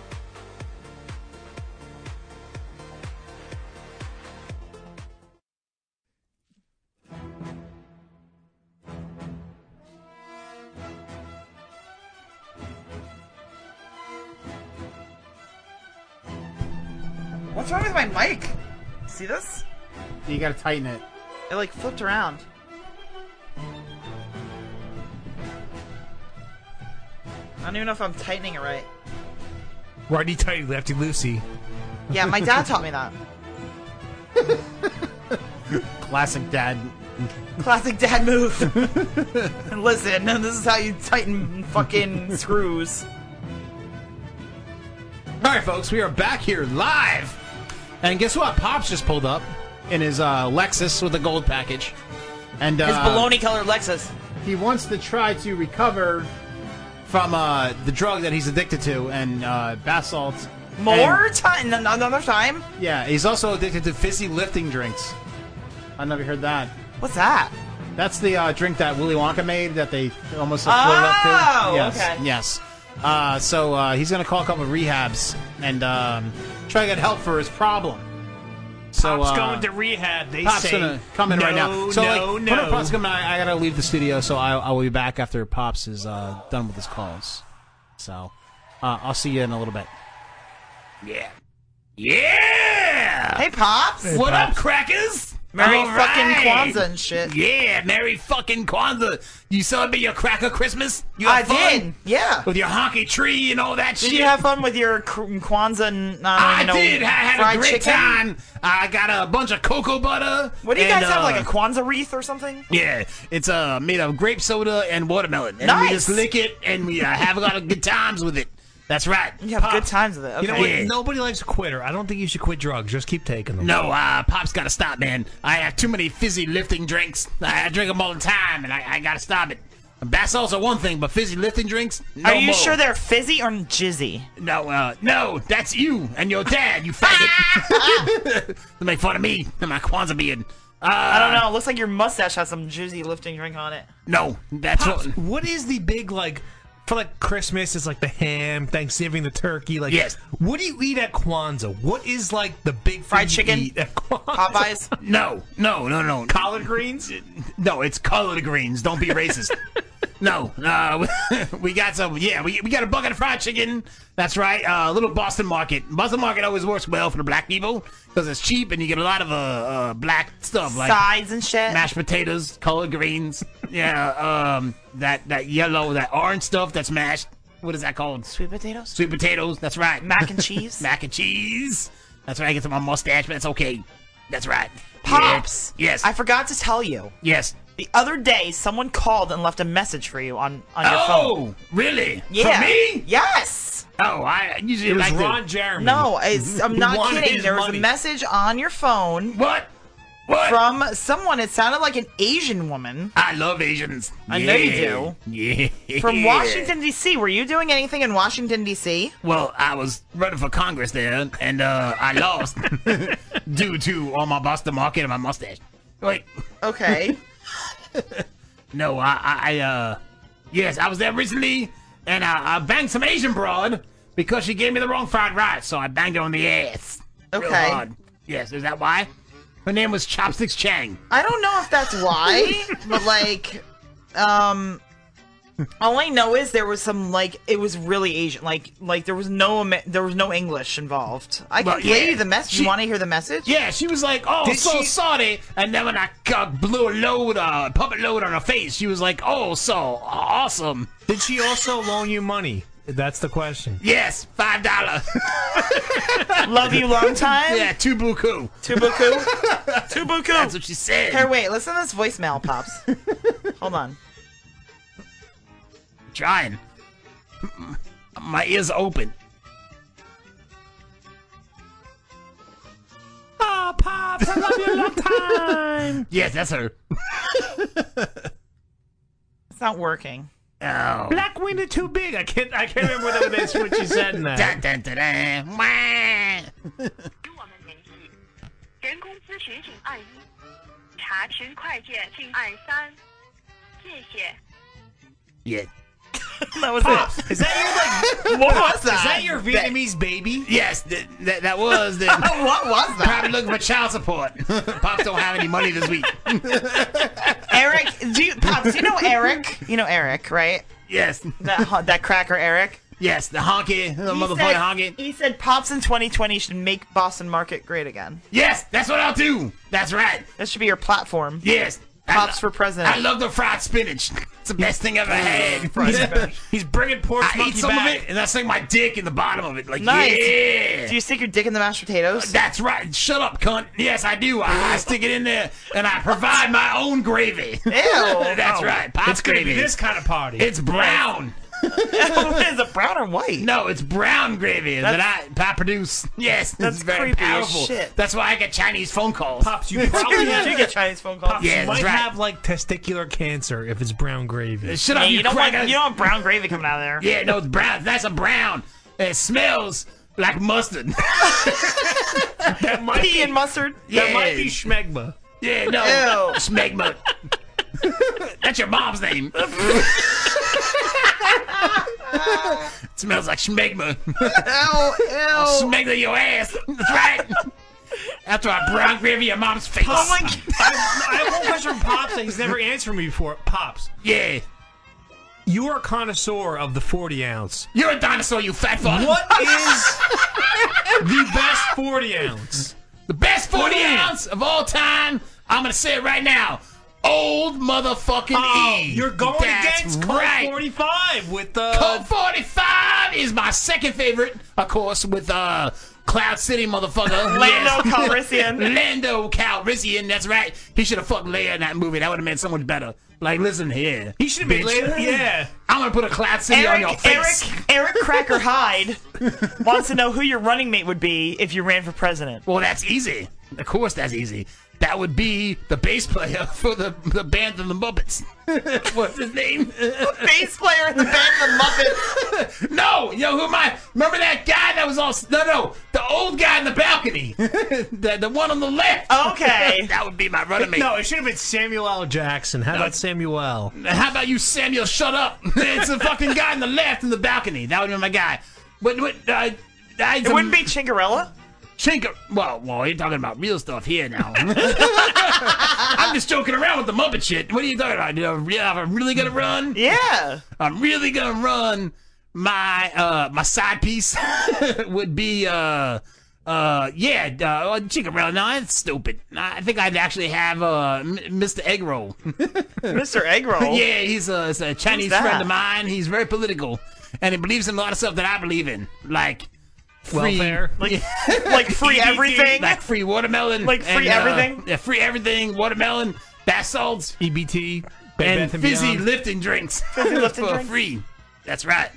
What's wrong with my mic? See this? You gotta tighten it. It like flipped around. I don't even know if I'm tightening it right. Righty tighty, lefty loosey. Yeah, my dad taught me that. Classic dad. Classic dad move. Listen, this is how you tighten fucking screws. All right, folks, we are back here live, and guess what? Pops just pulled up in his uh, Lexus with a gold package, and uh, His baloney colored Lexus. He wants to try to recover from uh, the drug that he's addicted to, and uh, bath salts. More And- time, another time. yeah, Uh, he's also addicted to fizzy lifting drinks. I never heard that. What's that? That's the uh, drink that Willy Wonka made that they almost Oh, float up to. Yes, okay. yes. Uh, so uh, he's gonna call a couple of rehabs and um, try to get help for his problem. So Pop's uh, going to rehab. They Pop's say gonna come in right now. no, So no, like, no. Hunter Pop's coming. I, I gotta leave the studio, so I, I will be back after Pops is uh, done with his calls. So uh, I'll see you in a little bit. Yeah. Yeah! Hey, Pops. what up, crackers? Merry All fucking right. Kwanzaa and shit. Yeah, Merry fucking Kwanzaa. You celebrate your cracker Christmas? You I had fun? did, yeah. With your honky tree and all that Did shit? you have fun with your K- Kwanzaa? And, uh, I you know, did. I had fried a great chicken? time. I got a bunch of cocoa butter. What do you and, guys have, uh, like a Kwanzaa wreath or something? Yeah, it's uh made of grape soda and watermelon, and Nice. we just lick it and we uh, have a lot of good times with it. That's right. You have good times with it. You know what? Yeah. Nobody likes a quitter. I don't think you should quit drugs. Just keep taking them. No, uh, Pop's gotta stop, man. I have too many fizzy lifting drinks. I, I drink them all the time, and I, I gotta stop it. Bath salts are one thing, but fizzy lifting drinks? No Are you more. sure they're fizzy or jizzy? No, uh, no, that's you and your dad, you faggot. Don't make fun of me and my Kwanzaa beard. Uh, I don't know. It looks like your mustache has some jizzy lifting drink on it. No, that's Pops, what. What is the big like for like Christmas? It's like the ham, Thanksgiving, the turkey. Like, Yes. What do you eat at Kwanzaa? What is like the big fried chicken? Eat at Kwanzaa? Popeyes? No, no, no, no. Collard greens? No, it's collard greens. Don't be racist. no, uh, we got some. Yeah, we, we got a bucket of fried chicken. That's right. Uh, a little Boston Market. Boston Market always works well for the black people because it's cheap and you get a lot of uh, uh black stuff like Sides and shit. mashed potatoes, collard greens. Yeah, um, that that yellow, that orange stuff that's mashed. What is that called? Sweet potatoes. Sweet potatoes. That's right. Mac and cheese. Mac and cheese. That's right. I get to my mustache, but it's okay. That's right. Yeah. Pops. Yes. I forgot to tell you. Yes. The other day, someone called and left a message for you on on your oh, phone. really? Yeah. For me? Yes. Oh, I usually It was like to- Ron Jeremy. No, it's, I'm He not wanted kidding. his There was money. a message on your phone. What? What? From someone. It sounded like an Asian woman. I love Asians. I know you you do. Yeah. do. From Washington D.C. Were you doing anything in Washington D.C.? Well, I was running for Congress there, and uh, I lost due to all my Boston market and my mustache. Wait. Okay. No, I, I, I uh, yes, I was there recently, and I, I banged some Asian broad because she gave me the wrong fried rice, so I banged her on the ass. real Okay. hard. Yes, is that why? Her name was Chopsticks Chang. I don't know if that's why, but like, um, all I know is there was some like it was really Asian, like like there was no Ama- there was no English involved. I can Well, play yeah. you the message. She- you want to hear the message? Yeah, she was like, "Oh, Did so she- sorry," and then when I uh, blew a load, uh, puppet load on her face, she was like, "Oh, so awesome." Did she also loan you money? That's the question. Yes, five dollar. Love you long time. yeah, two buku. Tubuku. Tubuku. That's what she said. Here, wait. Listen to this voicemail, pops. Hold on. Trying. My ears are open. Oh, Pops, I love you a long time. Yes, that's her. It's not working. Oh. Black winded too big. I can't. I can't remember what, that was, what she said in that. Dun, dun, dun, dun. Wah. 人工咨询请按一，查询快件请按三，谢谢。 Yeah. That was it. Is that your like? What What was that? Is that your Vietnamese baby? Yes, th- that that was the. What was that? Probably looking for child support. Pops don't have any money this week. Eric, do you, pops? You know Eric. You know Eric, right? Yes. That that cracker Eric. Yes, the honky, the He motherfucking said, honky. He said Pops in 2020 should make Boston Market great again. Yes, that's what I'll do. That's right. That should be your platform. Yes. Pops for president. I love the fried spinach. It's the best thing I've ever had. Fried He's- spinach. He's bringing pork I monkey eat some back. of it, and I stick my dick in the bottom of it. Like, nice. yeah. Do you stick your dick in the mashed potatoes? That's right. Shut up, cunt. Yes, I do. I, I stick it in there, and I provide my own gravy. Ew. That's Oh. right. Pop It's gonna gravy. be this kind of party. It's brown. Is it brown or white? No, it's brown gravy That's- that I, I produce. Yes, That's it's very creepy as powerful. shit. That's why I get Chinese phone calls. Pops, you probably have- You get Chinese phone calls. You Yeah, that's might right. have like testicular cancer if it's brown gravy. Shut up, Yeah, you, you don't crack- want- you don't want brown gravy coming out of there. Yeah, no, it's brown. That's a brown. It smells like mustard. that might Pea and mustard. Yeah. That might be schmegma. Yeah, no. Ew. Smegma. That's your mom's name. smells like schmegma. Ew, ew. I'll smegma your ass. That's right. After I brown gravy your mom's face. Oh my god! I, I have one question from Pops that he's never answered me before. Pops. Yeah. You are a connoisseur of the 40 ounce. You're a dinosaur, you fat fuck. What is the best 40 ounce? The best 40 ounce of all time. I'm going to say it right now. Old motherfucking Oh, E. you're going That's against Colt right. 45 with the. Colt 45 is my second favorite, of course, with uh Cloud City motherfucker. Lando Yes. Calrissian. Lando Calrissian, that's right. He should have fucked Leia in that movie. That would have been so much better. Like, listen here. He should have been Leia, yeah. I'm going to put a Cloud City on your Eric, face. Eric, Eric Cracker Hyde wants to know who your running mate would be if you ran for president. Well, that's easy. Of course, that's easy. That would be the bass player for the, the band of the Muppets. What's his name? bass player in the band the Muppets. no, yo, who am I? Remember that guy that was all no, no, the old guy in the balcony, the the one on the left. Okay. that would be my running mate. No, it should have been Samuel L. Jackson. How about Samuel? How about you, Samuel? Shut up! it's the fucking guy on the left in the balcony. That would be my guy. But what? Uh, I, It wouldn't be Chingarella. Chinker. Well, well, you're talking about real stuff here now. I'm just joking around with the Muppet shit. What are you talking about? You know, re- I'm really gonna run. Yeah, I'm really gonna run. My uh, my side piece would be uh, uh, yeah, uh, Chinkerella. No, that's stupid. I think I'd actually have uh, M- Mr. Eggroll. Mr. Eggroll. yeah, he's a, he's a Chinese that? friend of mine. He's very political, and he believes in a lot of stuff that I believe in, like free, Welfare. like, like free everything? like free watermelon, Like free and, uh, everything? yeah, free everything, watermelon, bath salts, E EBT. and fizzy lifting drinks Fizzy lifting for drinks? free. That's right.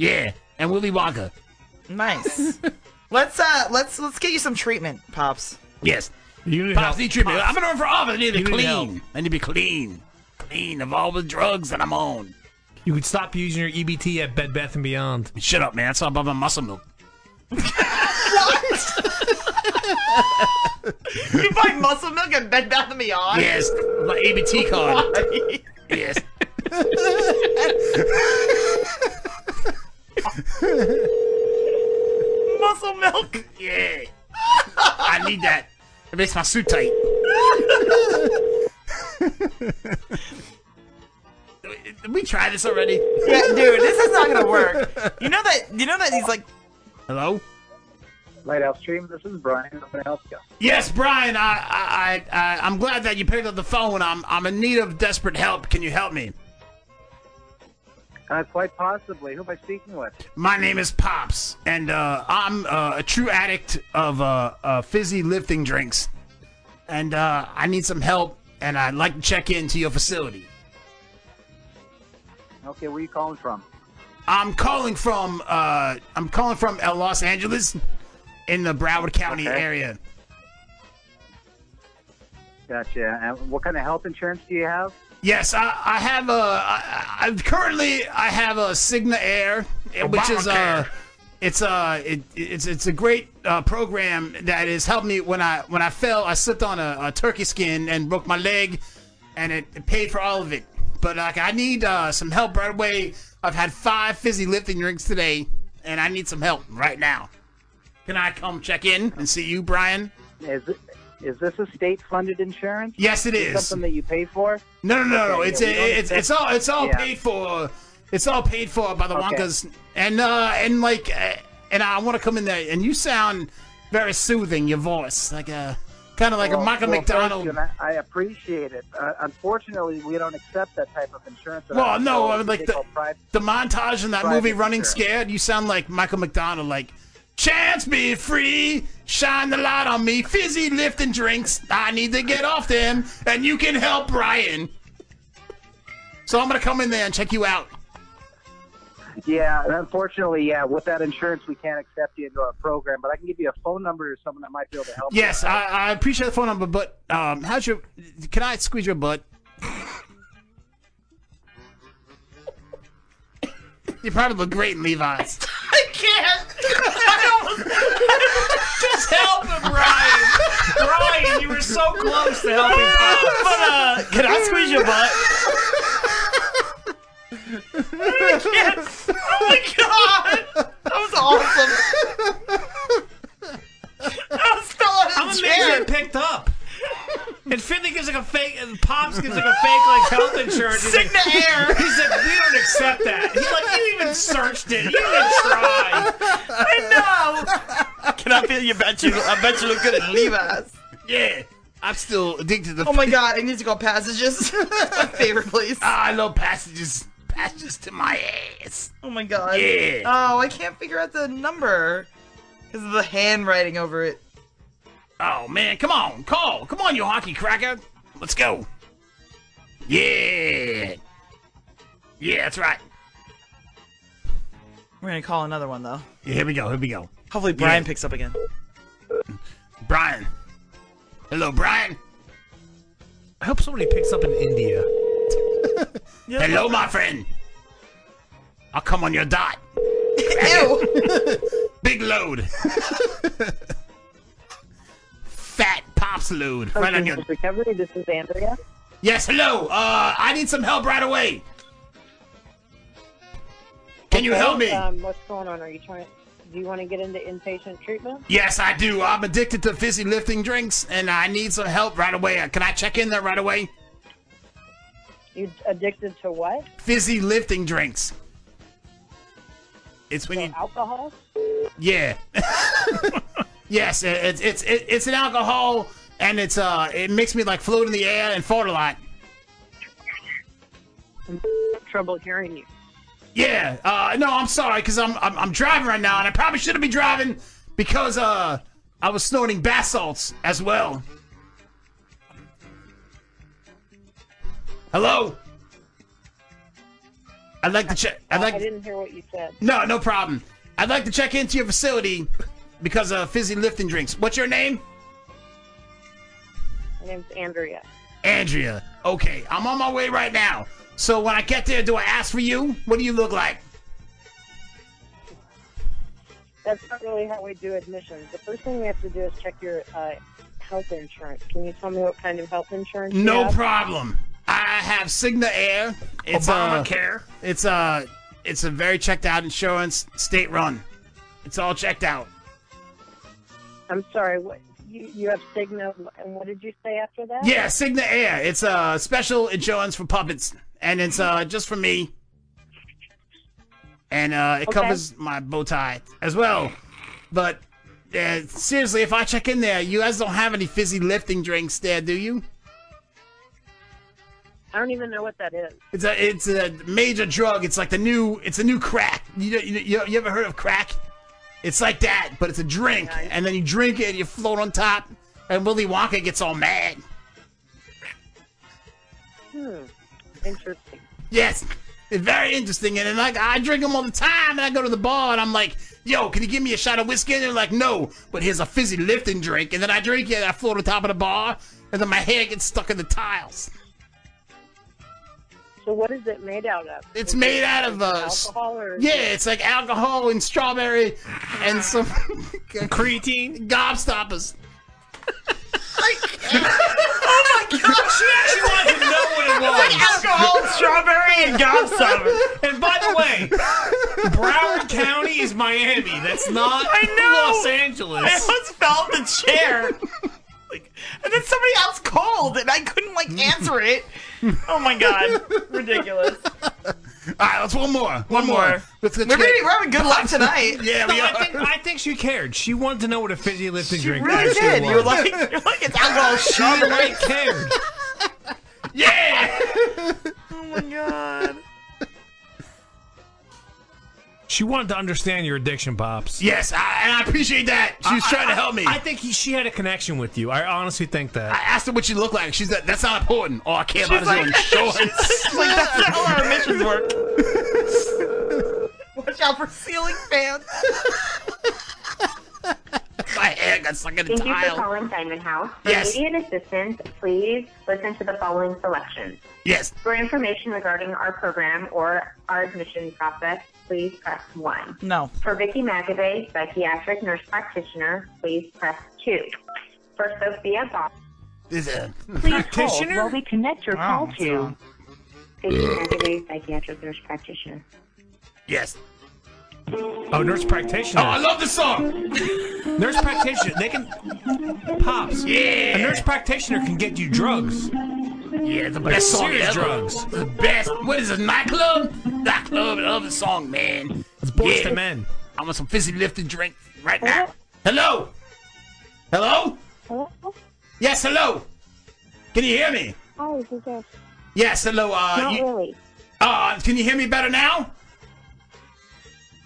Yeah, and Willy Wonka. Nice. let's uh, let's let's get you some treatment, pops. Yes. You need Pops help. need treatment. I'm gonna run for office. I need to You be need clean. help. I need to be clean, clean of all the drugs that I'm on. You could stop using your EBT at Bed Bath and Beyond. Shut up, man. That's all about my muscle milk. you buy muscle milk and Bed Bath and Beyond. Yes, my ABT card. Why? Yes. muscle milk. Yeah. I need that. It makes my suit tight. Did we try this already? Yeah, dude, this is not gonna work. You know that? You know that he's like Hello? Lighthouse Stream. This is Brian. How can I help you? Yes, Brian. I, I, I, I- I'm glad that you picked up the phone. I'm, I'm in need of desperate help. Can you help me? Uh, quite possibly. Who am I speaking with? My name is Pops, and uh, I'm uh, a true addict of uh, uh, fizzy lifting drinks, and uh, I need some help. And I'd like to check into your facility. Okay, where are you calling from? I'm calling from uh, I'm calling from uh, Los Angeles, in the Broward County Okay. area. Gotcha. And what kind of health insurance do you have? Yes, I, I have a. I, I currently I have a Cigna Air, which is uh Obamacare. it's uh it, it's it's a great uh, program that has helped me when I when I fell I slipped on a, a turkey skin and broke my leg, and it, it paid for all of it. But like I need uh, some help right away. I've had five fizzy lifting drinks today, and I need some help right now. Can I come check in and see you, Brian? Is it, is this a state funded insurance? Yes, it Is this is. Something that you pay for? No, no, no, no. Okay, It's yeah, we don't- it's it's all it's all Yeah. paid for. It's all paid for by the Okay. Wonkas, and uh, and like, uh, and I want to come in there, and you sound very soothing. Your voice, like a kind of like Well- a Michael well, thank McDonald. you, and I, I appreciate it. Uh, unfortunately, we don't accept that type of insurance. at Well, our no, show. I mean, like They the, call private- the montage in that private movie Running insurance. Scared, you sound like Michael McDonald, like, Chance be free, shine the light on me, fizzy lifting drinks, I need to get off them, and you can help Brian. So I'm gonna come in there and check you out. Yeah, and unfortunately, yeah, with that insurance, we can't accept you into our program. But I can give you a phone number or someone that might be able to help. Yes, I, I appreciate the phone number, but um, how's your? Can I squeeze your butt? you probably look great in Levi's. I can't. Just help him, Brian. Brian, you were so close to helping Pop. But, uh, can I squeeze your butt? I can't. Oh my god, that was awesome. I was still on I'm his amazed chair. it picked up. And Finley gives like a fake, and Pops gives like a fake like health insurance. He's Sick like, to air. He's like, we don't accept that. He's like, you even searched it. You didn't try. I know. Can I feel you? Bet you. I bet you look good at Levi's. Yeah, I'm still addicted to. Oh my god, I need to go passages. That's my favorite place. Ah, I love passages. Passages to my ass. Oh my god. Yeah. Oh, I can't figure out the number because of the handwriting over it. Oh man, come on, call, come on, you hockey cracker. Let's go. Yeah. Yeah, that's right. We're gonna call another one though. Yeah, here we go. Here we go. Hopefully Brian picks up again. Brian. Hello, Brian. I hope somebody picks up in India. Hello, my friend. I'll come on your dot. Big load. Fat pops load. Right on your. recovery. This is Andrea. Yes, hello. Uh, I need some help right away. Can you Okay, help me? Um, what's going on? Are you trying? Do you want to get into inpatient treatment? Yes, I do. I'm addicted to fizzy lifting drinks, and I need some help right away. Uh, Can I check in there right away? You addicted to what? Fizzy lifting drinks. It's when you Alcohol? Yeah. yes, it- it's it's it, it's an alcohol, and it's uh it makes me like float in the air and fart a lot. Trouble hearing you. Yeah. Uh, no, I'm sorry because I'm, I'm I'm driving right now, and I probably shouldn't be driving because uh I was snorting bath salts as well. Hello. I'd like to check. I'd like. I didn't hear what you said. No, no problem. I'd like to check into your facility because of fizzy lifting drinks. What's your name? My name's Andrea. Andrea. Okay, I'm on my way right now. So when I get there, do I ask for you? What do you look like? That's not really how we do admissions. The first thing we have to do is check your uh, health insurance. Can you tell me what kind of health insurance? you No have? problem. I have Cigna Air. It's Obamacare. Uh, it's uh it's a very checked out insurance, state run. It's all checked out. I'm sorry. What you, you have Cigna, and what did you say after that? Yeah, Cigna Air. It's a uh, special insurance for puppets, and it's uh just for me. And uh, it Okay. covers my bow tie as well. But uh, seriously, if I check in there, you guys don't have any fizzy lifting drinks there, do you? I don't even know what that is. It's a it's a major drug. It's like the new it's a new crack. You you, you, you ever heard of crack? It's like that, but it's a drink, and then you drink it, and you float on top, and Willy Wonka gets all mad. Hmm. Interesting. Yes, it's very interesting, and then like I drink them all the time, and I go to the bar, and I'm like, "Yo, can you give me a shot of whiskey?" And they're like, "No, but here's a fizzy lifting drink," and then I drink it, and I float on top of the bar, and then my hair gets stuck in the tiles. So what is it made out of? It's Is it- made out is of it uh, s- alcohol or is yeah, it- it's like alcohol and strawberry and some creatine gobstoppers. Oh my god, she actually wanted to know what it was. Like alcohol, strawberry, and gobstopper. And by the way, Broward County is Miami. That's not I know. Los Angeles. I almost fell in the chair. Like, and then somebody else called, and I couldn't like answer it. Oh my god, ridiculous. All right, let's one more. One, more. Let's get We're you- really- we're having good luck tonight. yeah, No, we I are. think- I think she cared. She wanted to know what a fizzy lifting drink really actually did. You was. were like- you're like, it's alcohol, She sugar. really cared. Yeah. oh my god. She wanted to understand your addiction, pops. Yes, I, and I appreciate that. She was I- trying I- to help me. I think he, she had a connection with you. I honestly think that. I asked her what she looked like. She's like, that's not important. All I care about She's is like- your she's like, that's not how our missions work. Watch out for ceiling fans. My hair got stuck in the Thank you for tile. calling Diamond House. For Yes. immediate assistance, please listen to the following selections. Yes. For information regarding our program or our admission process, please press 1. No. For Vicki McAvey, psychiatric nurse practitioner, please press 2. For Sophia Bob, Is it? please hold while we connect your call to Vicki Ugh. McAvey, psychiatric nurse practitioner. Yes. Oh, nurse practitioner. Oh, I love this song. Nurse practitioner. They can pops. Yeah. A nurse practitioner can get you drugs. Yeah, the Like best song serious ever. drugs. The best. What is this nightclub? Nightclub. I love the song, man. It's Boyz II Men. I want some fizzy lifted drink right now. Hello. Hello. Hello? Yes. Hello. Can you hear me? Hi, this is Jeff. Yes. Hello. Uh, Not you- really. uh, can you hear me better now?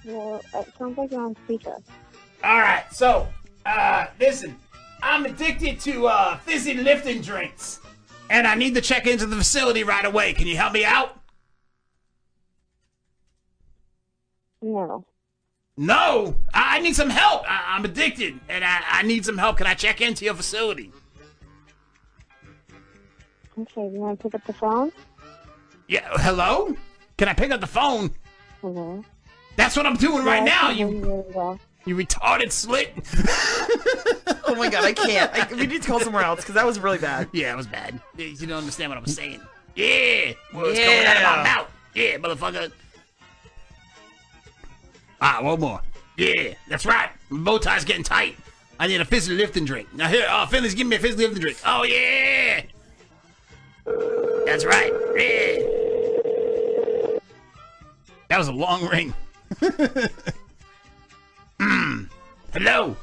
Well, it sounds like you're on speaker. All right, so uh, listen, I'm addicted to uh, fizzy lifting drinks, and I need to check into the facility right away. Can you help me out? No. No, I I need some help. I- I'm addicted, and I-, I need some help. Can I check into your facility? Okay, you want to pick up the phone? Yeah. Hello? Can I pick up the phone? Hello. That's what I'm doing right now. You You. you retarded slit. Oh my god, I can't. I, we need to call somewhere else because that was really bad. Yeah, it was bad. You don't understand what I'm saying. Yeah. What's going out of my Yeah. mouth? Yeah, motherfucker. Ah, one more. Yeah, that's right. My bow tie's getting tight. I need a fizzy lifting drink. Now here, oh, Finley's give me a fizzy lifting drink. Oh yeah. That's right. Yeah. That was a long ring. Mm. Hello.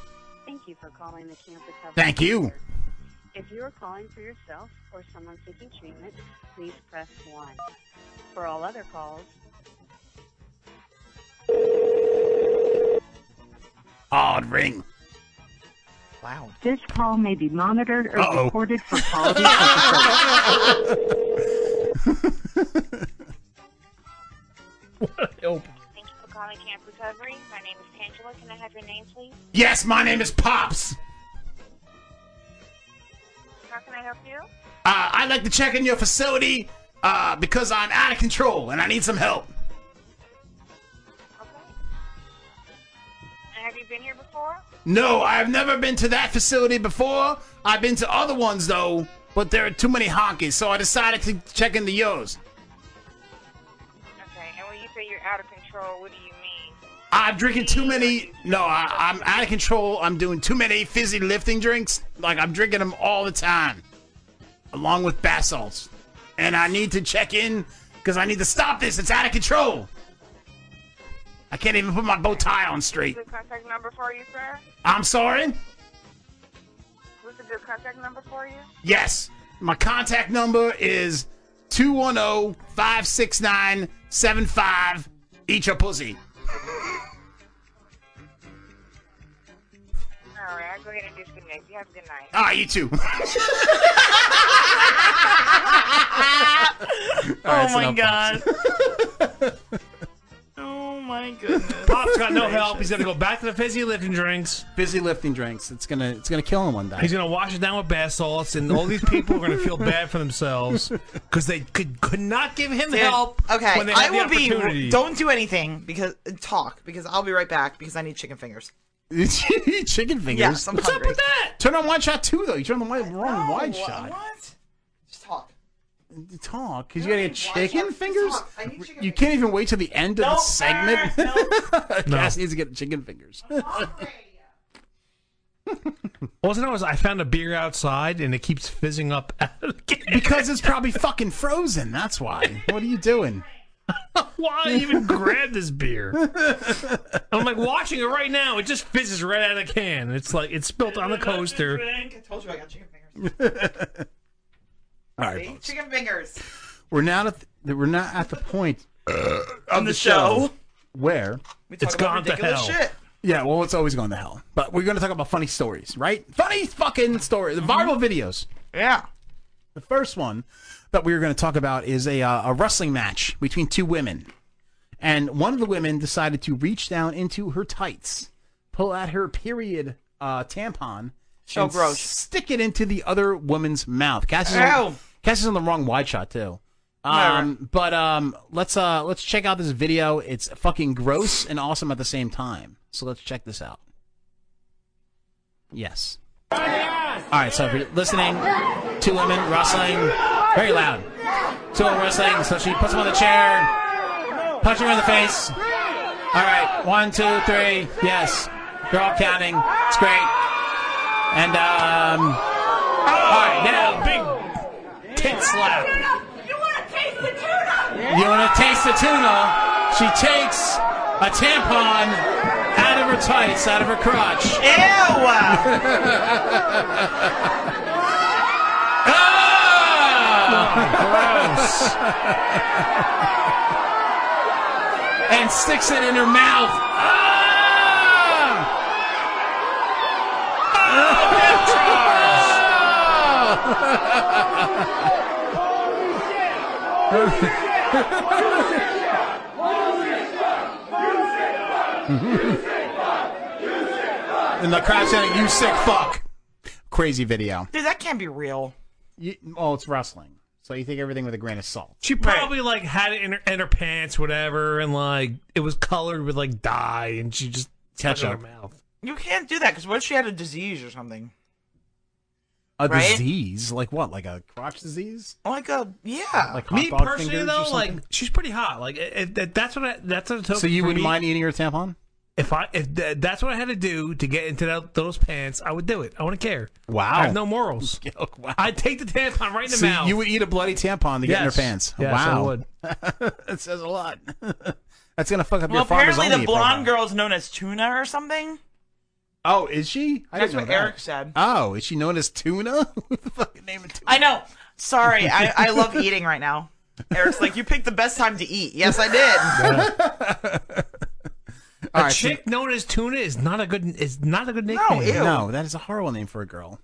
Thank you for calling the Cancer Coverage. Thank you. If you are calling for yourself or someone seeking treatment, please press 1. For all other calls, Odd ring. Wow. This call may be monitored or Uh-oh. recorded for quality purposes. Thank you for calling Camp Recovery. My name is Tangela. Can I have your name, please? Yes, my name is Pops. How can I help you? Uh, I'd like to check in your facility uh, because I'm out of control and I need some help. And have you been here before? No, I have never been to that facility before. I've been to other ones though, but there are too many honkies, so I decided to check into yours. Okay. And when you say you're out of control, what do you mean? I'm drinking too many. No, I, I'm out of control. I'm doing too many fizzy lifting drinks. Like I'm drinking them all the time, along with bath salts. And I need to check in because I need to stop this. It's out of control. I can't even put my bow tie on straight. What's a good contact number for you, sir? I'm sorry. What's a good contact number for you? Yes. My contact number is oh, 210-569-75. Eat your pussy. All right. I'll go ahead and disconnect. You have a good night. Ah, you too. oh my god. oh my goodness. Pop's got no help. He's gonna go back to the fizzy lifting drinks. Fizzy lifting drinks. It's gonna it's gonna kill him one day. He's gonna wash it down with bath salts, and all these people are gonna feel bad for themselves because they could could not give him Dude, help. Okay, when they I had will the opportunity. be. Don't do anything because talk because I'll be right back because I need chicken fingers. Chicken fingers. Yes, I'm What's up hungry. with that? Turn on wide shot too, though. You turned on wide, wrong wide No, shot. What? Just talk. Talk, because you gotta get chicken fingers. I need chicken. You can't even wait till the end of the No, segment. no. Cass needs to get chicken fingers. All I know is I found a beer outside, and it keeps fizzing up. because it's probably fucking frozen. That's why. What are you doing? Why did I even grab this beer? I'm like watching it right now. It just fizzes right out of the can. It's like it's spilt on the coaster. I told you I got chicken fingers. All right, See? folks. Chicken fingers. we're not at the, we're not at the point of Uh, On the show. where We talk It's about gone to ridiculous hell. shit. Yeah, well, it's always gone to hell. But we're going to talk about funny stories, right? Funny fucking stories, the viral videos. Mm-hmm. Yeah. The first one that we are going to talk about is a uh, a wrestling match between two women, and one of the women decided to reach down into her tights, pull out her period uh, tampon, So and gross. stick it into the other woman's mouth. Cassie's on, Ow. Cassie's on the wrong wide shot too. Um, but um, let's uh, let's check out this video. It's fucking gross and awesome at the same time. So let's check this out. Yes. All right, so if you're listening, two women wrestling, very loud. Two women wrestling, so she puts him on the chair, punches him in the face. All right, one, two, three, yes. They're all counting. It's great. And, um, all right, now, big tit slap. You want to taste the tuna? She takes a tampon out of her tights, out of her crotch. Ew! Ah, and sticks it in her mouth. Ah! And the crowd saying, "You sick fuck." Crazy video. Dude, that can't be real. You, well, it's wrestling, so you take everything with a grain of salt. She probably like had it in her, in her pants, whatever, and like it was colored with like dye, and she just touched her Ketchup. mouth. You can't do that because what if she had a disease or something? A Right? disease, like what? Like a crotch disease? Like a yeah. Like hot Me dog personally, fingers or though, like something? she's pretty hot. Like it, it- that, that's what I, that's what it took. so you for wouldn't me. mind eating your tampon? If I if th- that's what I had to do to get into that, those pants, I would do it. I wouldn't care. Wow. I have no morals. wow. I'd take the tampon right in the So mouth. you would eat a bloody tampon to get in her Yes. pants. Yes, I wow, would. it says a lot. that's gonna fuck up Well, your farmer's apparently only the blonde girl's known as Tuna or something. profile. Oh, is she? I That's didn't what know that. Eric said. Oh, is she known as tuna? I know. Sorry, I, I love eating right now. Eric's like, you picked the best time to eat. Yes, I did. a All right, so- chick known as tuna is not a good is not a good nickname. Oh, no, that is a horrible name for a girl.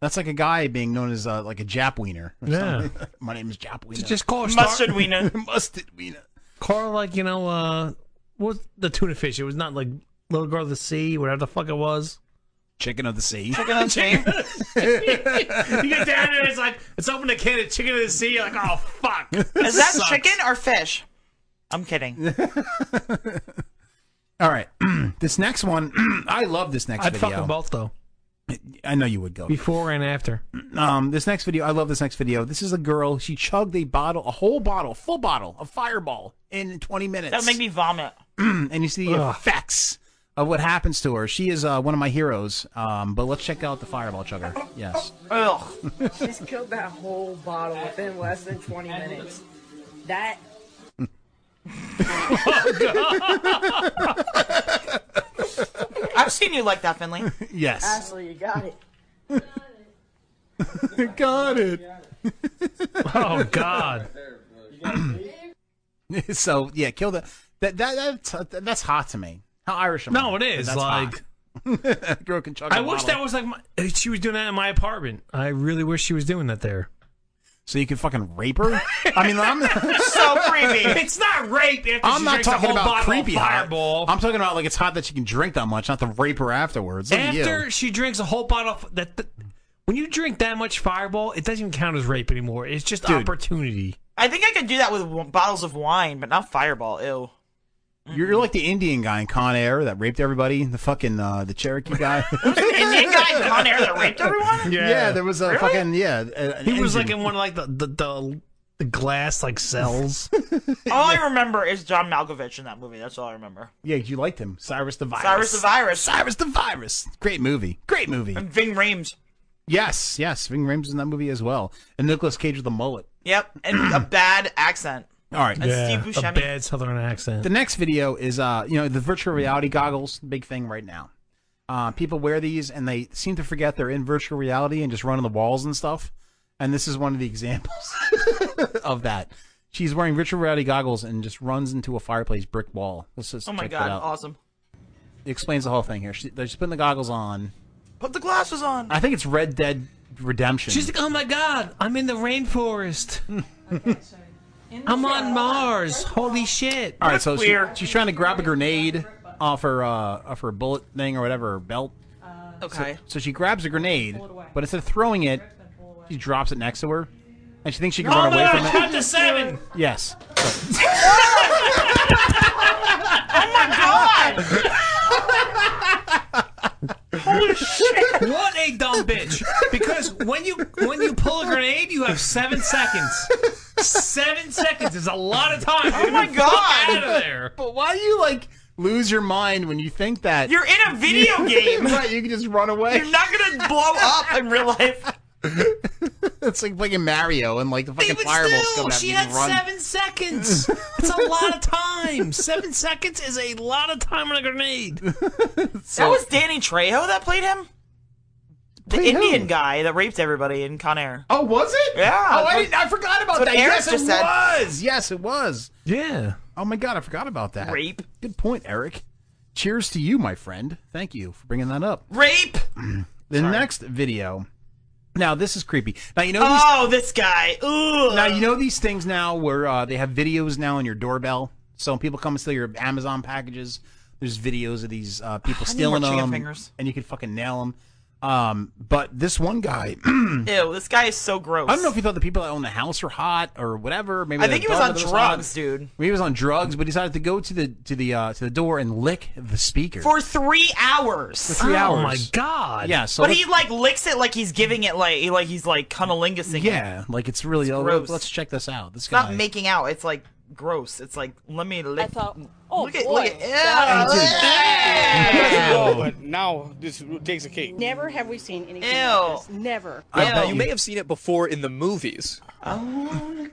That's like a guy being known as uh, like a Jap wiener. or Yeah. something. my name is Jap wiener. Just call her Mustard Star- wiener. Mustard wiener. Call her like you know uh, what was the tuna fish? It was not like little girl of the sea, whatever the fuck it was. Chicken of the sea. Chicken of the sea. you get down there, it's like it's open a can of chicken of the sea. You're like, oh fuck. Is that chicken or fish? I'm kidding. All right, this next one, I love this next I'd video. fuck them both though, I know you would go. before and after. Um, this next video, I love this next video. This is a girl. She chugged a bottle, a whole bottle, full bottle of Fireball in 20 minutes. That would make me vomit. and you see the Ugh. effects of what happens to her. She is uh, one of my heroes. Um, but let's check out the Fireball chugger. Yes. Ugh. She's killed that whole bottle within less than 20 minutes. That. I've seen you like that, Finley. Ashley, you got it. Got it. Oh God. so yeah, kill the that that that's, that's hot to me. How Irish am I? No, it But is, that's like- hot. girl can chug. I a wish bottle. that was like my, uh, she was doing that in my apartment. I really wish she was doing that there. So you could fucking rape her. I mean, I'm so creepy. It's not rape. After I'm she not drinks a talking whole about bottle of creepy fireball. hot. I'm talking about like it's hot that she can drink that much, not to rape her afterwards. Look at After you. she drinks a whole bottle of that, that- when you drink that much fireball, it doesn't even count as rape anymore. It's just Dude. opportunity. I think I could do that with w- bottles of wine, but not Fireball. Ew. You're like the Indian guy in Con Air that raped everybody. The fucking uh, the Cherokee guy. Indian guy in Con Air that raped everyone? yeah. there was a Really? fucking yeah. a- an He was like engine. in one of like the the, the, the glass like cells. All I remember is John Malkovich in that movie. That's all I remember. yeah, you liked him, Cyrus the Virus. Cyrus the Virus. Cyrus the Virus. Great movie. Great movie. And Ving Rhames. Yes, yes. Ving Rhames in that movie as well, and Nicolas Cage with the mullet. Yep. And a bad accent. All right. yeah, a bad Southern accent. The next video is uh, you know, the virtual reality goggles, big thing right now. Uh, people wear these and they seem to forget they're in virtual reality and just run on the walls and stuff. And this is one of the examples of that. She's wearing virtual reality goggles and just runs into a fireplace brick wall. Let's just Oh my check god, that out. awesome. It explains the whole thing here. She, she's putting the goggles on. Put the glasses on. I think it's Red Dead Redemption. She's like, oh my god, I'm in the rainforest. I'm on Mars. Holy shit. All right, so she, she's trying to grab a grenade off her uh, off her bullet thing or whatever her belt. Uh, Okay. So, so she grabs a grenade, but instead of throwing it, she drops it next to her, and she thinks she can run away from it. to seven. Oh Yes. Holy shit! What a dumb bitch! Because when you when you pull a grenade, you have seven seconds. Seven seconds is a lot of time. Oh my Get the fuck god! Out of there. But why do you like lose your mind when you think that You're in a video You- game. right, you can just run away. You're not gonna blow up in real life. it's like playing Mario and like the fucking But fireballs still, coming out. she you had can run. seven seconds. That's a lot of time. Seven seconds is a lot of time on a grenade. that was Danny Trejo that played him. The Played who? Indian guy that raped everybody in Con Air. Oh, was it? Yeah. Oh, I, didn't, I forgot about That's that. what Eric yes, just it said. was. Yes, it was. Yeah. Oh my god, I forgot about that. Rape. Good point, Eric. Cheers to you, my friend. Thank you for bringing that up. Rape. The next video. Now this is creepy. Now you know. These, Oh, this guy. Ooh. Now you know these things now where uh, they have videos now on your doorbell. So when people come and steal your Amazon packages, there's videos of these uh, people I need more stealing chicken them, fingers. and you can fucking nail them. Um, but this one guy, Ew, this guy is so gross. I don't know if he thought the people that owned the house were hot or whatever. Maybe I the think he was dog on that drugs, hot. dude. Maybe he was on drugs, but decided to go to the to the uh, to the door and lick the speaker For three hours. For three hours. Yeah. Oh So but let's- he like licks it like he's giving it like like he's like cunnilingus. yeah, like it's really oh, gross. Let's check this out. This It's guy. not making out. It's like gross. It's like let me lick. I thought, oh, look at boy. look at. That- ew, Years ago, but now this takes a cake. Never have we seen anything Ew. like this. Never. I bet you may have seen it before in the movies, Oh.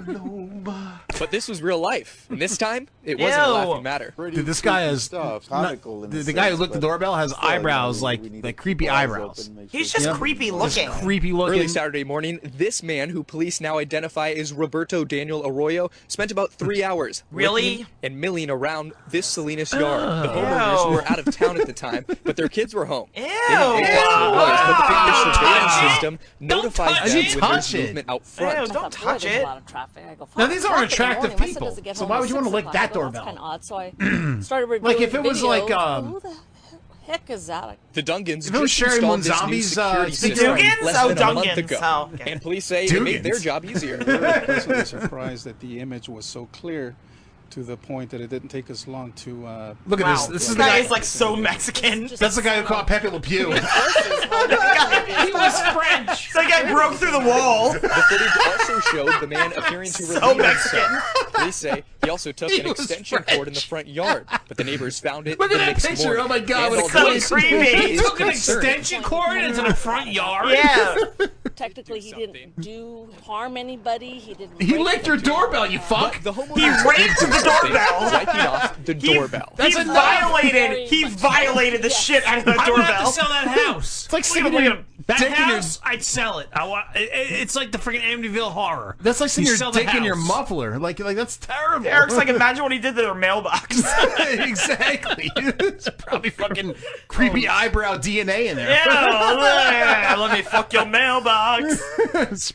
but this was real life. And this time, it wasn't a Ew. laughing matter. Dude, this guy has not- the, the guy who looked the doorbell has eyebrows like like creepy eyebrows. He's just Yeah. creepy Just looking. creepy looking. Early Saturday morning, this man, who police now identify as Roberto Daniel Arroyo, spent about three hours Really? looking and milling around this Salinas yard. the Ugh. homeowners Ew. were out of town at the time, but their kids were home. Ew! Ew. but the Don't victim's surveillance touch it. system notified touch them it. when Touch there's it. movement out front. Ew, don't touch it. Now these aren't attractive people, so why would you want to lick that doorbell? Kind of odd. So I started reviewing Like if it was videos. like um, Who the heck is that? The Dungans If it was just Sherry installed this new Moonzombi's, uh, security security system system. less Oh, than a month Dungans. ago, Oh, and police say it made their Dugans. job easier. We were pleasantly surprised that the image was so clear to the point that it didn't take us long to. Uh, Look at wow. this. This is This the guy guy. is like so Mexican. that's the guy who caught Pepe Le Pew. Oh, he was French. So that guy broke through the wall. The footage also showed the man appearing to So reveal Mexican. himself. Police say he also took He an was extension cord in the front yard, but the neighbors found it Look the at that next picture. morning. Oh my God, And what a although creepy- it's He is took an concerned, extension cord into the front yard. Yeah. Technically, he didn't do harm anybody. He didn't. He licked your doorbell, you fuck. The He raped the doorbell. Wiping off the doorbell. He violated. He violated the shit out of the I doorbell. would have to sell that house. It's like Look sitting at- there- look at- that dick in your- house. I'd sell it. I want. It, it- it's like the freaking Amityville horror. That's like sitting You your sell the dick in your house. muffler. Like like that's terrible. Eric's like, imagine what he did to their mailbox. exactly. It's probably fucking Oh, creepy eyebrow DNA in there. Yeah, let me fuck your mailbox.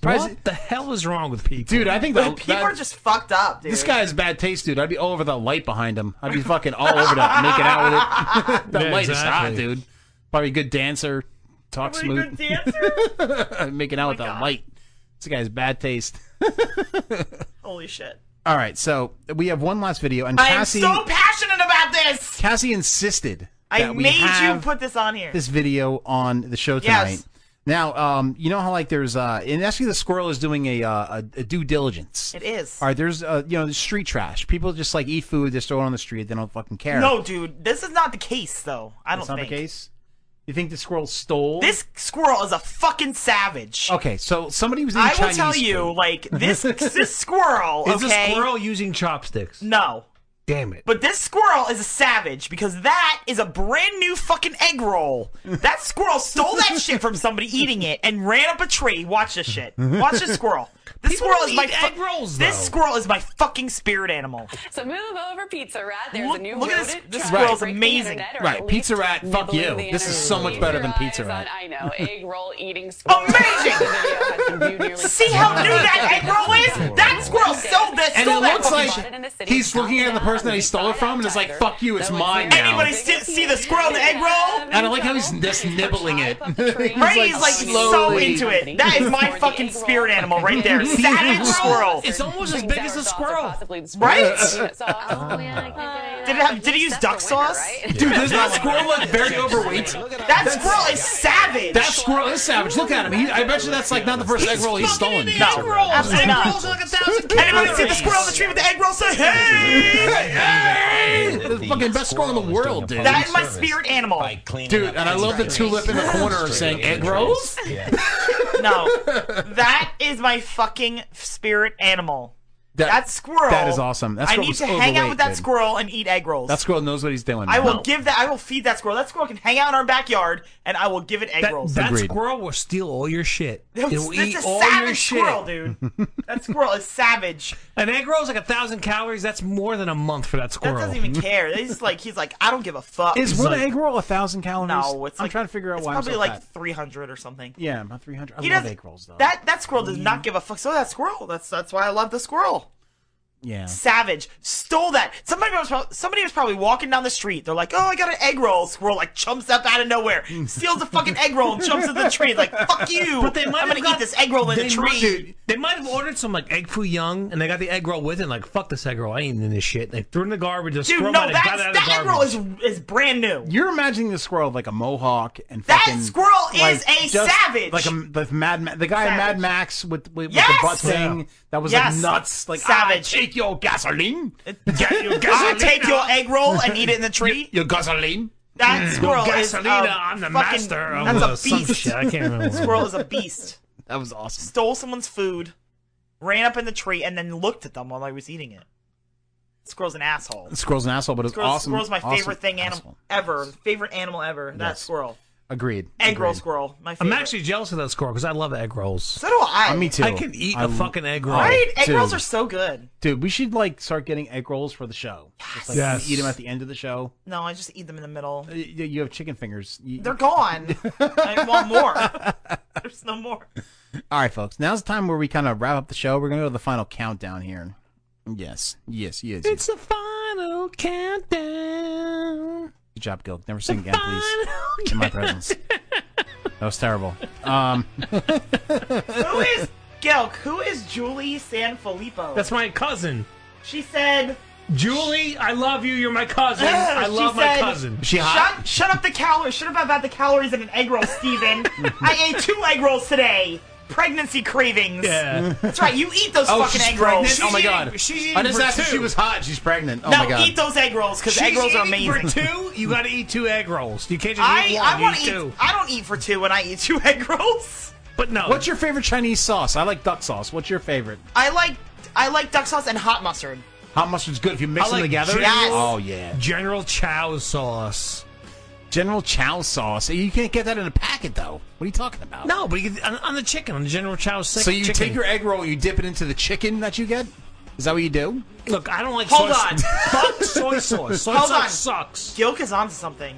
What the hell is wrong with people, dude? I think that, People that- are just fucked up, dude. this guy has bad taste, dude. I'd be all over that light behind him. I'd be fucking all over that, making out with it. that Yeah, light exactly. is hot, dude. Probably a good dancer, talk smooth. making Oh out with that light. This guy's bad taste. Holy shit. All right, so we have one last video, and I am Cassie so passionate about this. Cassie insisted I that we made you have put this on here. this video on the show tonight. Yes. Now, um, you know how like there's uh, and actually the squirrel is doing a uh, a, a due diligence. It is. All right, there's uh, you know there's street trash. People just like eat food, just throw it on the street. They don't fucking care. No, dude, this is not the case, though. I don't That's not the think. case? You think the squirrel stole? This squirrel is a fucking savage. Okay, so somebody was. in I will Chinese tell you, food. like this this squirrel. Is a okay? squirrel using chopsticks? No. Damn it. But this squirrel is a savage because that is a brand new fucking egg roll. That squirrel stole that shit from somebody eating it and ran up a tree. Watch this shit. Watch this squirrel. This People squirrel don't is my eat fu- egg rolls, This though. squirrel is my fucking spirit animal. So move over, Pizza Rat. There's Look- a new look at this- rodent this trying to squirrel's break the amazing. internet, or Right, at Pizza least Rat, nibbling fuck you. the This is internet. so much better than Keep your Pizza eyes Rat. on, I know egg roll eating squirrel. Amazing. See how new that egg roll is? That squirrel sold that. And stole it that looks fucking like shit. he's looking at the person that he stole it from and is like, "Fuck you, it's mine now." Anybody see, see the squirrel in the egg roll? And I like how he's just nibbling it. He's Right, he's like so slowly- into it. That is my fucking spirit animal right there. Savage squirrel. It's almost as big as a squirrel. Right? Right? Did it have? Did it use duck sauce? Dude, does that squirrel look very overweight? That squirrel is savage. That squirrel is savage. Look at him. He, I bet you that's like not the first egg roll he's stolen. No, absolutely not. Anybody see the calories. squirrel in the tree with the egg roll? Say hey! The fucking best squirrel in the world, dude. That is my spirit animal. Dude, and I love the tulip in the corner saying egg rolls. No, that is my fucking spirit animal. That- That, squirrel. that is awesome. That I squirrel need was to hang out overweight, with that dude. squirrel and eat egg rolls. That squirrel knows what he's doing. I will man. give that. I will feed that squirrel. That squirrel can hang out in our backyard, and I will give it egg rolls. That squirrel will steal all your shit. That's, It'll that's eat a all your savage shit. squirrel, dude. that squirrel is savage. An egg roll is like a thousand calories. That's more than a month for that squirrel. That doesn't even care. He's like, he's like, I don't give a fuck. Is He's one like, egg roll a thousand calories? No, it's I'm like- trying to figure out it's why. probably I'm so like fat. 300 or something. yeah, about 300. I He love does- egg rolls though. That that squirrel does not give a fuck. So that squirrel. That's that's why I love the squirrel. yeah. Savage stole that. Somebody was prob- somebody was probably walking down the street. They're like, "Oh, I got an egg roll." Squirrel like jumps up out of nowhere, steals a fucking egg roll, and jumps into the tree. Like, "Fuck you!" Hmm. But they might I'm have gonna got- eat this egg roll in they the might- tree. dude, they might have ordered some like egg foo young, and they got the egg roll with it. And like, fuck this egg roll. I ain't eating this shit. They threw it in the garbage. The Dude, squirrel no, might have that's- got it out of that the egg roll garbage. is is brand new. You're imagining the squirrel with like a mohawk and That fucking, squirrel is like, a just savage! Like a the Mad Ma- the guy in Mad Savage. Max with with, with Yes! the butt thing Yeah. that was Yes. like nuts. Like Savage. "Ah, take your gasoline. I take your egg roll and eat it in the tree. Your gasoline. That Hmm. Mm. squirrel Your is a gasolina, fucking, I'm the master of, uh, that's a some beast. shit, I can't remember. Squirrel is a beast. That was awesome. Stole someone's food, ran up in the tree, and then looked at them while I was eating it. Squirrel's an asshole. The squirrel's an asshole, but it's Squirrel's, awesome. squirrel's my awesome favorite thing animal asshole. ever. Favorite animal ever. That Yes. squirrel. Agreed. Egg roll Agreed. squirrel. My I'm favorite. actually jealous of that squirrel because I love egg rolls. So do I. Uh, me too. I can eat a a fucking egg roll. Right? Egg Dude. rolls are so good. Dude, we should like start getting egg rolls for the show. Just, like, Yes. Eat them at the end of the show. No, I just eat them in the middle. Y- y- You have chicken fingers. You- They're gone. I want more. There's no more. All right, folks. Now's the time where we kind of wrap up the show. We're gonna go to the final countdown here. Yes, yes, yes. yes. It's the final countdown. Good job, Gil. Never sing again, please, in my presence. That was terrible. Um, Who is Gelk? Who is Julie Sanfilippo? That's my cousin. She said. Julie, I love you. You're my cousin. I She love my said, cousin. Shut, shut up the calories. Shut up about the calories in an egg roll, Steven. I ate two egg rolls today. Pregnancy cravings. Yeah. That's right. You eat those oh, fucking she's egg pregnant. rolls. oh my god. I just asked if she was hot. She's pregnant. Oh no, my god. eat those egg rolls because She's egg rolls are eating amazing. For two, you got to eat two egg rolls. You can't just I, eat one. I want want to eat. two. I don't eat for two when I eat two egg rolls. But no. What's your favorite Chinese sauce? I like duck sauce. What's your favorite? I like I like duck sauce and hot mustard. Hot mustard's good if you I mix like them together. General- Yes. Oh yeah. General Chow sauce. General Chow sauce. You can't get that in a packet though. What are you talking about? No, but you can, on, on the chicken, on the General Chow So you take your egg roll, and you dip it into the chicken that you get. Is that what you do? Look, I don't like Hold soy on. Fuck soy sauce. Soy Hold sauce on. sucks. Gilk is onto something.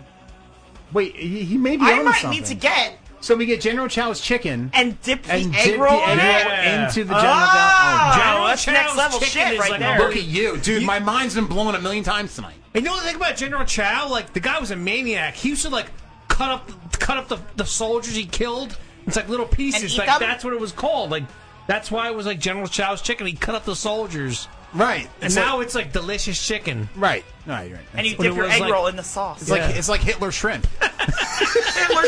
Wait, he, he may be I onto might something. need to get So we get General Chow's chicken and dip the and egg dip roll the in egg roll it. Yeah. into the Oh, General Chow. General that's next Chow's level chicken shit is right like there. a- Look at you, dude. my mind's been blown a million times tonight. And you know the thing about General Chow? Like the guy was a maniac. He used to like cut up, cut up the, the soldiers he killed. It's like little And pieces. eat Like them? that's what it was called. Like that's why it was like General Chow's chicken. He cut up the soldiers. Right. And now it's like delicious chicken. Right. No, you're right. and you When dip it your was egg like- roll in the sauce. It's like it's like Hitler shrimp. Hitler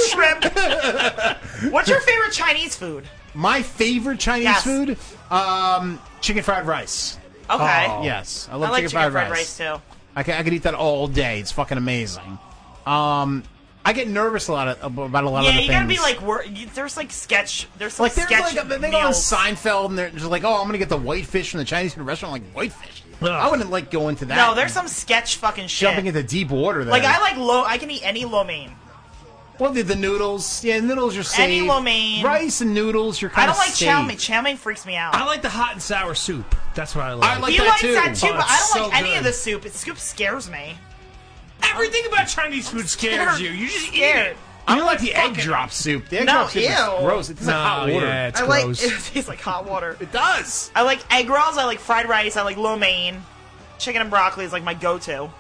shrimp. What's your favorite Chinese food? My favorite Chinese Yes. food, um, chicken fried rice. Okay. Yes, I I love like chicken, chicken fried rice, too. I could, I could eat that all day. It's fucking amazing. Um, I get nervous a lot of, about a lot yeah, of the you things. gotta be like, wor- you- there's like sketch, there's like, like there's sketch. like a, they go on meals. Seinfeld and they're just like, oh, I'm gonna get the whitefish from the Chinese food restaurant. I'm like whitefish. I wouldn't like go into that. no, there's some sketch fucking shit. jumping into deep water. There. Like I like lo, I can eat any lo mein. Well, the, the noodles. Yeah, noodles are safe. Any lo mein. Rice and noodles. You're kind I don't of like safe. chow mein. Chow mein freaks me out. I like the hot and sour soup. That's what I like. I like he that likes too. that too, Oh, but I it's don't so like any good. of the soup. It soup scares me. Everything about Chinese food scares you. You just eat scared. it. I don't like the egg drop soup. The egg No, drop soup is ew. gross. It's No, like hot water. yeah, it's I like it tastes like hot water. It does. I like egg rolls. I like fried rice. I like lo mein. Chicken and broccoli is like my go-to.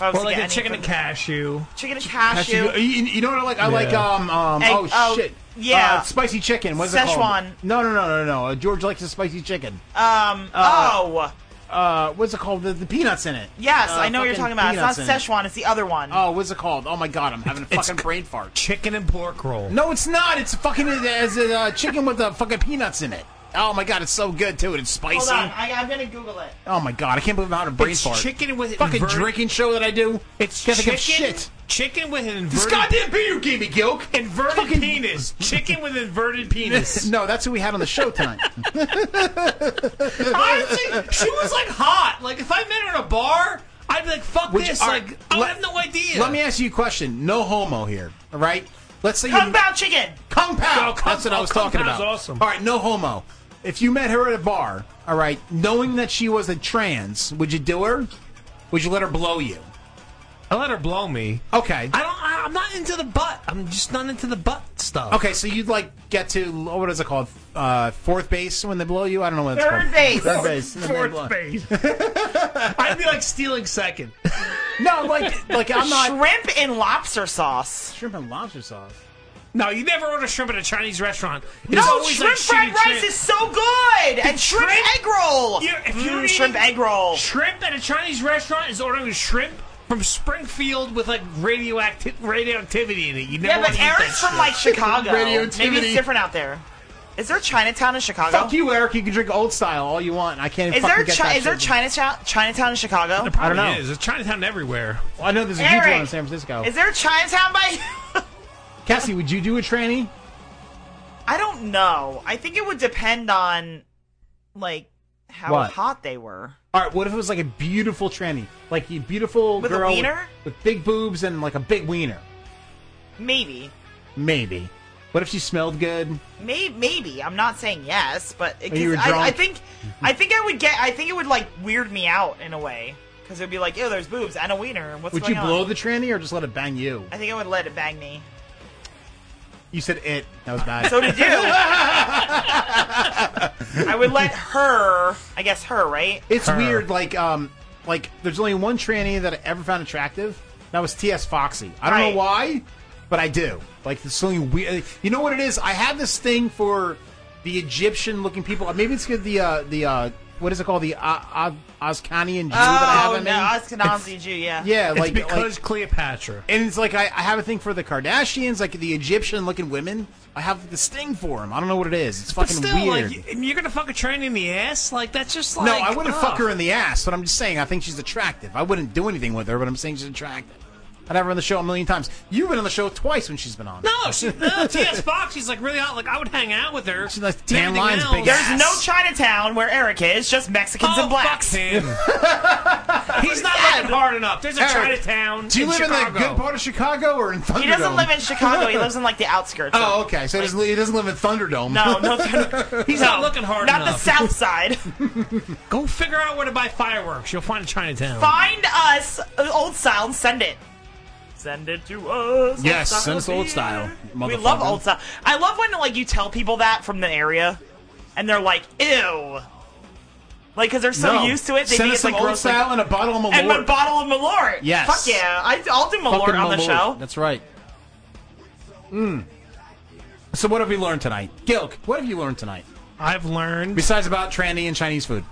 I Or was like getting a chicken from- and cashew. chicken and cashew. Cashew- You, you know what I like? I like Yeah. um um Egg- oh, oh, shit yeah. Uh, spicy chicken. What's it called? Szechuan. No no no no no. Uh, George likes the spicy chicken. Um. oh. Uh, what's it called? The, the peanuts in it. Yes, Uh, I know what you're fucking talking about. It's peanuts not in it. Szechuan. It's the other one. Oh, what's it called? Oh my god, I'm having a fucking brain fart. Chicken and pork roll. No, it's not. It's fucking as a uh, chicken with the fucking peanuts in it. Oh my god, it's so good too. and It's spicy. Hold on. I, I'm gonna Google it. Oh my god, I can't believe I'm having a brain It's fart. chicken with fucking inverted- drinking show that I do. It's Can't think chicken, of shit. chicken with an inverted. This goddamn beer you gave me, Gilk. Inverted penis. Chicken with inverted penis. no, that's who we had on the show tonight. Honestly, she was like hot. Like if I met her in a bar, I'd be like, "Fuck Which this!" are- like I would let- have no idea. Let me ask you a question. No homo here, all right? Let's say Kung you Pao chicken. Kung Pao. Yo, Kung- That's what I oh, was Kung talking Pao's about. awesome. All right, no homo. If you met her at a bar, all right, knowing that she was a trans, would you do her? Would you let her blow you? I let her blow me. Okay. I don't. I, I'm not into the butt. I'm just not into the butt stuff. Okay, so you'd like get to what is it called? Uh, fourth base when they blow you? I don't know what it's Third called. base. Third base. and then they blow- Fourth base. I'd be like stealing second. No, like like I'm not. Shrimp and lobster sauce. Shrimp and lobster sauce. No, you never order shrimp at a Chinese restaurant. It's No, always, shrimp like, fried shitty rice shrimp. is so good, The and shrimp, egg roll. You- if you're Mm, eating shrimp egg roll. Shrimp at a Chinese restaurant is ordering shrimp from Springfield with like radioacti- radioactivity in it. You never Yeah, wanna but eat that Eric's from shit. like Chicago. Maybe Radioactivity. it's different out there. Is there Chinatown in Chicago? Fuck you, Eric. You can drink old style all you want. I can't. Is fucking there get chi- that is there shit. Chinatown Chinatown in Chicago? Probably I don't know. Is. There's Chinatown everywhere. Well, I know there's a huge one in Eric, San Francisco. Is there a Chinatown by? Cassie, would you do a tranny? I don't know. I think it would depend on like how What? hot they were. All right. What if it was like a beautiful tranny, like a beautiful With a girl wiener? With, with big boobs and like a big wiener? Maybe, Maybe. What if she smelled good? maybe, maybe. I'm not saying yes, but it, Oh, you were 'cause I, I drunk? think I think I would get. I think it would like weird me out in a way because it'd be like, ew, there's boobs and a wiener. What's would going you blow on? the tranny or just let it bang you? I think I would let it bang me. You said it. That was bad. So did you? I would let her. I guess her, right? It's weird. Like um, like there's only one tranny that I ever found attractive. and That was T.S. Foxy. I don't Right. know why, but I do. Like it's only weird. You know what it is? I have this thing for the Egyptian-looking people. Maybe it's 'cause the uh, the uh, what is it called? The uh, uh, Azkanian Jew that I have Oh in no, me. Ashkenazi Jew. Yeah. Yeah, It's like because like, Cleopatra. and it's like I, I have a thing for the Kardashians, like the Egyptian-looking women. I have this thing for them. I don't know what it is. It's But fucking still, weird. like, and you're gonna fuck a train in the ass? Like that's just like No, I wouldn't ugh. fuck her in the ass, but I'm just saying I think she's attractive. I wouldn't do anything with her, but I'm saying she's attractive. I'd have her on the show a million times. You've been on the show twice when she's been on. No, she, no, T.S. Fox, she's like really hot. Like I would hang out with her. She's like tan lines, big There's no Chinatown where Eric is, just Mexicans Oh, and blacks. fuck him. He's not looking hard enough. There's a Eric, Chinatown. Do you in live in Chicago. the good part of Chicago or in Thunderdome? He doesn't live in Chicago. He lives in like the outskirts. Oh, okay. So he doesn't, he doesn't live in Thunderdome. No, no, Thunder- He's no, not looking hard Not enough. the South Side. Go figure out where to buy fireworks. You'll find a Chinatown. Find us uh, old style and send it. Send it to us. Yes, send us old style. We motherfucker. love old style. I love when like you tell people that from the area, and they're like, "Ew," like because they're so No. used to it. They Send think us it's some like old gross, style like- and a bottle of Malort. and a bottle of Malort. Yes. fuck yeah, I, I'll do Malort Fucking on the Malort. show. That's right. Mm. So what have we learned tonight, Gilk? What have you learned tonight? I've learned besides about tranny and Chinese food.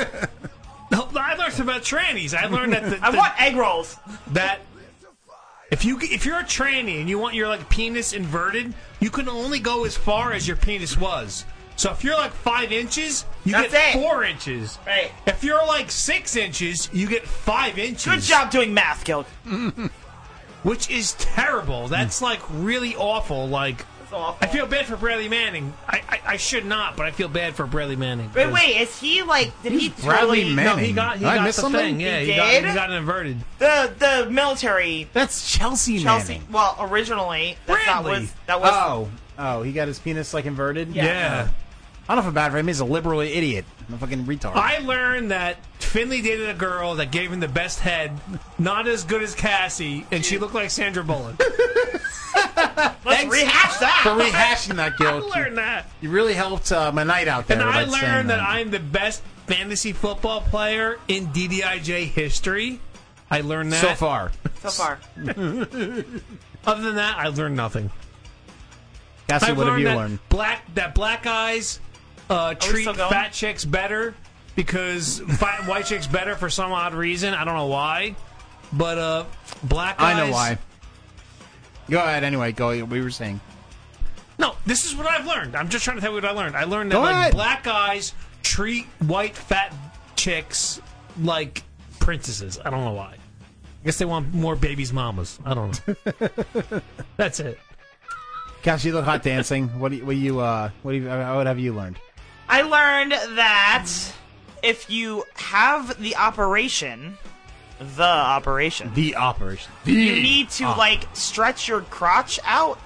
I learned about trannies. I learned that. The, I want egg rolls. that if you if you're a tranny and you want your like penis inverted, you can only go as far as your penis was. So if you're like five inches, you That's get it. four inches. Right. If you're like six inches, you get five inches. Good job doing math, Gilk. which is terrible. Hmm. That's like really awful. Like, I feel bad for Bradley Manning. I, I, I should not, but I feel bad for Bradley Manning. But wait, is he like? Did he Bradley totally? Manning. No, he got he Did I got the miss something? thing. Yeah, He got did? he got it inverted. The the military. That's Chelsea. Chelsea. Manning. Well, originally that's, that Bradley. was that was. oh oh he got his penis like inverted. Yeah. Yeah. I don't know if I'm bad for him. He's a liberal idiot. I'm a fucking retard. I learned that Finley dated a girl that gave him the best head, not as good as Cassie, and she looked like Sandra Bullock. Let's rehash that. for rehashing that guilt. I learned that. You really helped uh, my night out there. And I by saying learned that I'm the best fantasy football player in DDIJ history. I learned that So far. So far. Other than that, I learned nothing. Cassie, I've what have you that learned? Black that black guys uh, treat fat chicks better because fat white chicks better for some odd reason. I don't know why, but uh, black. I Guys, know why. Go ahead. Anyway, go. We were saying. No, this is what I've learned. I'm just trying to tell you what I learned. I learned that Go like ahead. black guys treat white fat chicks like princesses. I don't know why. I guess they want more babies' mamas. I don't know. That's it. Cassie, you look hot dancing. What do you, what do you, uh, what do you, what have you learned? I learned that if you have the operation, the operation, the operation, you need Ah. to like stretch your crotch out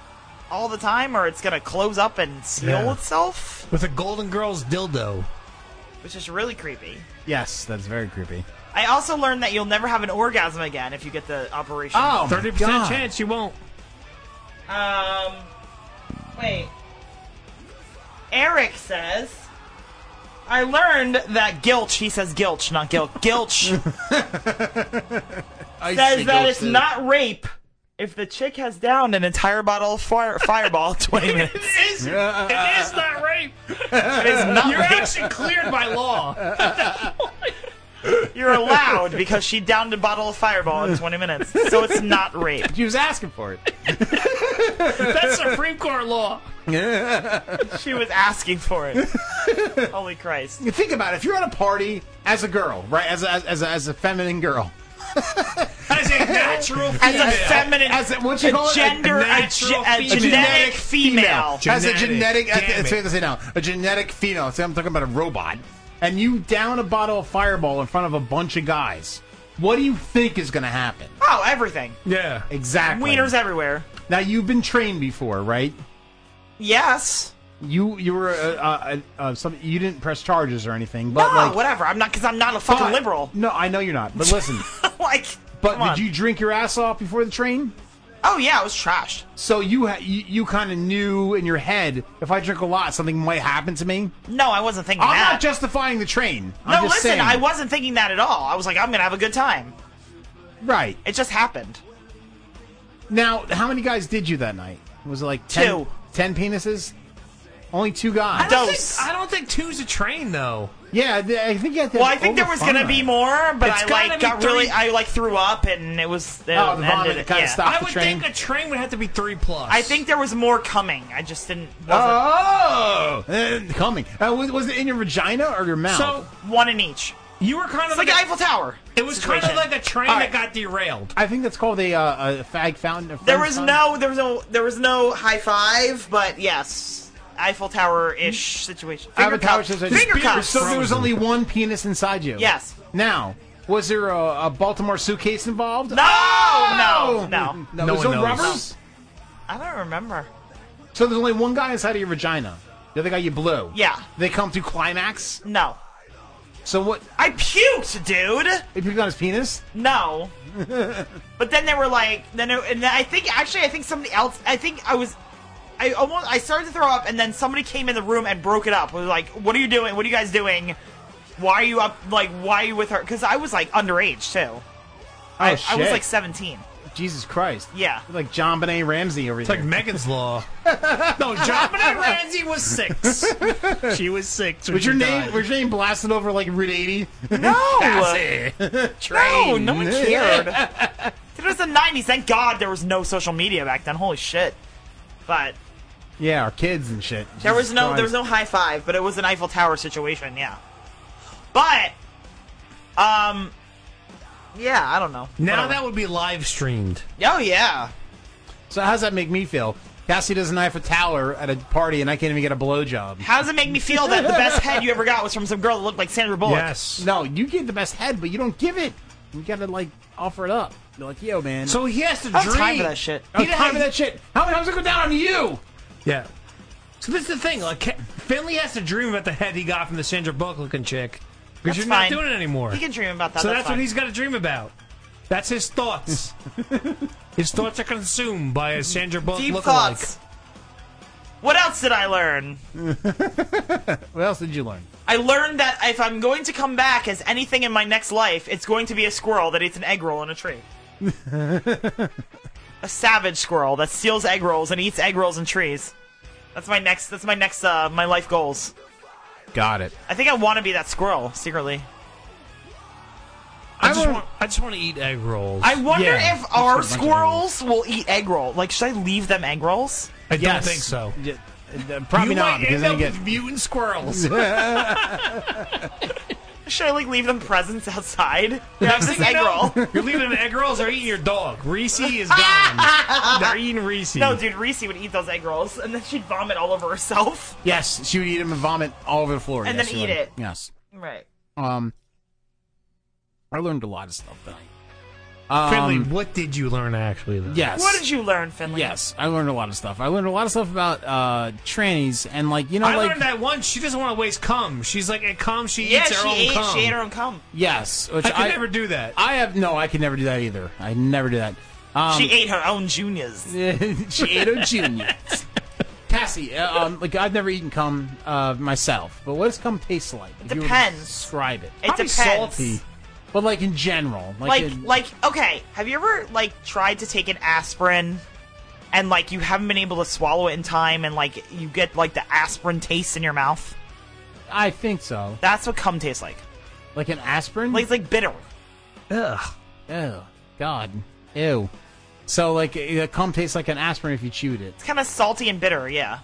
all the time, or it's gonna close up and seal Yeah. itself, With a Golden Girls dildo. which is really creepy. Yes, that's very creepy. I also learned that you'll never have an orgasm again if you get the operation. Oh, 30% chance you won't. Um, wait. Eric says, I learned that Gilch, he says Gilch, not Gil, Gilch, says that it's not rape if the chick has downed an entire bottle of fire, Fireball in 20 minutes. It is, it uh, is not rape. It is not You're rape. actually cleared by uh, law. You're allowed because she downed a bottle of Fireball in 20 minutes. So it's not rape. She was asking for it. That's Supreme Court law. she was asking for it. Holy Christ. You Think about it. If you're at a party as a girl, right, as a, as a, as a feminine girl, As a natural female. As a feminine, as a, what you a call gender, it, a, ge- a genetic female. as a genetic. Damn That's what it. they say now. A genetic female. See, I'm talking about a robot, and you down a bottle of Fireball in front of a bunch of guys. What do you think is going to happen? Oh, everything. Yeah, exactly. Wieners everywhere. Now you've been trained before, right? Yes. You you were uh, uh, uh, some you didn't press charges or anything, but no, like whatever. I'm not because I'm not a fucking But- liberal. No, I know you're not. But listen, like, but did you drink your ass off before the train? Oh yeah, I was trashed. So you ha- you, you kind of knew in your head if I drink a lot, something might happen to me. No, I wasn't thinking I'm that. not justifying the train. no, I'm just listen, saying. I wasn't thinking that at all. I was like, I'm gonna have a good time. Right. It just happened. Now, how many guys did you that night? Was it like ten, Two. ten penises? Only two guys. I don't, think, I don't think two's a train, though. Yeah, th- I think you had to. Well, I think there was overfund gonna be it. more, but It's I gotta like be got three- really, I like threw up, and it was it Oh, the vomit ended it. kinda yeah. stopped I would think a train would have to be three plus. I think there was more coming. I just didn't. Oh, Eh, coming. Uh, was, was it in your vagina or your mouth? So one in each. You were kind of It's like Eiffel Tower. It was kind of situation. like a train All right. that got derailed. I think that's called a, uh, a fag fountain. a There friend's was fountain. no, there was no, there was no high five, but yes, Eiffel Tower ish situation. Finger Avatar cup. says I just- Finger cup. So there was only one penis inside you. Yes. Now, was there a, a Baltimore suitcase involved? No, no, no. no. No was one there knows. rubbers? I don't remember. So there's only one guy inside of your vagina. The other guy you blew. Yeah. They come through climax. No. So what? I puked, dude. He puked on his penis. No. but then they were like, then it, and then I think actually I think somebody else. I think I was. I almost I started to throw up, and then somebody came in the room and broke it up. Was like, "What are you doing? What are you guys doing? Why are you up? Like, why are you with her?" Because I was like underage too. I, oh shit! I was like 17. Jesus Christ. Yeah. You're like John Benet Ramsey over It's here. like Megan's Law. no, John Benet Ramsey was six. she was six. when Was your she name died. was your name blasted over like Route 80? No! Cassie. No, Train. no one cared. it was the 90s. Thank God there was no social media back then. Holy shit. But Yeah, our kids and shit. there was Jesus no there Christ. was no high five, but it was an Eiffel Tower situation, yeah. But um Yeah, I don't know. Now Whatever. that would be live streamed. Oh yeah. So how's that make me feel? Cassie does an Eiffel Tower at a party, and I can't even get a blowjob. How does it make me feel that the best head you ever got was from some girl that looked like Sandra Bullock? No, you get the best head, but you don't give it. You gotta like offer it up. You're like, yo, man. So he has to I don't have dream. time for that shit. I don't have time for that shit. How many times I go down on you? Yeah. So this is the thing. Like Ca- Finley has to dream about the head he got from the Sandra Bullock looking chick because That's you're fine. not doing it anymore. He can dream about that. So that's that's, what fine. he's got to dream about. That's his thoughts. his thoughts are consumed by a Sandra Bullock Deep lookalike. thoughts. What else did I learn? what else did you learn? I learned that if I'm going to come back as anything in my next life, it's going to be a squirrel that eats an egg roll in a tree. a savage squirrel that steals egg rolls and eats egg rolls in trees. That's my next. That's my next. Uh, my life goals. Got it. I think I want to be that squirrel secretly. I, just want. I just want to eat egg rolls. I wonder Yeah. if Just a our bunch of egg rolls. squirrels will eat egg roll. Like, should I leave them egg rolls? I don't think so. uh, probably You not might because end then you up get with mutant squirrels. Should I like leave them presents outside? Have this egg roll. You're leaving the egg rolls or eating your dog. Reese is gone. They're eating Reese. No, dude, Reese would eat those egg rolls, and then she'd vomit all over herself. Yes, she would eat him and vomit all over the floor. And Yes, then she eat would. it. Yes. Right. Um, I learned a lot of stuff tonight. Finley, Um, what did you learn actually? Though? Yes. What did you learn, Finley? Yes, I learned a lot of stuff. I learned a lot of stuff about uh, trannies and like you know I like learned that once. She doesn't want to waste cum. She's like, at cum, she yeah, eats her she own ate. cum. She ate her own cum. yes, which I could never do that. I have no, I could never do that either. I never do that. Um, she ate her own juniors. she ate her junior. Cassie, uh, um, like I've never eaten cum uh, myself, but what does cum taste like? It depends. describe it. It Probably depends. salty, but like in general, like Like, in- like, okay. Have you ever like tried to take an aspirin, and like you haven't been able to swallow it in time, and like you get like the aspirin taste in your mouth? I think so. That's what cum tastes like. Like an aspirin. Like it's like bitter. Ugh. Ew. God. Ew. So like uh, cum tastes like an aspirin if you chewed it. It's kind of salty and bitter. Yeah.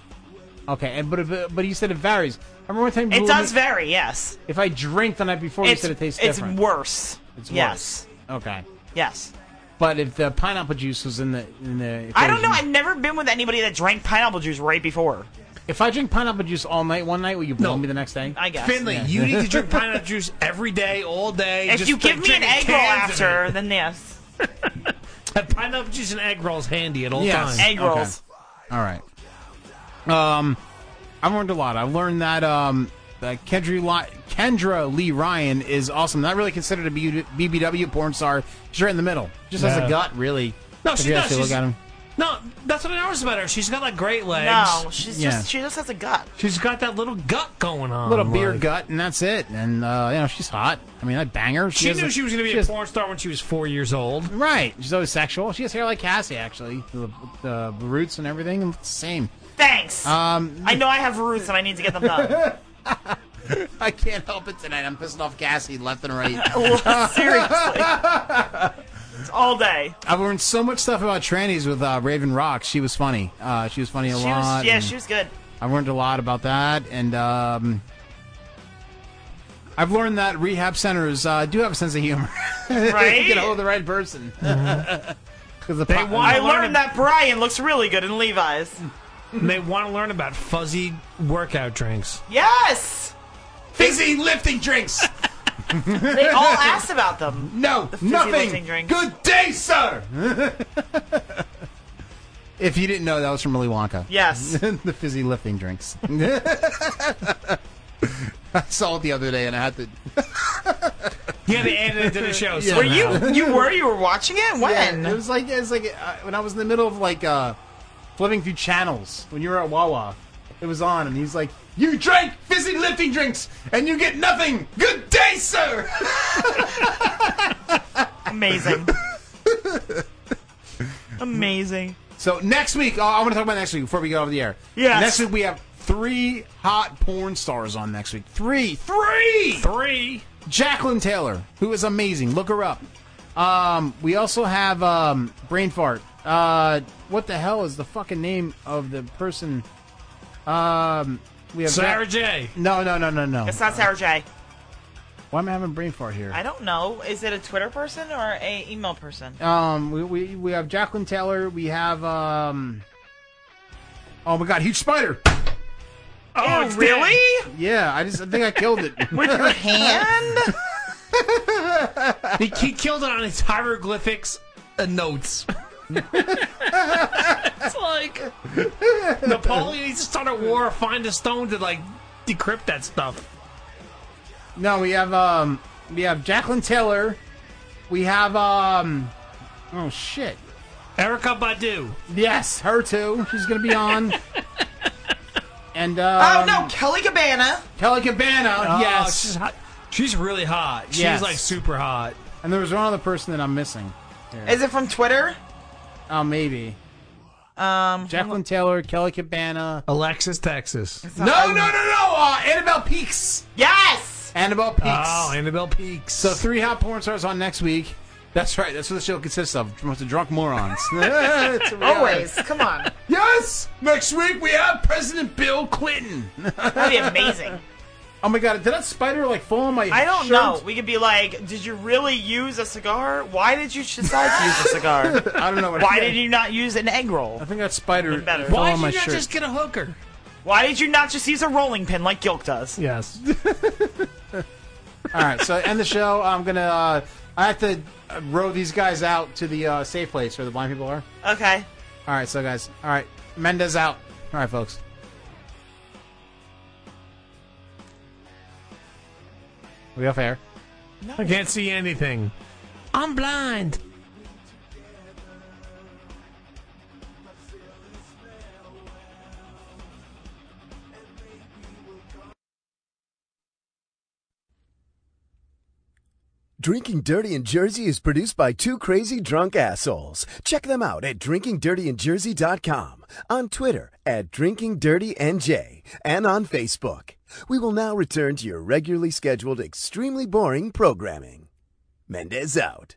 Okay, and but it- but you said it varies. I remember one time you It told does me vary. Yes. If I drink the night before, you It's- said it tastes it's different. worse. It's Yes. worse. Okay. Yes. But if the pineapple juice was in the in the, I don't equation- know. I've never been with anybody that drank pineapple juice right before. If I drink pineapple juice all night one night, will you blow me the next day? I guess. Finley, Yeah. you need to drink pineapple juice every day, all day. If Just you give like me an drinking egg roll cans of after, it. then yes. Have pineapple juice and egg rolls handy at all Yes. times. Egg rolls. All right. Um, I've learned a lot. I've learned that um, that Kendra, Li- Kendra Lee Ryan is awesome. Not really considered a B- BBW porn star. She's right in the middle. Just has Yeah. a gut, really. No, If she you does. actually look She's- at him. No, that's what I noticed about her. She's got like great legs. No, she's Yeah. just she just has a gut. she's got that little gut going on. Little beer Uh, like- gut, and that's it. And uh, you know she's hot. I mean, I bang her. She has knew a- she was going to be a has- porn star when she was four years old. Right. She's always sexual. She has hair like Cassie, actually. The, the roots and everything look the same. Thanks. Um, I know I have roots and I need to get them done. I can't help it tonight. I'm pissing off Cassie left and right. Seriously. It's all day. I've learned so much stuff about trannies with uh, Raven Rock. She was funny. Uh, she was funny a She lot. was, yeah, and she was good. I've learned a lot about that, and um, I've learned that rehab centers uh, do have a sense of humor. Right? you get hold of the right person. 'Cause the po- I learned that Brian looks really good in Levi's. And they want to learn about fuzzy workout drinks. Yes. Fizzy lifting drinks. They all asked about them. No, the fizzy lifting nothing. drinks. Good day, sir. if you didn't know, that was from Willy Wonka. Yes. the fizzy lifting drinks. I saw it the other day, and I had to. Yeah, they added it to the show. Yeah. Were you you were you were watching it when? Yeah, it was like it was like uh, when I was in the middle of like uh, flipping through channels when you were at Wawa. It was on, and he's like, "You drank fizzy lifting drinks, and you get nothing. Good day, sir." Amazing. Amazing. So next week, I want to talk about next week before we go over the air. Yes. Next week we have three hot porn stars on next week. Three, three, three. Jacqueline Taylor, who is amazing. Look her up. Um, we also have um, brain fart. Uh, what the hell is the fucking name of the person? Um, we have Sarah J. No, no, no, no, no. It's not Sarah J. Why am I having a brain fart here? I don't know. Is it a Twitter person or a email person? Um, we, we, we have Jacqueline Taylor. We have um. Oh my God! Huge spider. Oh, really? Yeah, I just I think I killed it With your hand. he, he killed it on his hieroglyphics uh, notes. it's like Napoleon needs to start a war, or find a stone to like decrypt that stuff. No, we have um, we have Jacqueline Taylor. We have um, oh shit, Erica Badu. Yes, her too. She's gonna be on. and Oh um, no, Kelly Cabana. Kelly Cabana. Oh, yes, she's hot. She's really hot. She's Yes. like super hot. And there was one other person that I'm missing. Is it from Twitter? Oh, maybe. Um, Jacqueline Taylor, Kelly Cabana, Alexis Texas. No, no, no, no! Uh, Annabelle Peaks. Yes. Annabelle Peaks. Oh, Annabelle Peaks. So three hot porn stars on next week. That's right. That's what the show consists of. A bunch of drunk morons. It's a reality. Always. Come on. Yes. Next week we have President Bill Clinton. That'd be amazing. Oh my god! Did that spider like fall on my? I don't shirt? know. We could be like, did you really use a cigar? Why did you decide to use a cigar? I don't know. What Why did you not use an egg roll? I think that spider better. fell Why on did my you not shirt. just get a hooker? Why did you not just use a rolling pin like Gilk does? Yes. All right. So end the show. I'm gonna. Uh, I have to uh, row these guys out to the uh, safe place where the blind people are. Okay. All right. So guys. All right. Mendez out. All right, folks. We off air. I can't see anything. I'm blind. Drinking Dirty in Jersey is produced by two crazy drunk assholes. Check them out at drinkingdirtyinjersey.com, on Twitter at drinkingdirtynj, and on Facebook. We will now return to your regularly scheduled, extremely boring programming. Mendez out.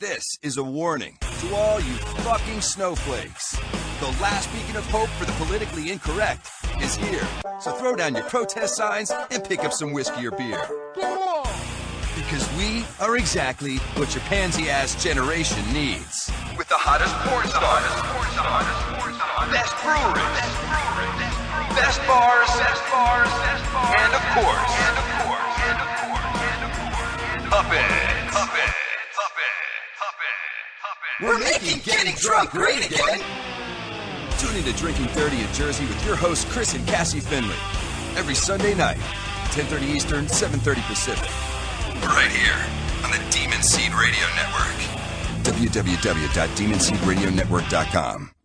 This is a warning to all you fucking snowflakes. The last beacon of hope for the politically incorrect is here. So throw down your protest signs and pick up some whiskey or beer. Because we are exactly what your pansy ass generation needs. With the hottest porn stars, best breweries, best bars, and of course, puppets. We're making getting drunk great again. Tune into Drinking 30 in Jersey with your hosts Chris and Cassie Finley every Sunday night, 10:30 Eastern, 7:30 Pacific, right here on the Demon Seed Radio Network. www.demonseedradionetwork.com.